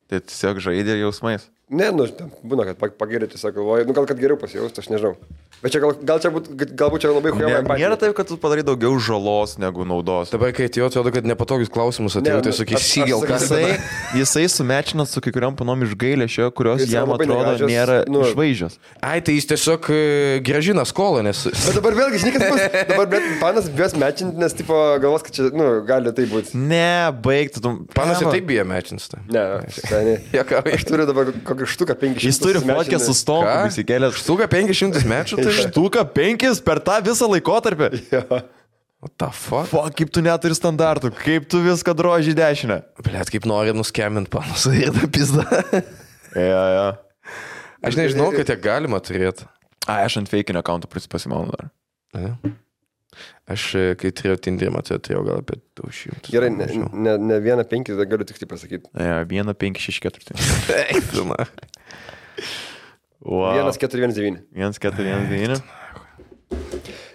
Speaker 1: Tai tiesiog žaidė jausmais.
Speaker 3: ne, nu, ten būna, kad pa- pagirė, tiesiog galvoju, nu gal kad geriau pasijaustų, aš nežinau. Bet čia gal, gal čia būtų, galbūt čia labai
Speaker 1: Ne,
Speaker 3: huijama
Speaker 1: nėra taip, kad tu padarai daugiau žalos negu naudos.
Speaker 2: Dabar, kai atėjo, atrodo, kad nepatogius klausimus atėjo,
Speaker 3: Ne,
Speaker 2: tai
Speaker 3: nu,
Speaker 2: sakai,
Speaker 3: aš- aš
Speaker 2: sigel,
Speaker 3: sakysiu-
Speaker 2: kas
Speaker 1: Jisai, jisai sumečinat su kiekvienam panom iš gailėšio, kurios
Speaker 3: Jis yra
Speaker 1: jam
Speaker 3: labai
Speaker 1: atrodo
Speaker 3: negražios,
Speaker 1: nėra
Speaker 3: nu,
Speaker 1: nu, išvaizdžios.
Speaker 2: Ai, tai jis tiesiog e, gražina skolą, nes...
Speaker 3: Bet dabar vėlgi, žinai, kas bus, dabar bet, panas bijos mečinti, nes tipo galvos, kad čia, nu, gali tai būti.
Speaker 1: Ne, baigtų tu.
Speaker 2: Panas ir
Speaker 1: Blemba.
Speaker 2: taip bijo tai. mečinstą.
Speaker 3: Ne, šitai ne.
Speaker 2: Jokauju.
Speaker 3: Aš turiu dabar kokį štuką 500.
Speaker 1: Jis turi fotkę su stonku,
Speaker 2: Ką?
Speaker 1: jis įkelęs.
Speaker 2: Štuka 500 mečių, tai...
Speaker 1: Štuka penkis per tą visą laikotarpį.
Speaker 3: Jo.
Speaker 2: What the fuck?
Speaker 1: Po, kaip tu neturi standartų, kaip tu viską droži į dešinę.
Speaker 2: Blet, kaip nori nuskemint panus ir tą pizdą.
Speaker 1: Jo, jo.
Speaker 2: Aš nežinau, kad tiek galima turėti.
Speaker 1: A, aš ant feikinio konto pasimaunu dar.
Speaker 2: Ne? Aš, e, kai turėjau Tinderį, matai, turėjau gal apie 200.
Speaker 3: Gerai, ne, ne, ne vieną penkis, tai galiu tik tai pasakyti.
Speaker 1: Jo, 1, 5, 6, 4.
Speaker 2: Eikvina.
Speaker 1: Wow.
Speaker 3: Vienas, keturi, vienas, devyni.
Speaker 1: 1, 4, 1, 9.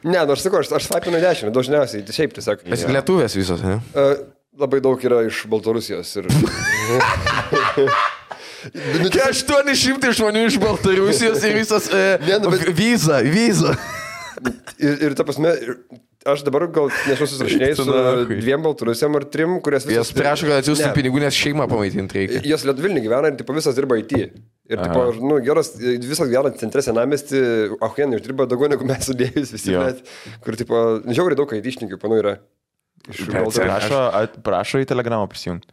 Speaker 3: Ne, nors sakau, aš, aš svapinu dešinę, dažniausiai, tai šiaip tiesiog.
Speaker 2: Mes lietuvės visos, ne?
Speaker 3: E, Labai daug yra iš Baltarusijos ir...
Speaker 2: 800 žmonių iš Baltarusijos ir visas... E,
Speaker 3: Ne, nu, bet-
Speaker 2: Viza, viza.
Speaker 3: Ir, ir ta prasme, ir aš dabar gal nesu susirašinėjęs su
Speaker 2: Eik tu nachui.
Speaker 3: dviem baltarusiam ar trim, kurias
Speaker 2: Jas
Speaker 3: visos...
Speaker 2: prašo, kad atsiųstum
Speaker 3: Ne.
Speaker 2: pinigų, nes šeimą pamaitinti reikia.
Speaker 3: Jos Lietuvvilnį gyvena ir tipo, visas dirba IT. Ir tipo, nu, geras, visas gyvena centre senamesti, Auhien uždirba daugiau negu mes sudėjus visi.
Speaker 1: Jo.
Speaker 3: Net, kur, tipo, žiauriai daug IT-šninkų, panu, nu, yra. Iš
Speaker 2: Bet
Speaker 3: Baltarusijos.
Speaker 1: Prašo, at, prašo į telegramą prisijungti.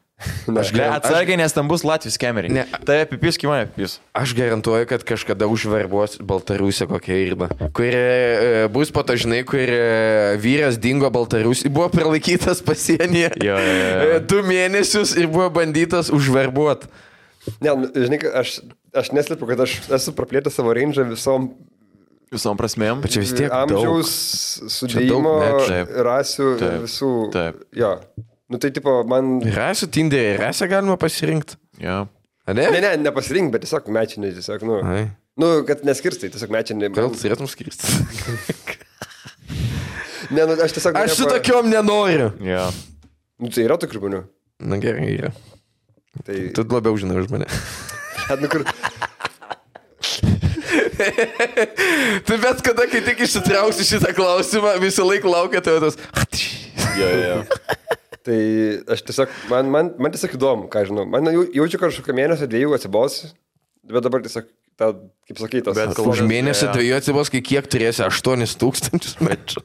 Speaker 3: Ne.
Speaker 1: Aš galiu. Atsargiai, nes ten bus Latvijos kameriai.
Speaker 2: Ne.
Speaker 1: Tai apipis, kai mane apipis.
Speaker 2: Aš garantuoju, kad kažkada užverbuos Baltarusė kokia irba, kuri e, bus po to, žinai, kur e, vyras dingo Baltarusė, buvo prilaikytas pasienyje
Speaker 1: Jo, jo, jo.
Speaker 2: e, du mėnesius ir buvo bandytas užverbuot.
Speaker 3: Ne, nu, žinai, ką, aš, aš neslepiu, kad aš esu praplėtęs savo ranžą visom
Speaker 1: Visom prasmėm.
Speaker 2: Bet čia vis tiek
Speaker 3: amžiaus sudėjimo,
Speaker 2: daug, ne?
Speaker 1: Taip.
Speaker 3: rasių, ir
Speaker 1: Taip.
Speaker 3: visų.
Speaker 1: Taip.
Speaker 3: Jo. Nu tai tipo, man...
Speaker 2: daug. Rasiu Tinderį, rasę galima pasirinkti.
Speaker 1: Ja.
Speaker 2: Ne?
Speaker 3: Ne, ne, nepasirink, bet tiesiog mečinė, tiesiog, nu.
Speaker 2: Ai.
Speaker 3: Nu, kad neskirstai, tiesiog mečinė.
Speaker 2: Gal turėtum skirsti?
Speaker 3: Ne, nu, aš tiesiog...
Speaker 2: Aš su
Speaker 3: norėjau pa-
Speaker 2: tokiom nenoriu.
Speaker 1: Ja.
Speaker 3: Nu, tai yra tokių žmonių.
Speaker 2: Na gerai, yra.
Speaker 3: Tai...
Speaker 2: Tu labiau žinai už mane.
Speaker 3: Bet, nu, kur...
Speaker 2: Tu Tai bet kada, kai tik išsitrauksi šitą klausimą, visą laiką laukia tavo tas.
Speaker 1: Ja, ja.
Speaker 3: Tai aš tiesiog, man, man, man tiesiog įdomu, ką žinau. Man jau, jaučiu kažkokią mėnesį, dviejų atsibos, bet dabar tiesiog, ta, kaip sakytas,
Speaker 1: Bet kol-
Speaker 2: Už mėnesį dviejų atsibos, kai kiek turėsi 8000 metrų.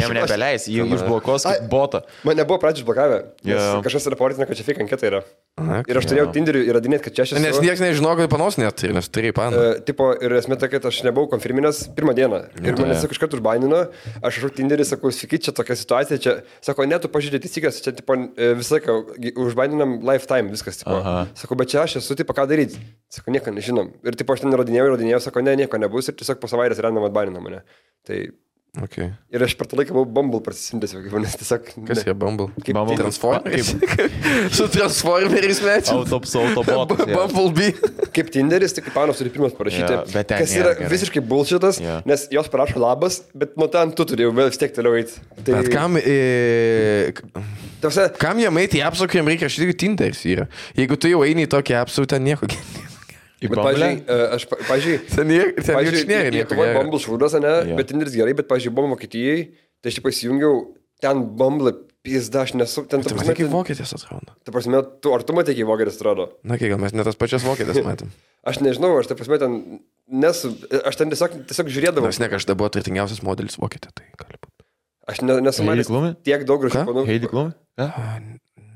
Speaker 1: Jam nebeleis, jį užblokuos kaip botą.
Speaker 3: mane buvo pradžio išblokavę.
Speaker 1: Jo.
Speaker 3: Yeah. Kažkas reportina, kad čia fake anketa yra.
Speaker 2: Na,
Speaker 3: Ir aš turėjau Tinderį įrodinėti, kad čia aš esu.
Speaker 2: Nes niekas nežino, kad panos neturi, nes turi paną.
Speaker 3: E, Tipo, ir esmė ta, kad aš nebuvau konfirminęs pirmą dieną. Ir mane tiesiog iškart užbainino, aš rašau Tinderį, sakau, sveiki, čia tokia situacija, čia, sako, ne, tu pažiūrėjai taisyklės, čia, tipo, e, visą laiką gi- užbaininam lifetime, viskas, tipo.
Speaker 1: Aha.
Speaker 3: Sakau, bet čia aš esu, tipo, ką daryti. Sako, nieko nežinom. Ir, tipo, aš ten įrodinėjau, įrodinėjau, sako, ne, nieko nebus ir tiesiog po savaitės randam atbainino mane. Tai
Speaker 2: Okay.
Speaker 3: ir aš per tą laiką buvau bumble prasisimdęs, kaip manęs tiesiog...
Speaker 2: Kas
Speaker 3: ne.
Speaker 2: jie Bumble?
Speaker 3: Kaip
Speaker 1: Bumble.
Speaker 3: Tinder-
Speaker 2: Transformeriais. Su Transformeriais mečiu.
Speaker 1: Autops, autobotas. ja.
Speaker 2: Bumblebee.
Speaker 3: Kaip Tinderis, tik kaip Panos turi pirmas parašyti.
Speaker 1: Jo, bet ten
Speaker 3: kas
Speaker 1: nėra
Speaker 3: yra
Speaker 1: gerai.
Speaker 3: visiškai bullshitas,
Speaker 1: Jo.
Speaker 3: nes jos parašo labas, bet nuo ten tu turėjai vis tiek toliau eiti. Tai,
Speaker 2: Bet kam, e,
Speaker 3: Tose,
Speaker 2: kam jam eiti į apsaugą, jam reikia, aš tikiu, Tinderis yra. Jeigu tu jau eini į tokią apsaugą, ten nieko.
Speaker 1: Į
Speaker 3: bet,
Speaker 1: bamblę?
Speaker 3: pažiūrėjau, aš, pa- pažiūrėjau,
Speaker 2: Ten nieko, ten nieko nėra. nieko
Speaker 3: Lietuvoje
Speaker 2: gero.
Speaker 3: Bumble šūdas, ne,
Speaker 1: Jo.
Speaker 3: bet Tinderis gerai, bet, pažiūrėjau, buvom Vokietijai, tai aš tik pasijungiau, ten Bumble pizda, aš nesu, ten, ta
Speaker 2: Tu
Speaker 3: prasme,
Speaker 2: Tai matai, kaip
Speaker 3: ten,
Speaker 2: vokietės atrodo.
Speaker 3: ta prasme, tu, ar tu matai, kaip vogeris atrodo?
Speaker 2: Na, kai gal mes net tas pačias vokietės matėm.
Speaker 3: Aš nežinau, aš, ta prasme, ten nesu, aš ten tiesiog, tiesiog žiūrėdavau,
Speaker 2: Nors ne kažkada buvo turtingiausias modelis vokietė, tai gali būti.
Speaker 3: aš ne, nesu
Speaker 1: Heidi
Speaker 3: matęs
Speaker 1: Klum?
Speaker 3: tiek daug gražių
Speaker 2: Ką?
Speaker 1: Heidi
Speaker 3: panų.
Speaker 1: Klum? Ja.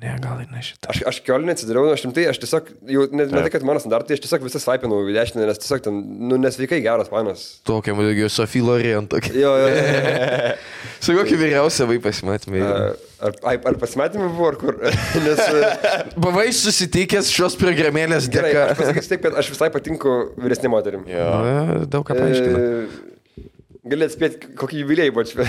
Speaker 2: Ne, gal ir ne šitą.
Speaker 3: Aš, aš kiolinį atsidariau, nu, aš rimtai, aš tiesiog, jau, ne, ne tai, kad mano standartai, aš tiesiog visą svaipinau į dešinę, nes tiesiog ten, nu, nesveikai geras panas.
Speaker 2: Tokia, daugiau Sofija Lorient. tokia.
Speaker 3: Jo, jo, jo.
Speaker 2: Su kokia vyriausia vaikai pasimatėme.
Speaker 3: Ar, ai, ar pasimatymai buvo, ar kur? Nes e,
Speaker 2: Buvai susitikęs šios programėlės
Speaker 3: gerai, aš
Speaker 2: dėka.
Speaker 3: pasakysiu taip, kad aš visai patinku vyresnė moterim.
Speaker 1: Ja.
Speaker 2: A, Nu, Daug ką paaiškinau.
Speaker 3: E, Gali atspėti, kokį jubiliejų buvo čia.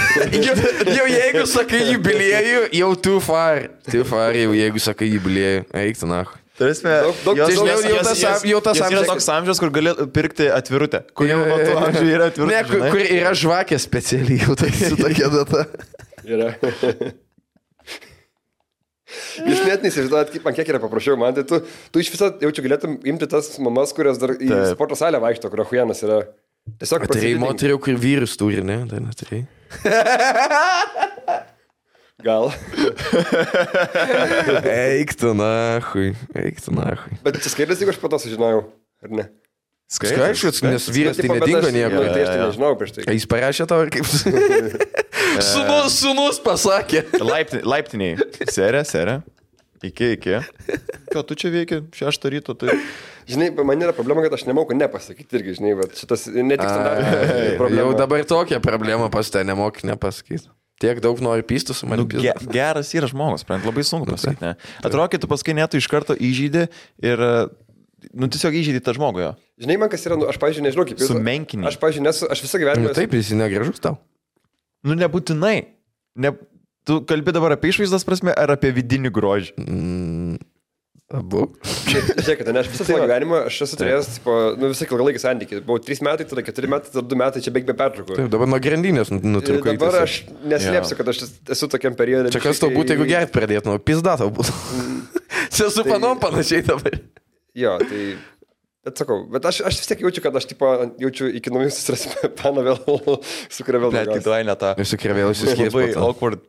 Speaker 2: Jau, jau jeigu sakai jubiliejų, jau too far. Too far, jau jeigu sakai jubiliejų. Eik, tu na.
Speaker 1: Turėsime.
Speaker 3: Daug- daug-
Speaker 2: Čia, žinai, jau tas am- jau tas
Speaker 1: amžius.
Speaker 2: amžius-
Speaker 1: Yra toks amžius, kur gali pirkti atvirutę. Kur jau nuo to amžiaus yra atvirutė.
Speaker 2: E, Ne, kur,
Speaker 1: žinai?
Speaker 2: kur yra žvakė specialiai, jau tai su tokia data.
Speaker 3: Yra. Jūs net neįsivaizduojat, kaip man kiek yra paprasčiau, man tai tu, tu iš viso jaučiu galėtum imti tas mamas, kurios dar į
Speaker 1: Taip.
Speaker 3: sporto salę vaikšto, kur Hujanas yra. Tiesiog
Speaker 2: Turėjai
Speaker 3: prasididink.
Speaker 2: moterį, kur vyrus turi, ne? Tai neturėjai.
Speaker 3: Gal.
Speaker 2: Eik, tu na, hui. Eik, tu na, hui.
Speaker 3: Bet čia skaitės, jeigu aš po to sužinojau, ar ne?
Speaker 2: Skaičiu, nes vyras tai
Speaker 3: Tipo, bet
Speaker 2: nedingo
Speaker 3: aš-
Speaker 2: nieko.
Speaker 3: nu, Tai aš tai
Speaker 1: Jo, jo.
Speaker 3: nežinau prieš tai.
Speaker 2: A, Jis parašė tau ar kaip? sunus, sunus pasakė.
Speaker 1: Laipti, laiptiniai. Serė, serė. Iki, iki. Ką tu čia veiki? Šeštą ryto, tai...
Speaker 3: Žinai, man yra problema, kad aš nemoku nepasakyti irgi, žinai, bet šitas ne tik standartinė problema.
Speaker 2: Jau dabar tokia problema pas te nemok nepasakyti. Tiek daug nori pystų su
Speaker 1: Nu,
Speaker 2: manimi.
Speaker 1: ge, geras yra žmogus, prant, labai sunku pasakyti. Ne? Atrodo, kad tu paskui netu iš karto įžydį ir, nu, tiesiog įžydį tą žmogų jo.
Speaker 3: Žinai, man kas yra, nu, aš, pažiūrėjau, nežinau, kaip
Speaker 1: Sumenkini.
Speaker 3: Aš, pažiūrėjau, nesu, aš visą gyvenimą...
Speaker 2: Nu, taip, jis negražus tau.
Speaker 1: Nu, nebūtinai. Ne, tu kalbi dabar apie išvaizdas prasme ar apie vidinį grožį?
Speaker 2: Abu.
Speaker 3: Žiūrėkite, ne, aš
Speaker 2: Tai
Speaker 3: visą savo gyvenimą, aš esu turėjęs, tipo, nu, visą ilgalaikį santykį. Buvau 3 metai, tada 4 metai, tada 2 metai, čia beveik be pertraukų.
Speaker 2: Taip, dabar nuo grandinės nu-
Speaker 3: Ir
Speaker 2: nutrūkai.
Speaker 3: E, Dabar aš neslėpsiu, kad aš esu tokiam periodui.
Speaker 2: Čia kas tau būtų, jeigu gert pradėt nuo pizda tau būtų.
Speaker 3: Mm.
Speaker 2: Čia
Speaker 3: Tai-
Speaker 2: su panom panašiai dabar.
Speaker 3: Jo, tai... Bet sakau, bet aš, aš vis tiek jaučiu, kad aš tipo, jaučiu iki naujų susirasti paną vėl, su kuria vėl.
Speaker 1: Bet
Speaker 3: draugausiu.
Speaker 1: tikrai ne tai tą.
Speaker 2: Visi kirvėl išsiskirs.
Speaker 1: Labai awkward.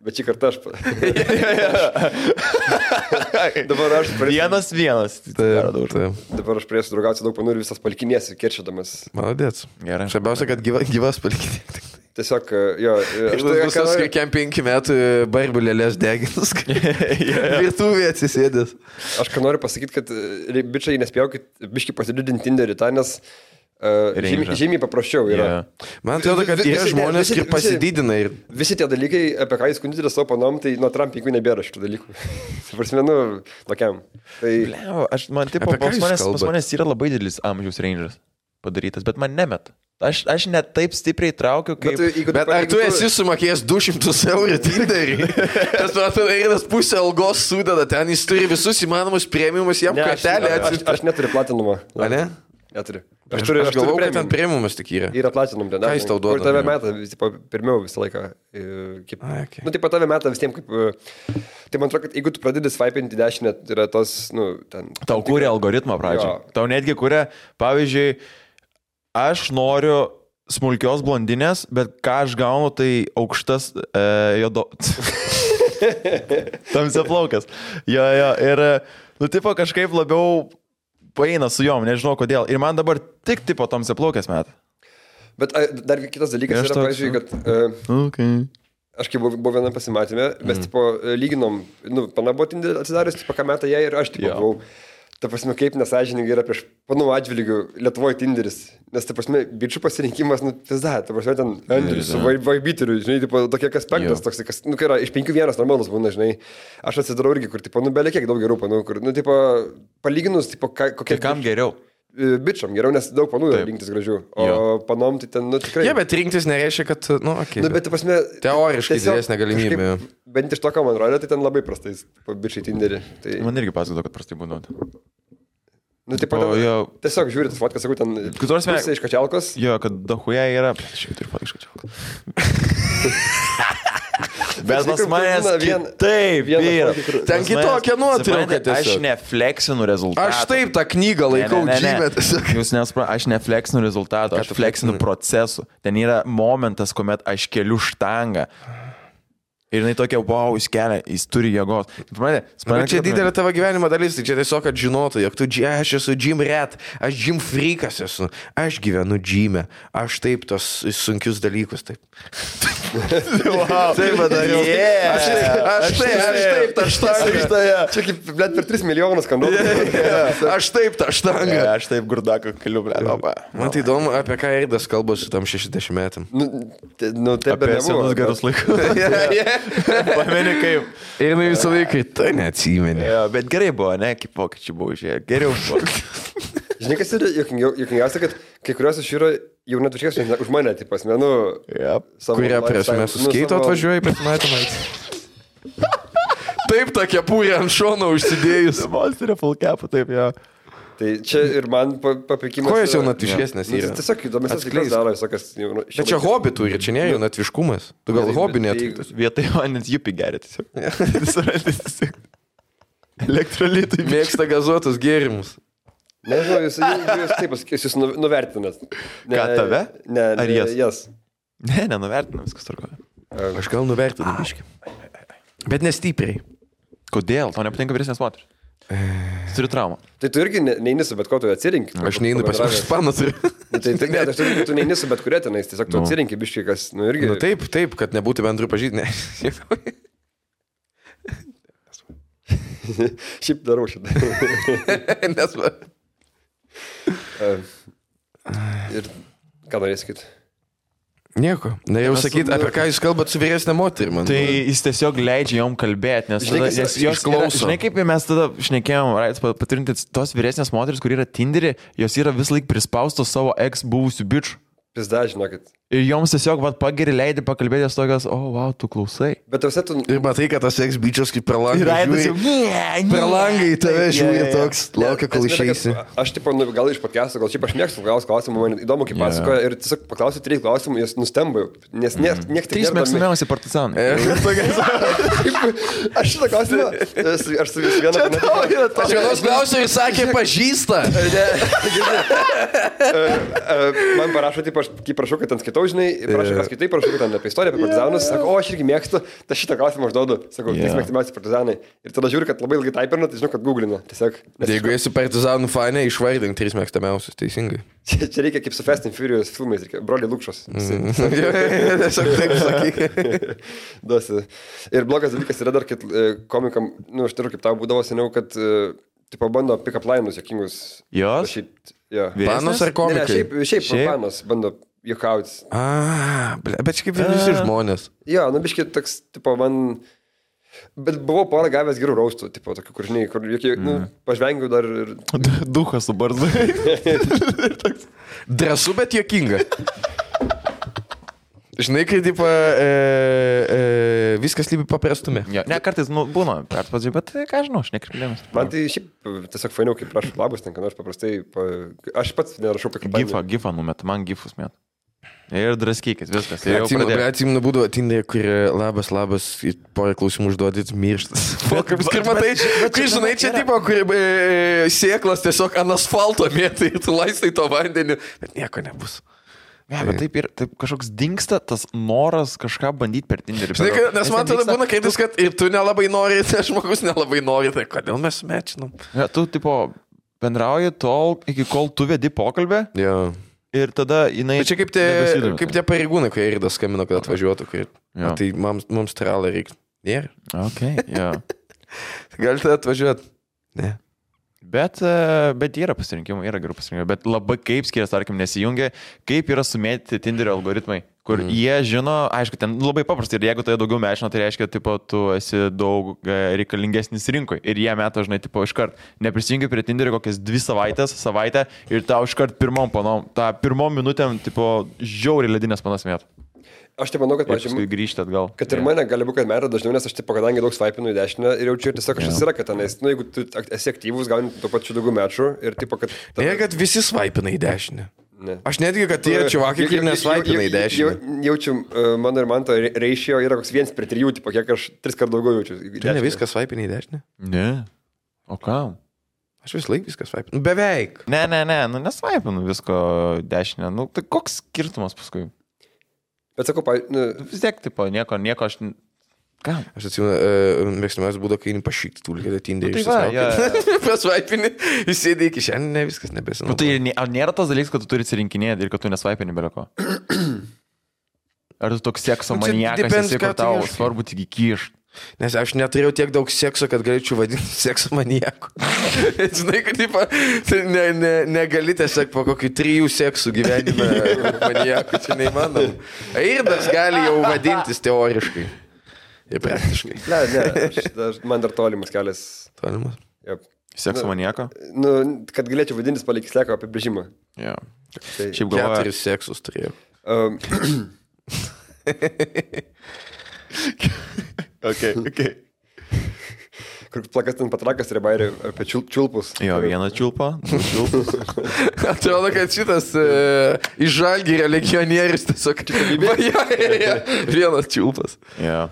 Speaker 3: Bet šį kartą aš... dabar aš prie...
Speaker 1: Vienas vienas.
Speaker 3: Dabar aš prie su draugausiu daug panų ir visas palikinėsiu, kiršydamas.
Speaker 2: Maladėts.
Speaker 1: Gerai.
Speaker 2: Svarbiausia, kad gyva, gyvas palikti.
Speaker 3: Tiesiog, jo,
Speaker 2: Aš
Speaker 3: aš
Speaker 2: tai
Speaker 3: tai ką
Speaker 2: visas,
Speaker 3: noriu-
Speaker 2: kai kiem penki metų barbulėlės deginus. Virtuvė atsisėdęs.
Speaker 3: Aš ką noriu pasakyti, kad e, bičiai nespėjaukit, biški pasididinti Tinderį tą, nes uh,
Speaker 1: Range.
Speaker 3: žymiai, žymiai paprasčiau yra.
Speaker 1: Yeah.
Speaker 2: Man atrodo, kad yra
Speaker 3: Visi tie-
Speaker 2: žmonės
Speaker 3: visi-
Speaker 2: ir
Speaker 3: visi-
Speaker 2: pasididina. Ir...
Speaker 3: Visi tie dalykai, apie ką jūs skundžiate savo panom, tai nuo trampikų nebėra šitų dalykų. Prasmenu, tokiam. Tai
Speaker 1: Bliau, aš man taip
Speaker 2: Apie ką
Speaker 1: pas
Speaker 2: jūs
Speaker 1: manęs, pas
Speaker 2: kalbat?
Speaker 1: manęs yra labai didelis amžiaus rangas padarytas, bet man nemet. Aš, aš net taip stipriai traukiu, kaip...
Speaker 3: tu- jeigu
Speaker 2: Bet ar tu
Speaker 3: paimtum-
Speaker 2: esi sumokėjęs 200 eurų tinderį? Tas tu atrodo, einas pusę algos sudeda ten, jis turi visus įmanomus premiumus, jam
Speaker 3: Ne, aš,
Speaker 2: kartelį
Speaker 3: aš, aš,
Speaker 2: atsiųsti.
Speaker 3: aš neturiu platinumą.
Speaker 2: Ne?
Speaker 3: Neturiu. Aš turiu,
Speaker 2: aš
Speaker 3: aš turiu
Speaker 2: galvoju, kad ten
Speaker 3: premium.
Speaker 2: premiumas tik yra.
Speaker 3: Yra platinum diena.
Speaker 2: Ką jis tau
Speaker 3: kur
Speaker 2: duoda,
Speaker 3: Tave
Speaker 2: jo?
Speaker 3: metą, tipo, pirmiau visą laiką. e, Kaip,
Speaker 2: Ai, okei.
Speaker 3: Nu, taip pat tave metą visiems kaip... e, Tai man atrodo, kad jeigu tu pradedi svaipinti dešinę, tai yra tos, nu, ten...
Speaker 1: Tau kūrė algoritmą pradžioje.
Speaker 3: Jo.
Speaker 1: Tau netgi kūrė, pavyzdžiui, aš noriu smulkios blondinės, bet ką aš gaunu, tai aukštas e, jodo... Tamsia plaukas. Jo, jo, ir, e, nu, tipo, kažkaip labiau paeina su jom, nežinau kodėl. Ir man dabar tik, tipo, tamsia plaukas met.
Speaker 3: Bet a, dar kitas dalykas
Speaker 1: Aš
Speaker 3: yra,
Speaker 1: toks,
Speaker 3: pavyzdžiui,
Speaker 2: nu.
Speaker 3: kad... e,
Speaker 1: Okay.
Speaker 3: Aš kai buvau buvau vienam pasimatymė, mes
Speaker 1: Mhm.
Speaker 3: mm. tipo e, lyginom, nu, panabotinį atsidarius, tipo, ką metą jai ir aš tipo
Speaker 1: Jo.
Speaker 3: buvau. Ta prasme, kaip nesažininkai yra prieš panų atžvilgių Lietuvoje Tinderis. Nes, ta prasme, bičių pasirinkimas, nu, pizda, ta prasme, ten Andrius su
Speaker 1: jo.
Speaker 3: vaibiteriu, žinai, tipo, tokie kas penktas,
Speaker 1: Jo.
Speaker 3: toks, kas, nu, kai yra, iš penkių vienas normalus būna, žinai. Aš atsidarau irgi, kur, tipo, nu, belie kiek daug gerų panų, kur, nu, tipo, palyginus, tipo, ka, kokie...
Speaker 1: Tai kam geriau?
Speaker 3: e, Bičiam geriau, nes daug panų yra
Speaker 1: Taip.
Speaker 3: rinktis gražių, o
Speaker 1: Jo.
Speaker 3: panom tai ten, nu, tikrai...
Speaker 2: Jie, bet rinktis nereiškia, kad, nu, okay,
Speaker 3: Nu, bet, ta prasme,
Speaker 2: Teoriškai
Speaker 3: tiesiog
Speaker 2: didesnė galimybė.
Speaker 3: kažkaip, Bent iš to, ką man rodė, tai ten labai prastai bičiai tinderį. Tai,
Speaker 1: Man irgi pasakojo, kad prastai būdavo.
Speaker 3: nu,
Speaker 1: O,
Speaker 3: taip pat.
Speaker 1: jo.
Speaker 3: Tiesiog žiūrit, fotkas, sakau, ten
Speaker 1: Kai tu prasme-
Speaker 3: pusė iš kačialkos.
Speaker 1: Jo, kad dahuja yra. Šiaip taip pat iškačiau. Bet pas
Speaker 3: Žinai, kur
Speaker 1: manęs
Speaker 3: būna vien-
Speaker 1: taip,
Speaker 3: vienas
Speaker 1: vyra.
Speaker 3: tokį, kur-
Speaker 2: Ten kitokia nuotrauka
Speaker 1: Aš
Speaker 2: tiesiog.
Speaker 1: nefleksinu rezultatų.
Speaker 2: Aš taip tą knygą
Speaker 1: Ne, ne,
Speaker 2: laikau
Speaker 1: ne, ne.
Speaker 2: džymę tiesiog.
Speaker 1: Jūs nesuprantate, aš nefleksinu rezultatų, aš
Speaker 2: tu
Speaker 1: fleksinu procesų. Ten yra momentas, kuomet aš keliu štangą. Ir jinai tokia, wow, jis kelia, jis turi jėgos. Suprantate,
Speaker 2: Man čia
Speaker 1: suprantate, kad-
Speaker 2: didelė tavo gyvenimo dalis, tai čia tiesiog, kad žinotų, jog tu, dži- aš esu Jim Red, aš Jim Freakas esu, aš gyvenu Jim'e, aš taip tos sunkius dalykus, taip.
Speaker 1: Wow.
Speaker 2: Taip padariau.
Speaker 1: Yeah.
Speaker 2: Aš, aš taip, aš taip, tą štangą.
Speaker 3: Čia kaip, blėt, per 3 milijonus skambėjo.
Speaker 2: Aš taip, tą štangą.
Speaker 1: Aš taip gurdaką keliu, ble. nu,
Speaker 2: Man tai įdomu, apie ką Eidas kalba su tam 60 metam.
Speaker 3: Nu, te- nu, taip,
Speaker 1: Apie
Speaker 3: bet
Speaker 1: senus gerus laikus. Pameni kaip.
Speaker 2: Ir jinai visą laiką, tai neatsimeni.
Speaker 1: Jo, bet gerai buvo, ne, kaip vokiečiai buvo išėję. Geriau buvo.
Speaker 3: Žinai, kas yra juokingiau- juokingiausia, kad kai kurios iš jų yra jau net viršesnės už mane, tai prasmenu.
Speaker 1: Yep.
Speaker 2: Kuria prasme
Speaker 3: nu,
Speaker 2: suskeito atvažiuoja į pasimatymą. Taip tą kepurę ant šono užsidėjus.
Speaker 1: Monsterio fulkepų, taip jo.
Speaker 3: Tai čia ir man pa- papirkimas.
Speaker 2: Kojas
Speaker 3: yra-
Speaker 2: jaunatviškesnės
Speaker 3: Nu,
Speaker 2: yra.
Speaker 3: Tiesiog įdomesnis dalykas
Speaker 2: Atskleisk.
Speaker 3: daro visokias. jaunu-
Speaker 2: Bet čia Nu. hobi turi, čia nėra jaunatviškumas. Tu gal
Speaker 3: Tai-
Speaker 2: hobi net.
Speaker 3: tai-
Speaker 1: Vietoj vandens jupį geria tiesiog. Elektrolitai.
Speaker 2: Mėgsta gazuotus gėrimus.
Speaker 3: Nežinau, jūs, jūs, jūs taip pasakys, jūs nu- nuvertinat. Ne,
Speaker 1: Ką, tave?
Speaker 3: Ne,
Speaker 1: Ar
Speaker 3: ne,
Speaker 1: jas?
Speaker 3: Jas.
Speaker 1: Ne, nenuvertinam viskas tvarkoje.
Speaker 2: Aš gal nuvertinu biškį. Bet nestipriai.
Speaker 1: Kodėl? Tau nepatinka vyresnės moteris? Jis Turi traumą.
Speaker 3: Tai tu irgi ne- neini su bet ko tu atsirink.
Speaker 2: Aš neinu pas
Speaker 3: Pabendravęs.
Speaker 2: aš spaną turiu.
Speaker 3: Nu, Tai, tai, ne, tai aš turiu, tu neini su bet kuria tenais, tiesiog tu
Speaker 1: Nu.
Speaker 3: atsirinki biškai, kas, nu irgi.
Speaker 2: Nu, taip, taip, kad nebūtų bendrų pažydinė.
Speaker 3: Šiaip darau šitą.
Speaker 2: Nes... va-
Speaker 3: Ir ką norėsit sakyti?
Speaker 2: Nieko. Na jau sakyt, apie ką jūs kalbat su vyresnė moterimi.
Speaker 1: Tai jis tiesiog leidžia jom kalbėti, nes
Speaker 3: Žinai,
Speaker 1: tada,
Speaker 3: kas-
Speaker 1: nes jos
Speaker 2: išklauso.
Speaker 1: klauso. Žinai, kaip mes tada šnekėjom, Raitas, patvirtinti, tos vyresnės moteris, kur yra Tinderį, jos yra vis laik prispaustos savo eks buvusių bičių.
Speaker 3: Pizda, žinokit.
Speaker 1: Ir joms tiesiog vat, pagiri leidai pakalbėti, jos tokios, o, oh, wow, tu klausai.
Speaker 3: Bet tau setu...
Speaker 2: Ir matai, kad tas eks bičias kaip per langą. žiūri-
Speaker 1: ne,
Speaker 2: Per langą į tave
Speaker 1: Jo,
Speaker 2: žiūri
Speaker 1: jo, jo.
Speaker 2: toks, laukia, kol išeisi.
Speaker 3: Aš taip, nu, gal iš podcast'o, gal šiaip aš mėgstu klaus klausimų, man įdomu, kaip pasakoja ir tiesiog paklausiu trys klausimų, jis nustemba, jau, nes ne, niekas
Speaker 1: Trys mėgstamiausi partizanai.
Speaker 3: Aš šitą klausimą, aš su- aš su vis vienu.
Speaker 2: Aš vienos klausiau ir sakė, pažįsta.
Speaker 3: Man parašo, taip, aš kaip prašau, kad ten skaitau, žinai, prašau, kad skaitai, prašau, kad ten apie istoriją, apie partizanus, yeah. sako, o aš irgi mėgstu, tai šitą klausimą aš duodu, sakau, yeah.
Speaker 1: Jo.
Speaker 3: trys mėgstamiausi partizanai. Ir tada žiūriu, kad labai ilgai taipirnu, tai žinau, kad googlinu, tiesiog. Nes
Speaker 2: Jeigu esi partizanų fane, išvardink tris mėgstamiausius, teisingai.
Speaker 3: čia, čia reikia kaip su Fast and Furious filmais, reikia, broliai Lukšos. Mm.
Speaker 2: Tiesiog taip sakyk.
Speaker 3: Duosi. Ir blogas dalykas yra dar, kad e, komikam, nu, aš turiu, kaip tau būdavo seniau, kad, e, tipo, bando pick-up linus, jokingus.
Speaker 1: Jos?
Speaker 3: Rašyt, jo. Ne,
Speaker 2: Panos ar
Speaker 3: ne,
Speaker 2: komikai?
Speaker 3: šiaip, šiaip,
Speaker 1: Šiaip?
Speaker 3: šiaip? panas bando juokauti.
Speaker 2: A, ble- bet čia kaip ir visi žmonės.
Speaker 3: Jo, nu, biškit, toks, tipo, man... Bet buvau porą gavęs gerų raustų, tipo, tokių kur, žinai, kur, jokie, mm. nu, pažvengiau dar ir...
Speaker 1: Duhas su barzu.
Speaker 2: Dresu, bet jokinga. Žinai, kai tipo, e, e, viskas lybi paprastume.
Speaker 1: Ne, kartais nu, būna, perspazžiai, bet tai ką žinau, aš nekreipdėmės.
Speaker 3: Man tai šiaip e, tiesiog fainiau, kaip prašau labas, ten, kad aš paprastai... Pa... Aš pats nerašau, kad...
Speaker 1: Gifą, gifą numet, man gifus met. Ir draskykit, viskas. Ir tai jau
Speaker 2: Tai Atsimenu,
Speaker 1: pradėjo.
Speaker 2: atsimenu, būdavo Tinderė, kur e, labas, labas, į porą klausimų užduodit, mirštas. Kaip
Speaker 1: bet-
Speaker 2: skirmatai,
Speaker 1: bet
Speaker 2: kai
Speaker 1: čia
Speaker 2: žinai, čia tipo, kur e, sėklas tiesiog ant asfalto mėtai, tu laistai to vandenį, bet nieko nebus.
Speaker 1: Ne,
Speaker 2: Tai-
Speaker 1: bet taip ir taip kažkoks dinksta tas noras kažką bandyti per Tinderį.
Speaker 2: Žinai, kad, nes man
Speaker 1: ten
Speaker 2: tada
Speaker 1: vyksta-
Speaker 2: būna kaitis, kad ir tu nelabai nori, tas žmogus nelabai nori, tai kodėl mes mečinom?
Speaker 1: Ja, tu, tipo, bendrauji tol, iki kol tu vedi pokalbį
Speaker 2: Jo.
Speaker 1: ir tada jinai...
Speaker 2: Bet čia kaip tie,
Speaker 1: Tai nebesidomi. tai.
Speaker 2: kaip tie pareigūnai, kai Irdas skambino, kad atvažiuotų, kai...
Speaker 1: Jo.
Speaker 2: Tai mums, mums tralą reikia. Nėra.
Speaker 1: Ok, jo.
Speaker 2: Galite atvažiuoti. Ne.
Speaker 1: Bet, e, bet yra pasirinkimų, yra gerų pasirinkimų, bet labai kaip skiriasi, tarkim, nesijungia, kaip yra sumėti Tinderio algoritmai, kur mm. jie žino, aišku, ten labai paprasta ir jeigu tai daugiau mešino, tai reiškia, tipo, tu esi daug e, reikalingesnis rinkoje ir jie meto, žinai, tipo, iškart neprisijungi prie Tinderio kokias dvi savaitės, savaitę ir tau iškart pirmom, panom, tą pirmom minutėm, tipo, žiauriai ledinės panas met.
Speaker 3: Aš tai manau, kad,
Speaker 1: Ir
Speaker 3: pažiūrėjau,
Speaker 1: paskui grįžti atgal.
Speaker 3: Kad ir mane gali būti, kad merą dažniau, nes aš taip, kadangi daug svaipinu į dešinę ir jaučiu ir tiesiog kažkas yra, kad tenais, nu, jeigu tu ak- esi aktyvus, gauni tuo pačiu daugiau mečių ir taip, kad...
Speaker 2: Ne, kad visi svaipina į dešinę.
Speaker 3: Ne.
Speaker 2: Aš netgi, kad tie čiavakai,
Speaker 3: Jau-
Speaker 2: kurie
Speaker 3: jau-
Speaker 2: nesvaipina į
Speaker 3: jau-
Speaker 2: dešinę.
Speaker 3: jau- Jaučiu, e, mano ir man to reišio yra koks vienas prie trijų, tipo, kiek aš tris kart daugiau jaučiu. į
Speaker 2: Tu ne
Speaker 3: dešinę.
Speaker 2: viską svaipina į dešinę?
Speaker 1: Ne. O kam?
Speaker 2: Aš vis laik viską svaipinu. Beveik.
Speaker 1: Ne, ne, ne, nu nesvaipinu visko dešinę. Nu, tai koks skirtumas paskui?
Speaker 3: Bet sakau, pa, nu,
Speaker 1: Vis tiek, tipo, nieko, nieko aš... n- Ką?
Speaker 2: Aš atsimenu, uh, mėgstamiausias būdas, kai eini pašykti tulkį, kad
Speaker 1: Nu,
Speaker 2: tindę
Speaker 1: tai va,
Speaker 2: išsitraukti. Pasvaipini, įsėdi iki šiandien, ne viskas nebesina.
Speaker 1: Nu, tai ir nė- ar nėra tas dalykas, kad tu turi atsirinkinėti ir kad tu nesvaipini beleko? Ar tu toks sekso
Speaker 2: Nu, čia
Speaker 1: maniakas,
Speaker 2: depends,
Speaker 1: esi,
Speaker 2: ką
Speaker 1: kur
Speaker 2: tu
Speaker 1: tau
Speaker 2: ieškai.
Speaker 1: svarbu tik įkišti?
Speaker 2: Nes aš neturėjau tiek daug sekso, kad galėčiau vadinti sekso manieku. Žinai, kad taip, ne, ne, negali tiesiog po kokių trijų seksų gyvenime manieku, čia neįmanoma. Airdas gali jau vadintis teoriškai ir praktiškai.
Speaker 3: ne, ne, aš, aš, man dar tolimas kelias.
Speaker 2: Tolimas.
Speaker 3: Jop.
Speaker 1: Sekso maniaką?
Speaker 3: Nu, kad galėčiau vadintis palikis leko apibrėžimą.
Speaker 1: Ja.
Speaker 3: Tai-
Speaker 1: Šiaip galvoju.
Speaker 2: Keturis seksus turėjau.
Speaker 3: Um,
Speaker 1: Okay, okay.
Speaker 3: kur plakas ten patrakas ir bairė apie čiul, čiulpus.
Speaker 1: Jo, vieną čiulpą, du čiulpus.
Speaker 2: Atrodo, kad šitas e, iš žalgį legionierius tiesiog. Va, jo, jo, jo. Vienas čiulpas.
Speaker 1: Jo.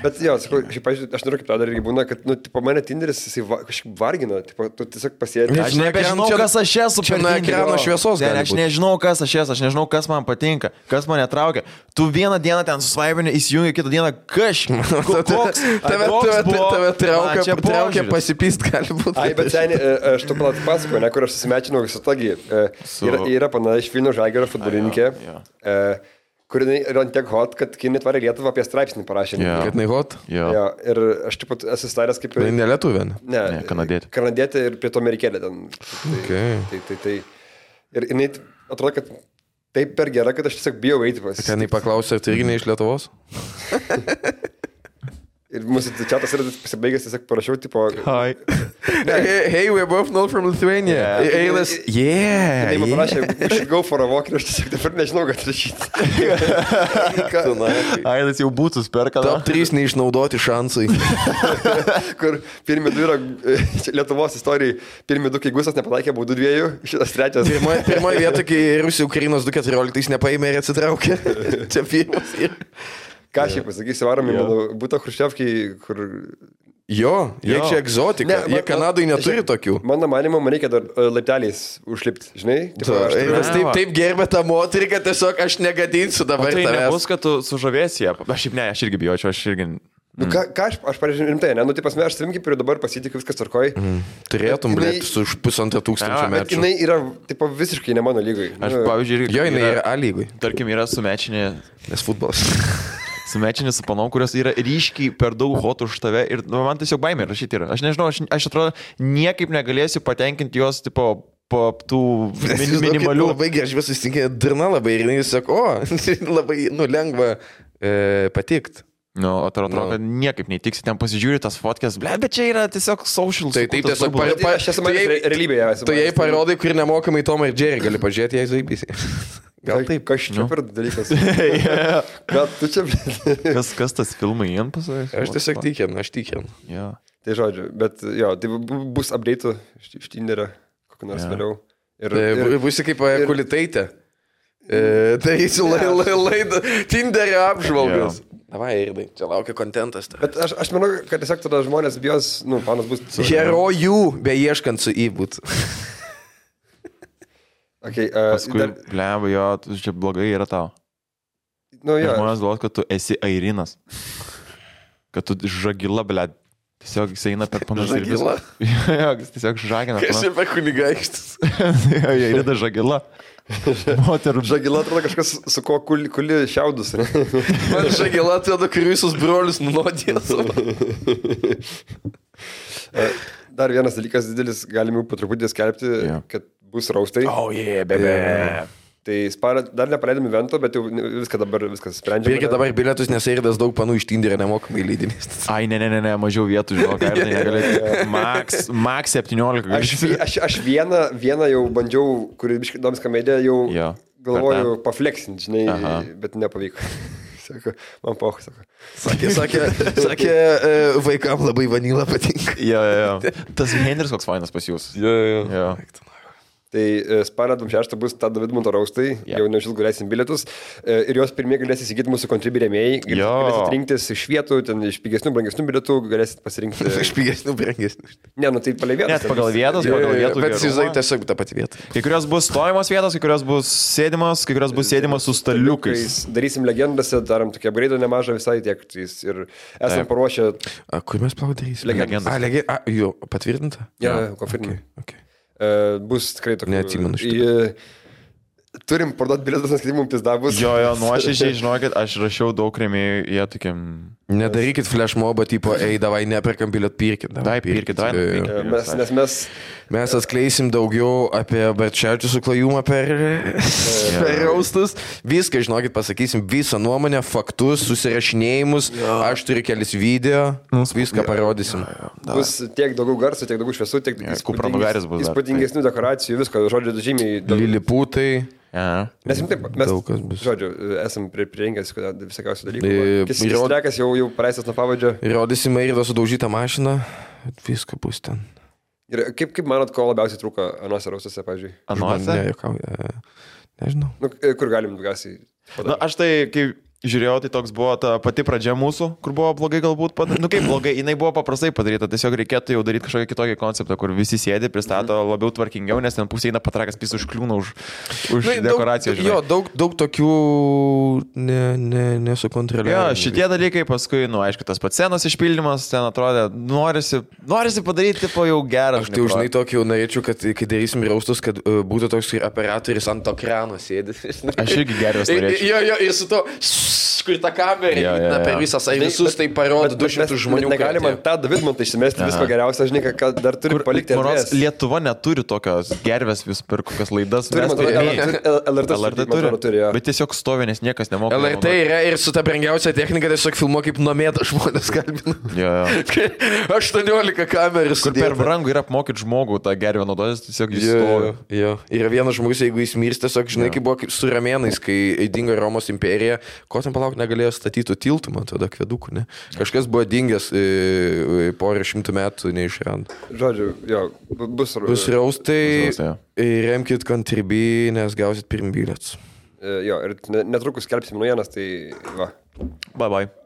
Speaker 3: Bet jo, sakau, šiaip, aš, aš noriu, kaip tau dar irgi būna, kad, nu, tipo, mane Tinderis, jisai va, kažkaip vargina, tipo, tu tiesiog pasėdi.
Speaker 2: Ne,
Speaker 1: Aš
Speaker 2: Žinai,
Speaker 1: nebežinau,
Speaker 2: čia-
Speaker 1: kas aš esu.
Speaker 2: čia
Speaker 1: per
Speaker 2: nuo
Speaker 1: Tinderį.
Speaker 2: ekrano
Speaker 1: Jo.
Speaker 2: šviesos
Speaker 1: Ne,
Speaker 2: gali
Speaker 1: Aš
Speaker 2: būt.
Speaker 1: nežinau, kas aš esu, aš nežinau, kas man patinka, kas mane traukia. Tu vieną dieną ten susvaibini, įsijungi, kitą dieną kažkaip. Koks,
Speaker 2: Nu, Tave,
Speaker 1: koks
Speaker 2: tave,
Speaker 1: buvo-
Speaker 2: tave
Speaker 1: Man
Speaker 2: traukia,
Speaker 1: čia
Speaker 2: traukia
Speaker 1: požiūris.
Speaker 2: pasipyst gali būti.
Speaker 3: Ai, bet seniai, e, aš tu palat pasakoju, ne, kur aš susimečinau visą tagį. E,
Speaker 1: Su-
Speaker 3: Yra, yra pana iš Vilnių Žalgėro futbolininkė,
Speaker 1: jo,
Speaker 3: e, kur jinai yra ant tiek hot, kad kai netvarė Lietuvą apie straipsnį parašė.
Speaker 1: Jo.
Speaker 2: Kad naivot?
Speaker 1: Jo.
Speaker 3: Jo, ir aš taip pat esu staręs kaip
Speaker 2: Tai
Speaker 3: ir...
Speaker 2: ne lietuvė. ne?
Speaker 3: Ne,
Speaker 1: Ne, kanadietė.
Speaker 3: Kanadietė ir pietų amerikėlė ten. Tai,
Speaker 2: Okay.
Speaker 3: tai, tai, tai. Ir jinai t- atrodo, kad taip per gera, kad aš tiesiog bijau eiti pas.
Speaker 2: Ten jį paklausė, ar tai irgi ne iš Lietuvos?
Speaker 3: Ir mūsų čia tas yra pasibaigęs, tiesiog parašiau, tipo...
Speaker 1: Hi.
Speaker 2: Hey, hey, we're both not from Lithuania.
Speaker 1: Yeah.
Speaker 2: Eilas.
Speaker 1: Yeah.
Speaker 3: Tai man
Speaker 1: yeah.
Speaker 3: parašė, aš go for a walk ir aš tiesiog dabar nežinau, ką rašyti.
Speaker 1: Aidas jau būtų perka.
Speaker 2: Top 3 neišnaudoti šansai.
Speaker 3: Kur pirmi du yra e, čia Lietuvos istorijai, pirmi du, kai Gusas nepataikė baudų dviejų, šitas trečias.
Speaker 2: Pirmoje pirmoj vietoje, kai Rusija Ukrainos 2.14 nepaėmė ir atsitraukė. Čia pirmas. Ir...
Speaker 3: Ką aš jai pasakysiu, varom į
Speaker 1: Jo.
Speaker 3: mano būtą Hruščiavkį, kur...
Speaker 2: Jo, jie
Speaker 1: Jo.
Speaker 2: čia egzotika.
Speaker 3: Ne,
Speaker 2: Ne, jie
Speaker 3: man-
Speaker 2: Kanadai neturi
Speaker 3: žiūrėk,
Speaker 2: tokių.
Speaker 3: Mano manimo, man reikia dar e, laipteliais užlipti, žinai? Tipo,
Speaker 2: Ta,
Speaker 3: aš turiu-
Speaker 2: Eilas taip,
Speaker 1: va.
Speaker 2: taip gerbė tą moterį, kad tiesiog aš negadinsiu dabar
Speaker 1: Tai nebus,
Speaker 2: tavęs.
Speaker 1: kad tu sužavėsi ją. Aš šiaip ne, aš irgi bijočiau, aš irgi...
Speaker 2: Mm.
Speaker 3: Nu, ką, ką aš, aš pavyzdžiui, rimtai, ne, nu, tai pasme, aš savim kaip ir dabar pasitikiu, viskas tvarkoji.
Speaker 2: Mhm.
Speaker 3: Mm.
Speaker 2: Turėtum,
Speaker 3: Bet jinai-
Speaker 2: blėt, su už pusantro tūkstančio
Speaker 1: Jo, bet
Speaker 2: metų.
Speaker 3: Jinai yra, tipo, visiškai ne mano lygai. Nu,
Speaker 1: Aš, pavyzdžiui, irgi...
Speaker 2: Jo, jinai
Speaker 1: yra-
Speaker 2: yra A lygui,
Speaker 1: Tarkim, yra sumečinė,
Speaker 2: nes futbolas.
Speaker 1: sumečinė su panom, kurios yra ryškiai per daug hot už tave ir nu, man tiesiog baimė rašyti yra. Aš nežinau, aš, aš atrodo, niekaip negalėsiu patenkinti jos, tipo, po tų min, minimalių...
Speaker 2: Labai gerai, aš vis įsitikinę, dirna labai ir jinai sako, o, labai, nu, lengva e, patikt.
Speaker 1: Nu, atrodo,
Speaker 2: Nu.
Speaker 1: atrodo, kad niekaip neįtiksi, ten pasižiūri tas fotkės, ble, bet čia yra tiesiog social.
Speaker 2: Tai taip
Speaker 1: sukurtas
Speaker 2: tiesiog
Speaker 1: burbulas.
Speaker 2: pare-
Speaker 3: Pa, aš esu matęs
Speaker 2: tu jai-
Speaker 3: re- realybėje. esu
Speaker 2: Tu jai
Speaker 3: matęs.
Speaker 2: parodai, kur nemokamai Tomą ir Jerry gali pažiūrėti, jei zaipysi.
Speaker 3: tai
Speaker 2: Gal taip. Nu.
Speaker 3: Kas čia per dalykas?
Speaker 1: Jo.
Speaker 3: Gal tu čia, blėt.
Speaker 1: kas, kas tas filmai jiems pasakė?
Speaker 2: Aš tiesiog tai- tikinu, aš tikinu.
Speaker 1: Ja.
Speaker 3: Tai žodžiu, bet jo, tai bu- bus update iš Tinderio, kokį nors
Speaker 1: Jo.
Speaker 3: vėliau. Ir,
Speaker 2: E,
Speaker 3: ir,
Speaker 2: Būsi kaip e,
Speaker 3: ir-
Speaker 2: kulitaitė. E, Tai jis laida Tinderio apžvalgas. Davai, Irdai, čia laukia kontentas. tave.
Speaker 3: bet aš, aš manau, kad tiesiog tada žmonės bijos, nu, panas bus...
Speaker 2: Herojų, beieškant su įbūt.
Speaker 3: Okay, uh,
Speaker 1: Paskui, dar... bleb, jo, tu čia blogai yra tau.
Speaker 3: nu,
Speaker 1: Ir
Speaker 3: jo,
Speaker 1: Žmonės galvoja, kad tu esi airinas. Kad tu žagila, bleb. Tiesiog jis eina per panašiai.
Speaker 2: Žagila?
Speaker 1: Jo, jis tiesiog žagina.
Speaker 2: Kas
Speaker 1: panašiai.
Speaker 2: čia per kunigaikštis?
Speaker 1: Jo, jie yra žagila. Moterų žagila.
Speaker 3: Žagila atrodo kažkas su kuo kuli, kuli šiaudus. ne?
Speaker 2: Man žagila atrodo, kur visus brolius nulodės.
Speaker 3: E, Dar vienas dalykas didelis, galime jau po truputį skelbti,
Speaker 1: Jo.
Speaker 3: kad bus raustai. E,
Speaker 2: O, jie,
Speaker 1: be.
Speaker 3: Tai spalio dar nepaleidom evento, bet jau viską dabar viskas sprendžiama.
Speaker 2: Pirkit dabar bilietus, nes Irdas daug panų iš Tinderio nemokamai leidinys.
Speaker 1: Ai, ne, ne, ne, ne, mažiau vietų, žinok, ar tai negalėtų. Max, max 17.
Speaker 3: Aš, aš, aš vieną, vieną jau bandžiau, kuri biškai domis komediją, jau
Speaker 1: Jo.
Speaker 3: galvoju pafleksinti, žinai,
Speaker 1: Aha.
Speaker 3: bet nepavyko. Sako, man poch, sako.
Speaker 2: Sakė, sakė, sakė e, vaikam labai vanilą patinka.
Speaker 1: Jo, jo, jo. Tas Henris koks fainas pas jūs.
Speaker 2: Jo,
Speaker 1: Jo.
Speaker 3: Tai e, spalio 26 bus tada Vidmunto raustai,
Speaker 1: Jo.
Speaker 3: yeah. jau neužilgų galėsim bilietus e, ir jos pirmie galės įsigyti mūsų kontribiurėmėjai,
Speaker 1: Jo.
Speaker 3: galėsit rinktis iš vietų, ten iš pigesnių, brangesnių bilietų, galėsit pasirinkti. e,
Speaker 2: Iš Tai pigesnių, brangesnių.
Speaker 3: Ne, nu tai palei vietą.
Speaker 1: Net pagal vietas,
Speaker 2: Jo, jo,
Speaker 1: pagal
Speaker 2: jo,
Speaker 1: vietų.
Speaker 2: Bet jisai
Speaker 1: gerumą.
Speaker 2: tiesiog tą patį vietą.
Speaker 1: Kai kurios bus stojamos vietos, kai kurios bus sėdimas, kai kurios bus sėdimas su staliukais.
Speaker 3: Kai darysim legendose, darom tokią braidą nemažą visai tiek. tais Ir esame
Speaker 1: Taip.
Speaker 3: paruošę.
Speaker 2: A, kur mes plaudarysime?
Speaker 1: Legendos.
Speaker 2: A, legi... A, jo, patvirtinta?
Speaker 3: Ja, kofirmį.
Speaker 2: Okay.
Speaker 3: E, bus tikrai tokia.
Speaker 2: Neatsimenu
Speaker 3: Turim parduoti bilietus, nes kitaip mums pizdabus.
Speaker 1: Jo, jo, nuoširdžiai, žinokit, aš rašiau daug remėjų, jie "Mm, tokiam.
Speaker 2: Nedarykit flash mobą, tipo, ei, davai, neperkam biliet, pirkit.
Speaker 1: Davai, pirkit, davai,
Speaker 2: Jo, jo.
Speaker 1: pirkit.
Speaker 3: Mes, nes mes,
Speaker 2: Mes atskleisim daugiau apie Barčiačių suklajumą per, per raustus. Viską, žinokit, pasakysim, visą nuomonę, faktus, susirašinėjimus. Aš turiu kelis video, viską parodysim.
Speaker 3: bus tiek daugiau garso, tiek daugiau šviesų, tiek įspūdingis-
Speaker 1: kupranugaris bus dar,
Speaker 3: Įspūdingesnių dekoracijų, visko, žodžiu, žymiai. daug-
Speaker 2: Liliputai.
Speaker 1: Ja.
Speaker 3: Mes jums taip, mes,
Speaker 2: Daug kas bus.
Speaker 3: žodžiu, esam pri- prirengęs visokiausių
Speaker 2: E,
Speaker 3: dalykų. Jis
Speaker 2: įrod-
Speaker 3: rekas jau, jau praeistas nuo pavadžio.
Speaker 2: Rodysim Airdo sudaužytą mašiną. Viską bus ten.
Speaker 3: Ir kaip, kaip manot, ko labiausiai trūko anuose raustose, pavyzdžiui?
Speaker 1: Anuose?
Speaker 2: Ne, juokauju. E, Nežinau.
Speaker 3: Nu, e, kur galim daugiausiai
Speaker 1: Na, aš tai, kai žiūrėjau, tai toks buvo ta pati pradžia mūsų, kur buvo blogai galbūt padaryta. Nu kaip blogai, jinai buvo paprastai padaryta, tiesiog reikėtų jau daryti kažkokį kitokį konceptą, kur visi sėdi, pristato
Speaker 2: Mhm.
Speaker 1: labiau tvarkingiau, nes ten pusė eina patrakas, pis užkliūna už, už
Speaker 2: Na,
Speaker 1: dekoracijos.
Speaker 2: Nu, Daug, jo, daug, daug tokių ne, ne,
Speaker 1: Jo,
Speaker 2: nesukontroliuojamų.
Speaker 1: šitie dalykai, paskui, nu, aišku, tas pats senos išpildymas, ten atrodė, norisi, norisi padaryti po jau gerą.
Speaker 2: Aš tai
Speaker 1: žinai,
Speaker 2: jau, žinai tokį jau norėčiau, kad kai darysim raustus, kad uh, būtų toks kai operatorius ant to krano sėdis. žinai.
Speaker 1: Aš irgi gervės
Speaker 2: Ir-
Speaker 1: norėčiau.
Speaker 2: Jo, jo, ir su to, kur ta kamera,
Speaker 1: Jo,
Speaker 2: ja,
Speaker 1: jo,
Speaker 2: ja, ja.
Speaker 1: jo.
Speaker 2: per visą, tai visus tai parodo 200 žmonių.
Speaker 3: Negalima
Speaker 2: kad-
Speaker 3: tą Davidmontą išsimesti visko geriausio, žinai, ką- ką dar turi
Speaker 1: Kur
Speaker 3: palikti.
Speaker 1: man rodos,
Speaker 3: erdvės.
Speaker 1: Lietuva neturi tokios gervės vis per kokias laidas.
Speaker 3: Turi,
Speaker 1: mes
Speaker 3: man atrodo,
Speaker 1: turime.
Speaker 3: LRT
Speaker 1: LRT
Speaker 3: man
Speaker 1: turi,
Speaker 3: atrodo, turi, jo.
Speaker 1: bet tiesiog stovi, nes niekas nemoka.
Speaker 2: LRT yra ir su ta brangiausia technika tiesiog filmuo kaip nomėta žmonės kalbina.
Speaker 1: Jo, jo.
Speaker 2: 18 kamerų.
Speaker 1: Kur per brangu yra apmokyti žmogų tą gervę naudotis, tiesiog jis stovi.
Speaker 2: Jo, yra vienas žmogus, jeigu jis mirs, tiesiog, žinai, kaip buvo kaip su ramėnais, kai dingo Romos imperija, ko ten palauk negalėjo statytų tiltų, man tada kvedukų, ne? Kažkas buvo dingęs e, e, porą šimtų metų neišrand.
Speaker 3: Žodžiu, jo, bu-
Speaker 2: Bus
Speaker 3: bus.
Speaker 2: raustai,
Speaker 1: Bus raustai,
Speaker 2: tai remkit kontribį, nes gausit pirmbilėts.
Speaker 3: Jo, ir ne- netrukus skelbsim naujienas, tai va.
Speaker 1: Bye bye.